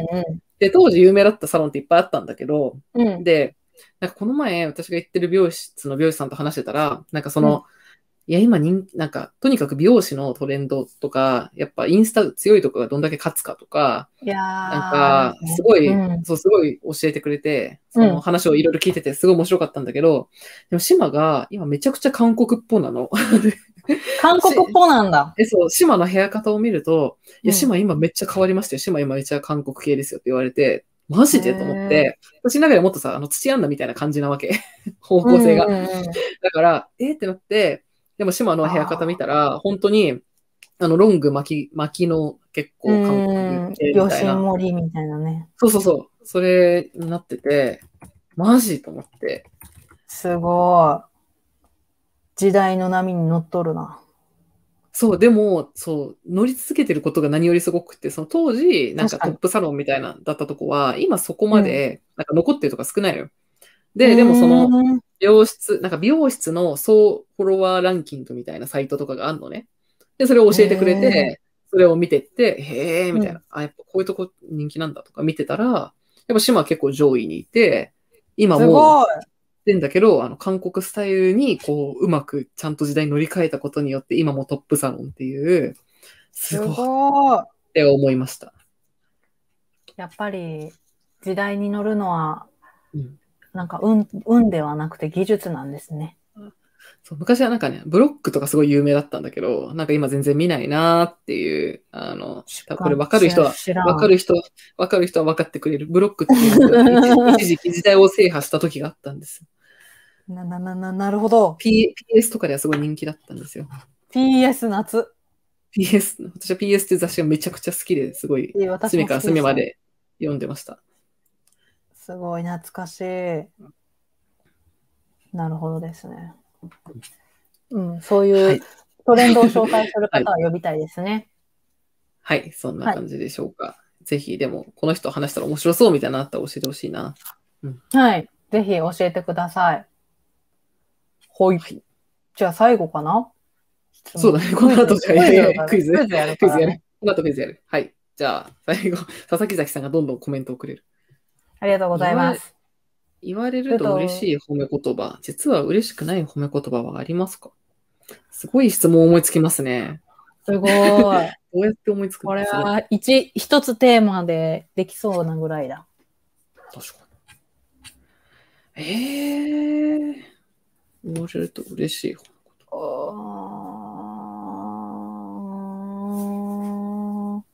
で、当時有名だったサロンっていっぱいあったんだけど、んうん。で、なんかこの前私が行ってる美容室の美容師さんと話してたら、なんかその、いや、今人、なんか、とにかく美容師のトレンドとか、やっぱインスタ強いとこがどんだけ勝つかとか、いやなんか、すごい、うんそう、すごい教えてくれて、その話をいろいろ聞いてて、すごい面白かったんだけど、でも、島が今めちゃくちゃ韓国っぽなの。韓国っぽなんだ。え、そう、島の部屋型を見ると、いや、うん島今めっちゃ変わりましたよ。島今めっちゃ韓国系ですよって言われて、マジでと思って、私の中でもっとさ、あの、土アンナみたいな感じなわけ。 方向性がう。んうんうんだから、えーってなって、でも島の部屋方見たら、本当に、あの、ロング巻き、巻きの結構うん韓国系み両たい親な。盛りみたいなね。そうそうそう。それになってて、マジと思って。すごい。時代の波に乗っとるな。そう、でも、そう、乗り続けてることが何よりすごくって、その当時、なんか確かトにップサロンみたいな、だったとこは、今そこまで、なんか残ってるとか少ないのよ。で、でもその、の、美容室、なんか美容室の総フォロワーランキングみたいなサイトとかがあるのね。で、それを教えてくれて、それを見てって、へえ、みたいな。あ、やっぱこういうとこ人気なんだとか見てたら、やっぱ島は結構上位にいて、今すもうごい。ってんだけど、あの、韓国スタイルに、こう、うまくちゃんと時代に乗り換えたことによって、今もトップサロンっていう、すすごいっごい。て思いました。やっぱり時代に乗るのは、うんなんか運運ではなくて技術なんですね。そう昔はなんかね、ブロックとかすごい有名だったんだけど、なんか今全然見ないなーっていう、あの、これ分かる人は、知らん分かる人、分かる人は分かってくれる。ブロックっていうの が一時期時代を制覇した時があったんです。なななななるほど。 P- PS とかではすごい人気だったんですよ。 PS 夏。 PS、私は PS っていう雑誌がめちゃくちゃ好きですごい、え私隅も好きからす隅まで読んでました。すごい懐かしい。なるほどですね。うん、そうはいいうトレンドを紹介する方は呼びたいですね。はい、そんな感じでしょうか。ぜひ、でも、この人話したら面白そうみたいなのあったら教えてほしいな。はい。ぜひ教えてください。はい。じゃあ最後かなそうだねこの後じゃあクイズクイクイズやるクかイズらやねる。この後クイズやる。はい。じゃあ、最後、佐々木崎さんがどんどんコメントをくれる。ありがとうございます。言われると嬉しい褒め言葉、実は嬉しくない褒め言葉はありますかすごい質問思いつきますね。すごい。どうやって思いつくこのれすごいは一一つテーマでできそうなぐらいだ。確かに。えー。言われると嬉しい褒め言うーん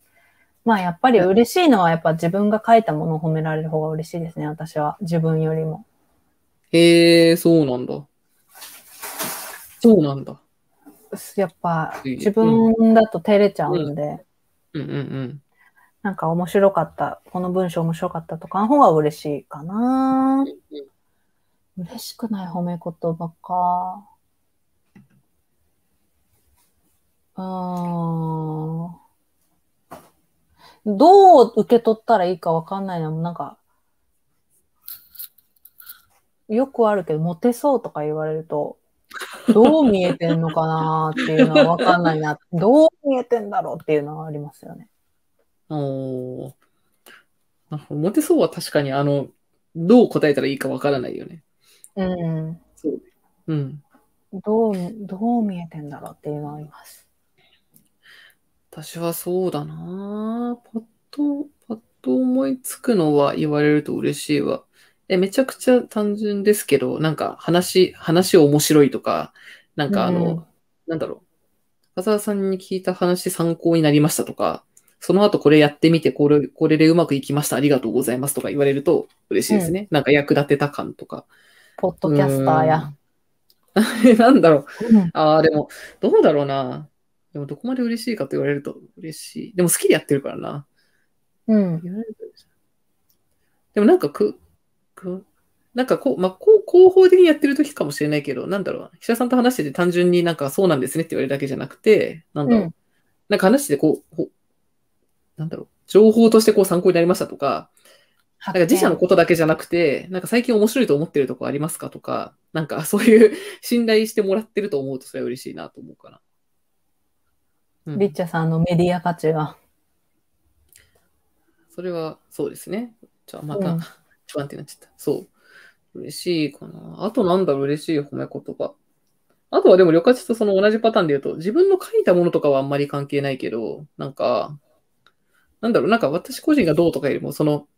まあやっぱり嬉しいのはやっぱ自分が書いたものを褒められる方が嬉しいですね、私は。自分よりも。葉。へえー、そうなんだ。そうなんだ。やっぱいい自分だと照れちゃうんで、うんうんうん。なんか面白かった、この文章面白かったとかの方が嬉しいかな。嬉しくない褒め言葉か。うーん。どう受け取ったらいいかわかんないな。なんか、よくあるけど、モテそうとか言われると、どう見えてんのかなっていうのはわかんないな。どう見えてんだろうっていうのはありますよね。おーなんかモテそうは確かに、あの、どう答えたらいいかわからないよね。うん。そう。うん。どう、どう見えてんだろうっていうのはあります。私はそうだなぁパッと、パッと思いつくのは言われると嬉しいわ。え、めちゃくちゃ単純ですけど、なんか話、話面白いとか、なんかあの、うんなんだろう。深澤さんに聞いた話参考になりましたとか、その後これやってみて、これ、これでうまくいきました、ありがとうございますとか言われると嬉しいですね。なんか役立てた感とか。ポッドキャスターや。うん。 なんだろう。うんああ、でも、どうだろうな。でも、どこまで嬉しいかと言われると嬉しい。でも、好きでやってるからな。うん。言われると嬉しいでも、なんかく、く、なんかこう、まあ、こう、広報的にやってる時かもしれないけど、なんだろう。記者さんと話してて単純になんかそうなんですねって言われるだけじゃなくて、なんだろう。うんなんか話しててこう、こうなんだろう。情報としてこう参考になりましたとか、なんか自社のことだけじゃなくて、なんか最近面白いと思ってるとこありますかとか、なんかそういう信頼してもらってると思うとそれは嬉しいなと思うかな。うんリッチャさんのメディア価値が。それは、そうですね。じゃあまた、うん一番ってなっちゃった。そう。嬉しいかな。あとなんだろう、嬉しい褒め言葉。あとはでも、旅客とその同じパターンで言うと、自分の書いたものとかはあんまり関係ないけど、なんか、なんだろう、なんか私個人がどうとかよりも、その、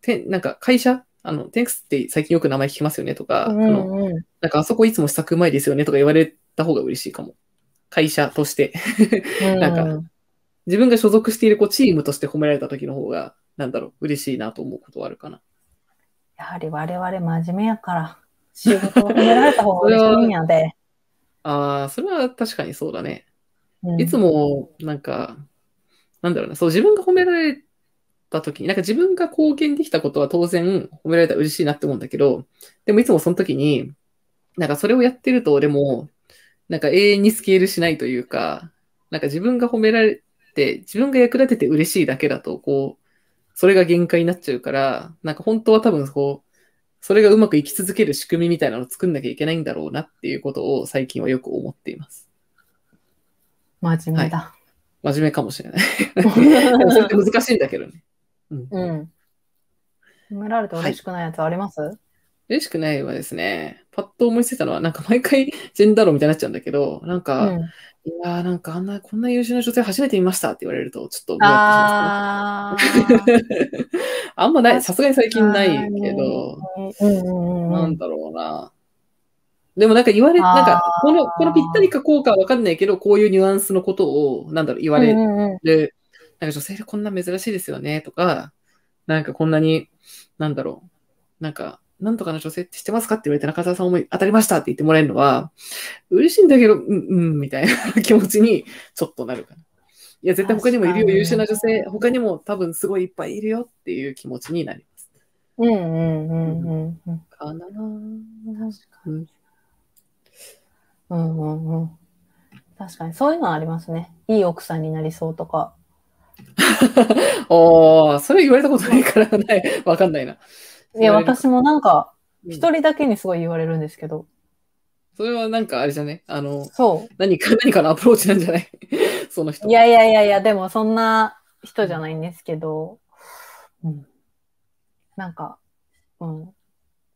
てなんか会社、あの、テンクスって最近よく名前聞きますよねとか、うそのんうん。なんかあそこいつも試作うまいですよねとか言われた方が嬉しいかも。会社として。なんかうん自分が所属しているこうチームとして褒められた時の方が、なんだろう、嬉しいなと思うことはあるかな。やはり我々真面目やから、仕事を褒められた方が嬉しいんやで。ああ、それは確かにそうだね。うん いつも、なんか、なんだろうな、そう、自分が褒められた時に、なんか自分が貢献できたことは当然褒められたら嬉しいなって思うんだけど、でもいつもその時に、なんかそれをやってると、でも、なんか永遠にスケールしないというか、なんか自分が褒められて、自分が役立てて嬉しいだけだと、こう、それが限界になっちゃうから、なんか本当は多分こう、それがうまくいき続ける仕組みみたいなのを作んなきゃいけないんだろうなっていうことを最近はよく思っています。真面目だ。真面目かもしれない。でもそれって難しいんだけどね。うん。 うん。褒められて嬉しくないやつあります、嬉しくないはですね、パッと思いついたのは、なんか毎回ジェンダー論みたいになっちゃうんだけど、なんか、うんいやーなんかあんな、こんな優秀な女性初めて見ましたって言われると、ちょっともやっあてしまうあんまない、さすがに最近ないけど、ー。うんうんうなんん。だろうな。でもなんか言われ、あーなんか、この、このぴったりかこうかはわかんないけど、こういうニュアンスのことを、なんだろう、言われうんうんうんで、なんか女性でこんな珍しいですよねとか、なんかこんなに、なんだろう、なんか、なんとかの女性って知ってますかって言われて中澤さん思い当たりましたって言ってもらえるのは、嬉しいんだけど、うん、うん、みたいな 気持ちにちょっとなるかな。いや、絶対他にもいる確よ、かに優秀な女性、他にも多分すごいいっぱいいるよっていう気持ちになります。うんうんうんうん。かな確かにに。うんうんうん。確かに、そういうのはありますね。いい奥さんになりそうとか。ああ、それ言われたことないからない、 わかんないな。いや、私もなんか、うん一人だけにすごい言われるんですけど。それはなんかあれじゃね、あの、そ何か、何かのアプローチなんじゃない その人う。い。やいやいやいや、でもそんな人じゃないんですけど。うん。なんか、うん。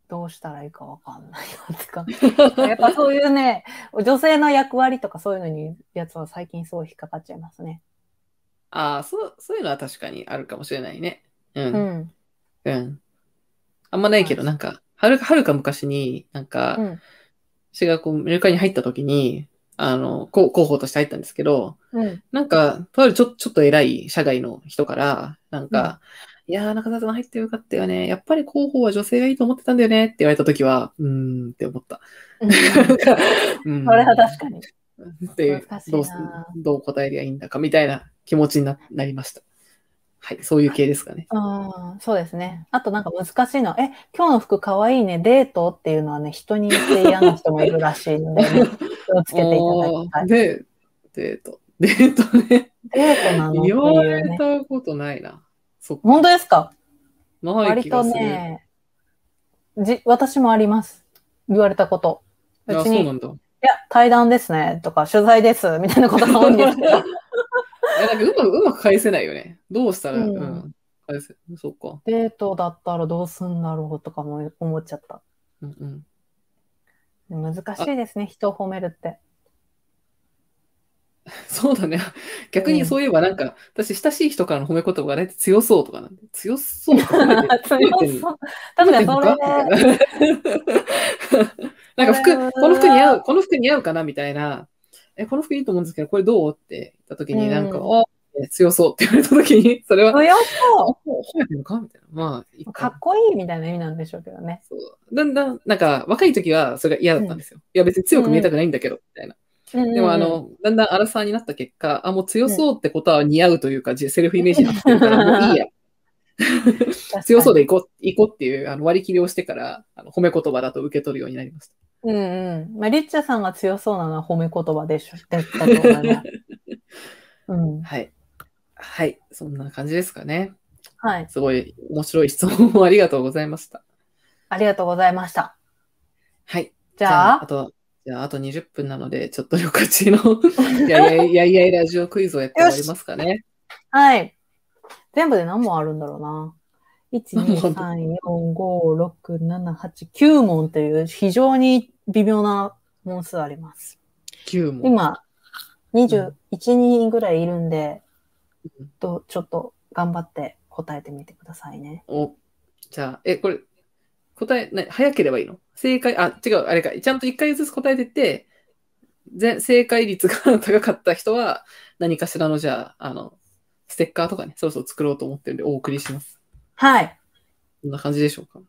どうしたらいいかわかんないなってか。 やっぱそういうね、女性の役割とかそういうのに、やつは最近すごい引っかかっちゃいますね。ああ、そう、そういうのは確かにあるかもしれないね。う、うんん。うん。あんまないけど、なんか、はるか、はるか昔に、なんか、うん。私がこう、メルカリに入った時に、あの、こう候補として入ったんですけど、 うん。なんか、とあるちょ、ちょっと偉い社外の人から、なんか、いやー、中澤さん入ってよかったよね。やっぱり候補は女性がいいと思ってたんだよねって言われた時は、うーんって思っ た。うんそうんれは確かに。で難しいなどうすどう答えりゃいいんだかみたいな気持ちにななりました。はい、そういう系ですかね。うん、そうですね。あとなんか難しいのは、え、今日の服かわいいね、デートっていうのはね、人に言って嫌な人もいるらしいの で、ね、気をつけていただきたおーい。で、デート。デートね。デートなのって言わいうれね。たことないな。そっか。本当ですかない割気とがする。ねじ、私もあります。言われたこと。あ、別そに、ういなや、んだ。対談ですね、とか、取材です、みたいなことが多いんですけ ど。えなんかうまく、うまく返せないよね。どうしたら、ううんん、返せ、そっか。デートだったらどうすんだろうとかも思っちゃった。うんうん。難しいですね、人を褒めるって。そうだね。逆にそういえばなんか、私、親しい人からの褒め言葉が大体強そうとかなんで、強そうとか褒めて 強そう。確かにそれ、 なんかそれ服、はこの服に合う、この服に合うかなみたいな、え、この服いいと思うんですけど、これどうって言った時うに、んなんか、お強そうって言われた時に、 それは、強あそ。もう褒めてるのかみたいな。まあ、いいうかかっこいいみたいな意味なんでしょうけどね。そうだんだん、なんか、若い時はそれが嫌だったんですよ。いや、別に強く見えたくないんだけど、みたいな。でも、あの、だんだん荒さになった結果、あ、もう強そうってことは似合うというか、じセルフイメージになってるから、もういい や。うん、強そうで。でいこう、いこうっていうあの割り切りをしてから、あの褒め言葉だと受け取るようになりました。うんうん。まあ、リッチャさんが強そうなのは褒め言葉でしょ。だったと思 います。うん。はい。はい。そんな感じですかね。はい。すごい面白い質問をありがとうございました。ありがとうございました。はい。じゃああ、と、じゃあ、あと20分なので、ちょっと旅客地の、いやいやいやいやいラジオクイズをやって終わりますかね。はい。全部で何問あるんだろうな。1、2、3、4、5、6、7、8、9問という非常に微妙な問数あります。 9問。今、21人ぐらいいるんでうん、とちょっと頑張って答えてみてくださいね。お、じゃあ、え、これ、答え、な早ければいいの正解、あ、違う、あれか。ちゃんと1回ずつ答えてって、ぜ正解率が高かった人は、何かしらの、じゃあ、あの、ステッカーとかね、そろそろ作ろうと思ってるんで、お送りします。はい。こんな感じでしょうか。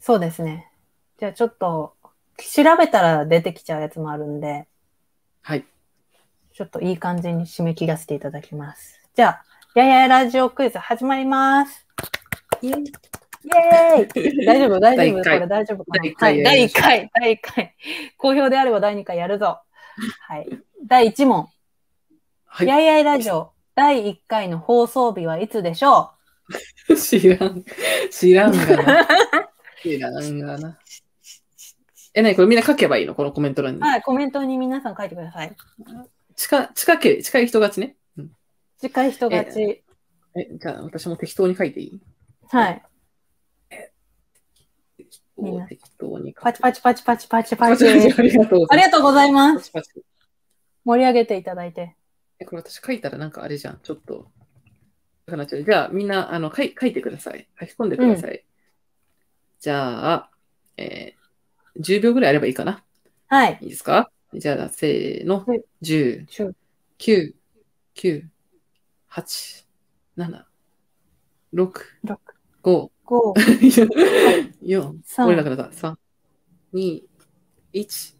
そうですね。じゃあちょっと、調べたら出てきちゃうやつもあるんで、はい。ちょっといい感じに締め切らせていただきます。じゃあ、やややラジオクイズ始まります。イエーイ大丈夫大丈第夫一こ回れ大丈夫かな第一は回い、やりま第しょう1回、第1回。好評であれば第2回やるぞ。はい。第1問。はい。やいやいラジオ、第1回の放送日はいつでしょ 知らん。知らんがな。知らんがな。え、なにこれみんな書けばいいのこのコメント欄にう。はい、コメントに皆さん書いてください。近、近け、近い人勝ちね。うん近い人勝ち。え、じゃあ私も適当に書いていいはい。みんな適当に書パくチパチパチパチパチパパチチ。パチありがとうごあざいります。パがとうございます。チパチ盛り上げていただいて。え、これ私書いたらなんかあれじゃん。ちょっと。だからちょじゃあみんな、あの、書い書いてください。書き込んでください。じゃあ、えー、10秒ぐらいあればいいかな。はい。いいですかじゃあ、せーのはい。 10、ちょ9、9、8、7、6、六5、五4、三折れなくなった。3、2、1、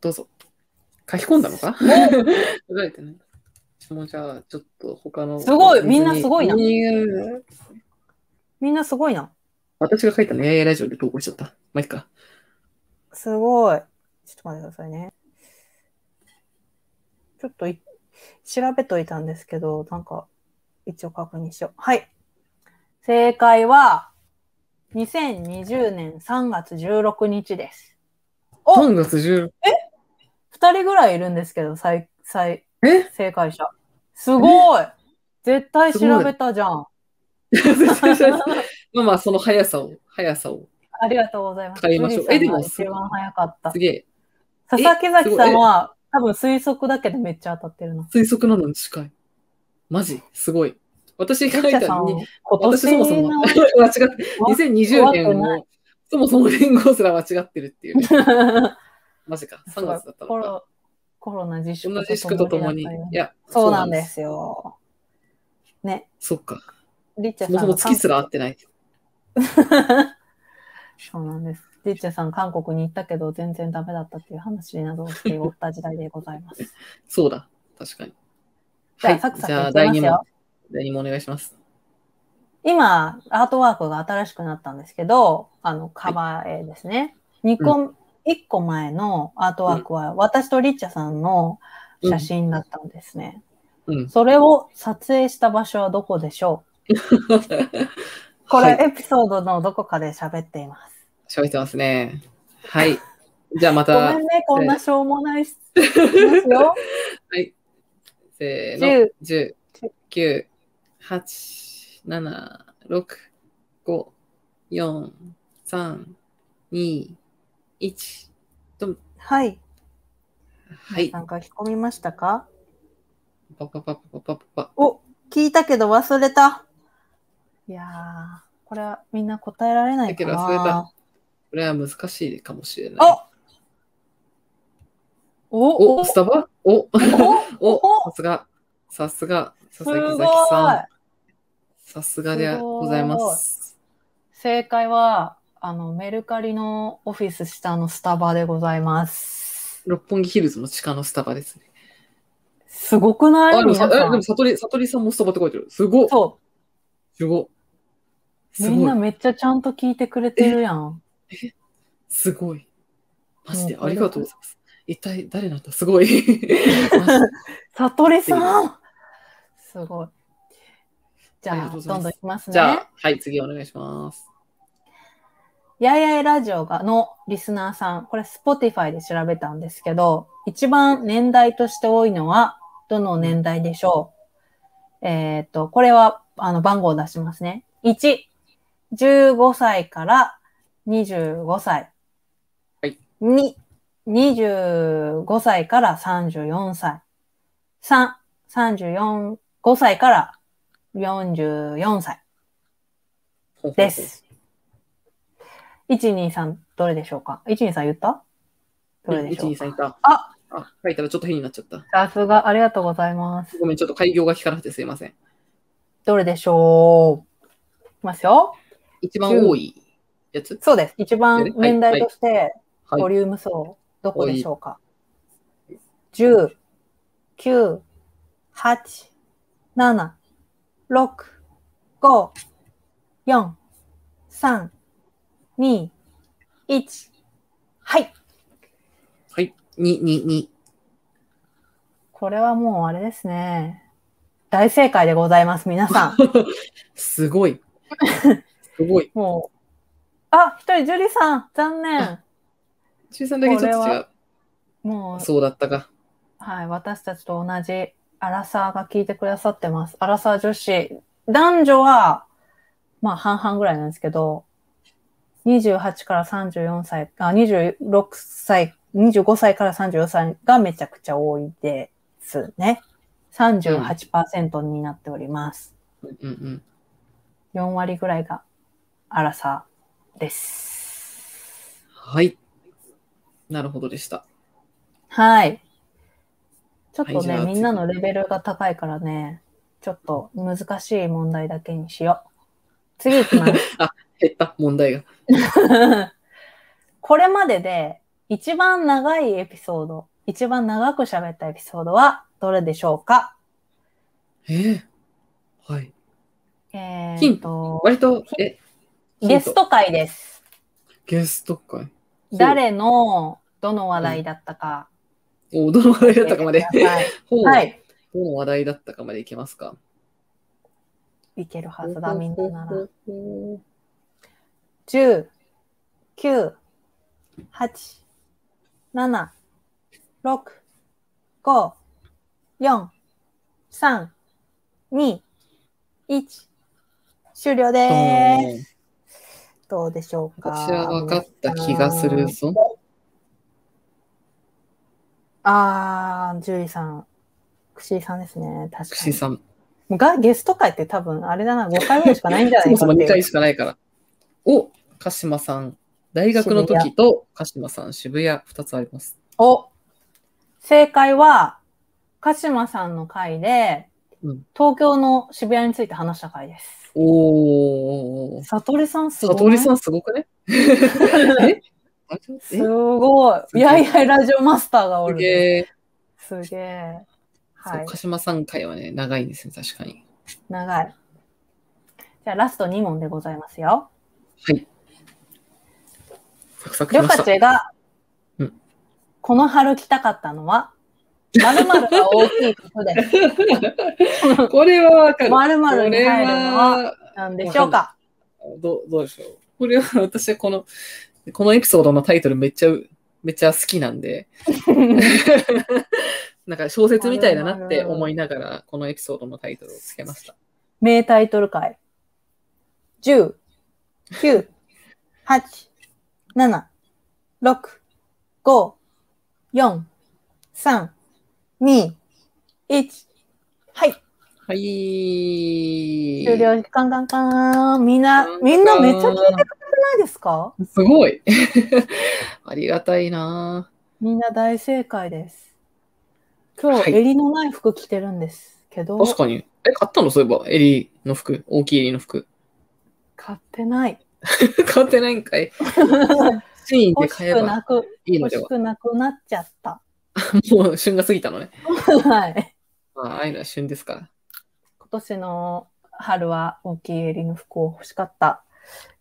どうぞ。書き込んだのか 書かれてない。もうじゃあ、ちょっと他の。すごいみんなすごいなうんみんなすごいな。私が書いたの、ややラジオで投稿しちゃった。まあ、いっか。すごい。ちょっと待ってくださいね。ちょっとい調べといたんですけど、なんか、一応確認しよう。はい。正解は、2020年3月16日です。お3月16。二人ぐらいいるんですけど、最、最、え正解者。すごい絶対調べたじゃん。 まあまあ、その速さを、速さを。ありがとうございます。買いましょうえでもジュリーさんが一番早かったす。げえ。佐々木崎さんは、多分推測だけでめっちゃ当たってるな。推測なのに近い。マジすごい。私書いゆっちゃたさんのはに、今私そもそ年も の、間違って、2020終わって年なも、そもそも年号すら間違ってるっていうね。マジか、3月だったコのか。ロコロナ自粛同じ宿とともに。いだったよねや、そうなんで。すよ。ね、そっか。リッチャそさんもが。そも月すら合ってない。 そうなんです。リッチャさん、韓国に行ったけど、全然ダメだったっていう話などをしておった時代でござい ます。そうだ、確かに。じゃはあ、サクい、サじクゃいあき第ます2問よ。、第2問お願いします。今、アートワークが新しくなったんですけど、あの、カバー絵ですね。二個、一、個前のアートワークは、私とリッチャさんの写真だったんですね。うん。それを撮影した場所はどこでしょうこれ、はい、エピソードのどこかで喋っています。喋ってますね。はい。じゃあまごためん、ね、こんなしょうもない 質問ですよ。せーの。 10、 10、9、8、7、6、5、4、3、2、1。はい。はい。なんか聞き込みましたかパパパパパパパ。お、聞いたけど忘れた。いやー、これはみんな答えられないかな。だけど忘れたこれは難しいかもしれない。おお、スタバお、お、さすが。さすが。す佐ごい々木崎さん。さすがでございます。正解は、あの、メルカリのオフィス下のスタバでございます。六本木ヒルズの地下のスタバですね。すごくなあ、いでもさ、皆さえでもん。さとり、さとりさんもスタバって書いてる。すごい。そすごい。う。すみんごいな。めっちゃちゃんと聞いてくれてるやん。すごい。マジでもうありがとうございます。一体誰なんだす ごい。マジさとりさんすごい。じありゃがあ、とうござどいんますどんいきますね。じゃあ、はい、次お願いします。やいやいラジオがのリスナーさん、これ Spotify で調べたんですけど、一番年代として多いのはどの年代でしょうえっ、と、これはあの、番号を出しますね。1、15歳から25歳。はい2、25歳から34歳。3、34、5歳から44歳で。す。123、どれでしょうか ?123 言ったどれでしょう123いた。ああ、書いたらちょっと変になっちゃった。さすが、ありがとうございます。ごめん、ちょっと開業が聞かなくてすいません。どれでしょういきますよ。一番多いやつそうです。一番はい年代として、はいボリューム層、どこでしょうか、?10、9、8、7、6、5、4、3、2、1。はい。はい。2、2、2。これはもうあれですね。大正解でございます、皆さん。すご い。すごい。もう。あ、一人、ジュリさん、残念。中さんだけちょっことれ違う。もう、そうだったか。はい、私たちと同じアラサーが聞いてくださってます。アラサー女子。男女は、まあ半々ぐらいなんですけど、28から34歳、あ、26歳、25歳から34歳がめちゃくちゃ多いですね。38%になっております。うんうん。 4割ぐらいがアラサーです。はい。なるほどでした。はい。ちょっとはいじね、ゃあみんなのレベルが高いからね、ちょっと難しい問題だけに しよう。次行きます。 減った、問題が。これまでで一番長いエピソード、一番長く喋ったエピソードはどれでしょうかえー、はい。えヒー、ンと、割と、え、ヒントゲスト会です。ゲストかい。誰の、どの話題だったか。お、 どの話題だったかまで教。えてくださいほうはい。どの話題だったかまでいけますか。いけるはずだ、みんななら。ほ10、9、8、7、6、5、4、3、2、1。終了うでーす。どうでしょうか私は分かった気がするぞ。あー、ジュリーさん。クシーさんですね。確くかしに。さん。もうがゲスト会って多分、あれだな、5回ぐらいしかないんじゃなそいも かそっても2い回う。しかないから。お、鹿島さん。大学の時と鹿島さん、渋谷2つあります。お正解は、鹿島さんの回で、うん東京の渋谷について話した回です。おー。さとりさんすさごい。とりさんすごく ねえ大丈夫すごい。いやいや、ラジオマスターがおするげね。え。すげえ。はそうい。鹿島さん回はね、長いんですね、確かに。長い。じゃあ、ラスト2問でございますよ。サクサクりしょまかしたち。が、うんこの春着たかったのは、〇〇が大きいこ とです。これはわかる。 〇こ〇にれ入るのはは、何でしょうかどうどうでしょう。これは私はこの、このエピソードのタイトルめっちゃ、めっちゃ好きなん で、なんか小説みたいだなって思いながら、このエピソードのタイトルをつけました。名タイトル回。10、9、8、7、6、5、4、3、2、1。はい。はい。終了。カンカンカーン。みんな、みんなめっちゃ聞いてくれないですかすごい。 ありがたいなみんな大正解です。今は日、い襟のない服着てるんですけど、確かに。え、買ったのそういえば、襟の服。大きい襟の服。 買ってない。買ってないんか い。シーンで買欲しえくばなく、いいの欲でしは。くなくなっちゃった。 もう旬が過ぎたのね。はい。まあ、ああいうのは旬ですから。今年の春は大きい襟の服を欲しかった。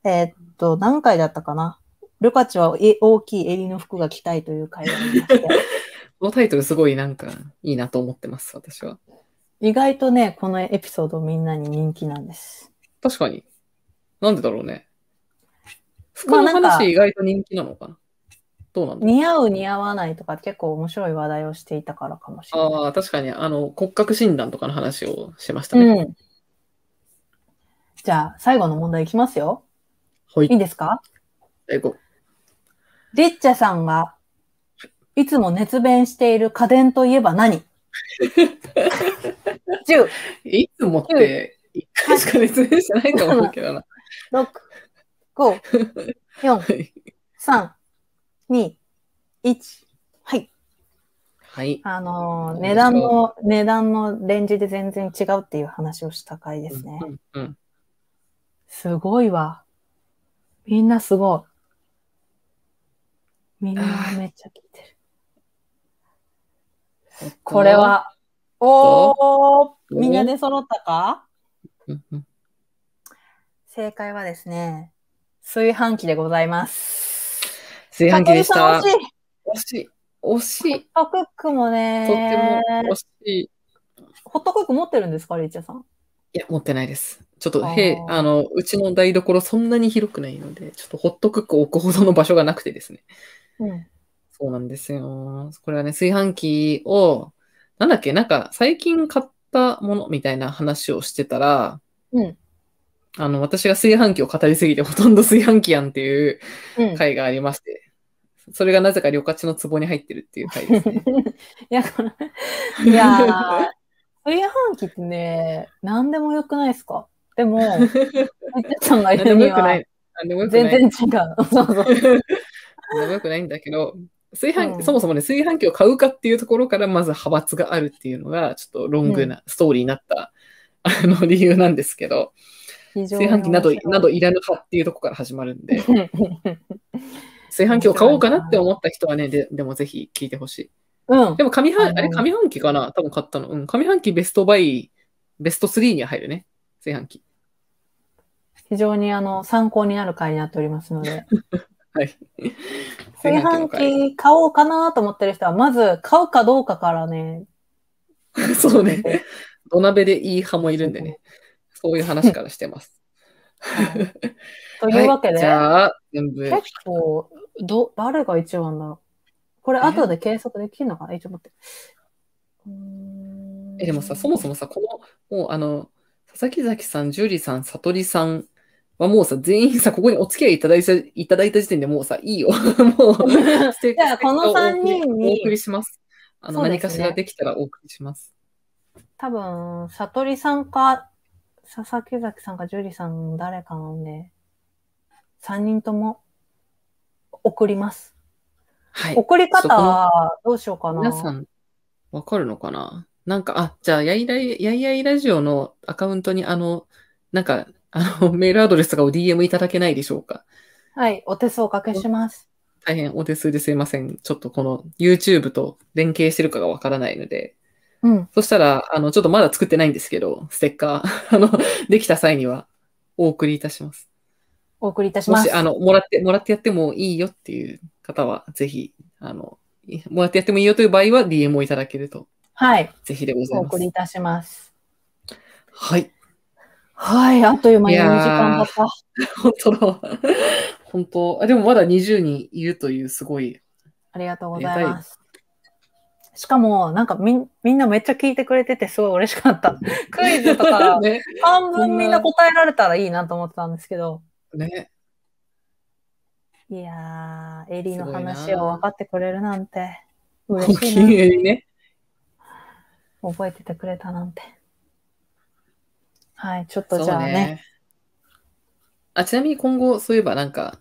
えーっと、何回だったかなルカチはえ大きい襟の服が着たいという会話になって、このタイトルすごいなんかいいなと思ってます、私は。意外とね、このエピソードみんなに人気なんです。確かに。なんでだろうね。服まあのなんか話意外と人気なのかな。どうなんだろう似合う似合わないとか結構面白い話題をしていたからかもしれない。ああ、確かに、あの、骨格診断とかの話をしましたね。うん。じゃあ、最後の問題いきますよ。はいいい。ですか最後。リッチェさんが、いつも熱弁している家電といえば何 ?10、いつもって、一回しか熱弁してないと思うけどな。 6、5、4、はい3、2、1。はい。はい。あのーうん値段の、値段のレンジで全然違うっていう話をした回ですね。うんうん。すごいわ。みんなすごい。みんなめっちゃ聞いてる。これ。は、おー、みんなで揃ったかうんうん正解はですね、炊飯器でございます。炊飯器でし香た取。さん惜し惜しい。い。惜しい。ホットクックもね、とっても惜しい。いホットクック持ってるんですか、リーチャさん。や、持ってないです。ちょっと、あーへい、あの、うちの台所そんなに広くないので、ちょっとホットクックを置くほどの場所がなくてですね。うん。そうなんですよ。これはね、炊飯器を、なんだっけ、なんか最近買ったものみたいな話をしてたら、うんあの、私が炊飯器を語りすぎてほとんど炊飯器やんっていううん。回がありまして、それがなぜか旅客地の壺に入ってるっていう回です ね。いや、このいやー、 炊飯器ってね、何でもよくないですかで も、リッチャさんが何言でうもによくな。はい何でもよくない。全然違う。 そうそう。何でもよくないんだけど、炊飯、うんそもそもね、炊飯器を買うかっていうところから、まず派閥があるっていうのが、ちょっとロングなストーリーになった、あの理由なんですけど、非常に炊飯器など面白いなどいらぬ派っていうところから始まるん で、うん炊飯器を買おうかなって思った人はね、ででもぜひ聞いてほしうんい。で。も上う半、んあれ上半期かな多分買ったの。うん、上半期ベストバイ、ベスト3には入るね。炊飯器。非常にあの参考になる回になっておりますので、はい。 炊飯の回器買おうかなと思ってる人は、まず買うかどうかからね、そうね。土鍋でいい派もいるんでね。 そういう話からしてます。はいというわけはいで、じゃあ、全部。結構ど、誰が一番だろう。これ、え後で計測できるのかなえ、ちょっと待って。うーんえ、でもさ、そもそもさ、この、もうあの、佐々木崎さん、樹里さん、悟りさんはもうさ、全員さ、ここにお付き合いいただいたいただいた時点でもうさ、いいよ。 もう、ステッじゃあこの三ステッカーをお送り人にお送りします。あの、そうで何すねかしらできたらお送りします。多分、悟りさんか、佐々木崎さんか、樹里さん、誰かなんで、3人とも送ります。はい。送りちょっとこ方、どうしようかな。皆さん、わかるのかななんか、あ、じゃあ、やいらい、やいやいラジオのアカウントに、あの、なんか、あの、メールアドレスとかを DM いただけないでしょうかはい、お手数をおかけします。大変お手数ですいません。ちょっとこの YouTube と連携してるかがわからないので。うん。そしたら、あの、ちょっとまだ作ってないんですけど、ステッカー。あ の、できた際にはお送りいたします。お送りいたしもまし、す。あの、もらって、もらってやってもいいよっていう方は、ぜひ、あの、いもらってやってもいいよという場合は DM をいただけると、はい、ぜひでござおいま送りすい。たします。はい。はい、あっという間にい2やー時間経った。本当の、 本当、あでもまだ20人いるというすごい、ありがとうございます。しかも、なんかみんみんなめっちゃ聞いてくれててすごい嬉しか った。クイズと か ね、半分みんな答えられたらいいなと思ってたんですけど、ね、いやー、エリーのすご話いなを分かってくれるなんて、お嬉気しにい入りね。な。覚えててくれたなんて。はい、ちょっそとうじゃあね。あ、ちなみに今後、そういえばなんか、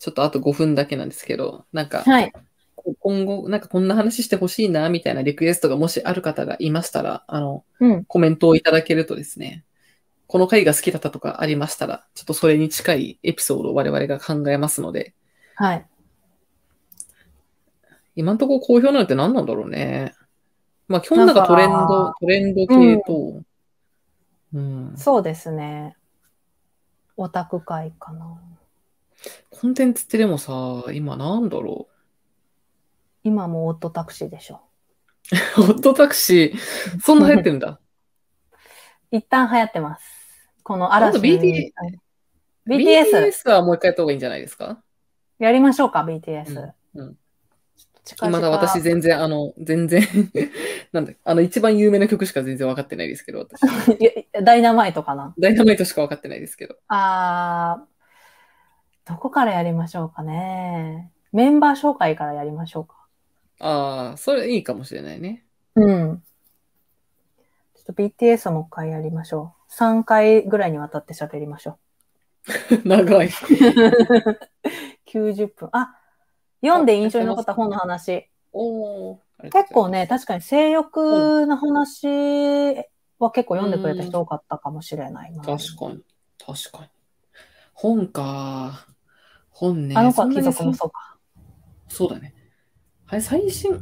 ちょっとあと5分だけなんですけど、なんか、はい、こ今後、なんかこんな話してほしいな、みたいなリクエストがもしある方がいましたら、あの、うん、コメントをいただけるとですね、この回が好きだったとかありましたら、ちょっとそれに近いエピソードを我々が考えますので、はい。今のところ好評なのって何なんだろうね。まあ、基本なんかトレンなドんか、トレンド系と、うん、そうですね。オタク会かな。コンテンツってでもさ、今なんだろう。今もオットタクシーでしょ。ホットタクシー、そんな流行ってるん だ。一旦流行ってます。この嵐の今度 BTS はい BTS。 BTS はもう一回やった方がいいんじゃないですかやりましょうか、BTS。うん今だ私全然、あの、全然 なんだ、あの、一番有名な曲しか全然分かってないですけど、私。いやいやダイナマイトかな。ダイナマイトしか分かってないですけど。あー、どこからやりましょうかね。メンバー紹介からやりましょうか。ああ、それいいかもしれないね。 うん。ちょっと BTS をもう一回やりましょう。3回ぐらいにわたって喋りましょ長い。う。90分。あ、読んで印象に残った本の話。おお。結構ね、確かに性欲の話は結構読んでくれた人多かったかもしれないな。確かに。確かに。本か。本ね。あの子そはんな貴に族もそうか。そうだね。はい、最新、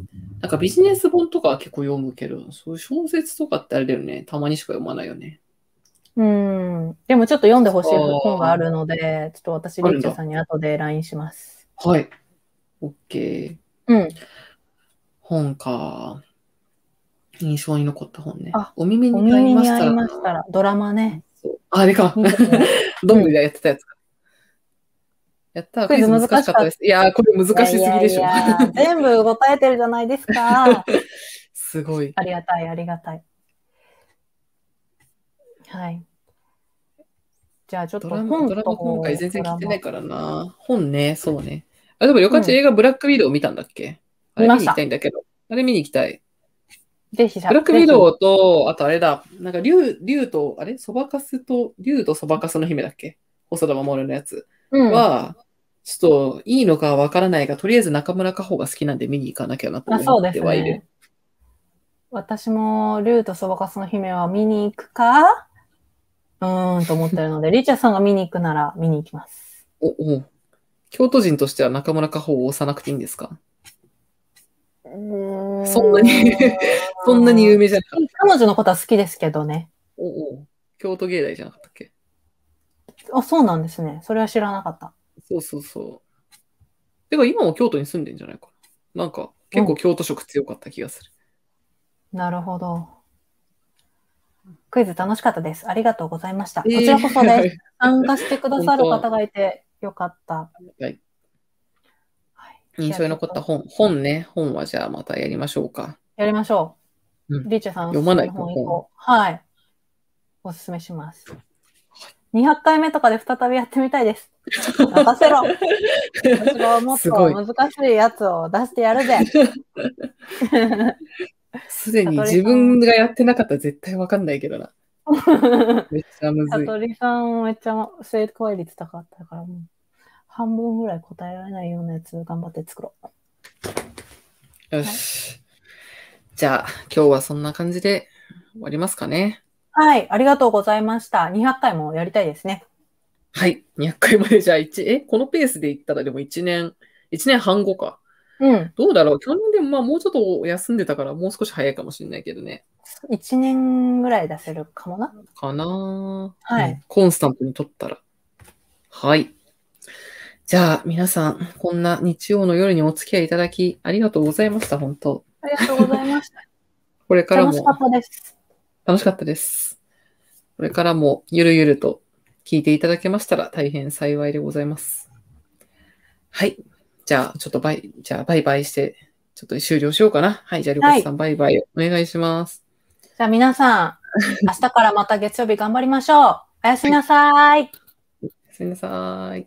なんかビジネス本とかは結構読むけど、そういう小説とかってあれだよね。たまにしか読まないよね。うん。でもちょっと読んでほしいそう本があるので、ちょっと私、あるんだリッチャーさんに後で LINE します。はい。OK。うん。本か。印象に残った本ね。あ、お耳おに合い耳まにした合らいましたら、ドラマね。そうああれか。どんぐりがやってたやつか。やったらクイズ難しかったです。いやー、これ難しすぎでしょい。やいやいや全部答えてるじゃないですか。 すごい。ありがたい、ありがたい。はい。じゃあちょっとド本ラマ、とドラマ今回全然聞いてないからな。本ね、そうね。あ、でも、よかち映画ブラックウィドウ見たんだっけあれ見見まに行したきたいんだけど。あれ見に行きたい。ぜひじゃブラックウィドウと、あとあれだ、なんか竜、竜と、あれそばかすと、竜とそばかすの姫だっけ細田守のやつうん、あ、は、ちょっといいのかわからないが、とりあえず中村佳穂が好きなんで見に行かなきゃなとそう思っでてすはいるね。。私も、竜とそばかすの姫は見に行くかうーんと思ってるので、リチャさんが見に行くなら見に行きます。お、お京都人としては中村佳穂を押さなくていいんですか そそんなにそんなに有名。名じゃなかった。彼女のことは好きですけどね。おお京都芸大じゃなかったっけあ、そうなんですね。それは知らなかった。そうそうそう。てか今も京都に住んでんじゃないかな。なんか結構京都色強かった気がする。なるほど。クイズ楽しかったです。ありがとうございました。こえー。ちらこそです。参加してくださる方がいてよかった。はいはい印象に残ったじゃあちょ本。本ね。本はじゃあまたやりましょうか。っとやりましょう。うんリーチェさん、読まないおすすめの本本一個はい。おすすめします。200回目とかで再びやってみたいです。任せろ。私がもっすごいと難しいやつを出してやるぜ。すでに自分がやってなかったら絶対わかんないけどな。めっちゃむずさい。とりさんめっちゃ正解率高かったからもう半分ぐらい答えられないようなやつ頑張って作ろう。よし。じゃあ今日はそんな感じで終わりますかね。はい、ありがとうございました。200回もやりたいですね。はい。200回までじゃあ1、え、このペースでいったらでも1年、1年半後か。うん。どうだろう去年でもまあもうちょっと休んでたからもう少し早いかもしれないけどね。 1年ぐらい出せるかもな。かなぁはいうんコンスタントに撮ったら。はい。じゃあ皆さん、こんな日曜の夜にお付き合いいただきありがとうございました、本当ありがとうございました。これから楽しかもったです。楽しかったです。これからもゆるゆると聞いていただけましたら大変幸いでございます。はい。じゃあちょっとバイ、じゃあバイバイして、ちょっと終了しようかな。はい。じゃあ、りょうかちさん、バイバイお願いします。じゃあ皆 さん、明日からまた月曜日頑張りましょう。おやすみなさい。すみなさーい。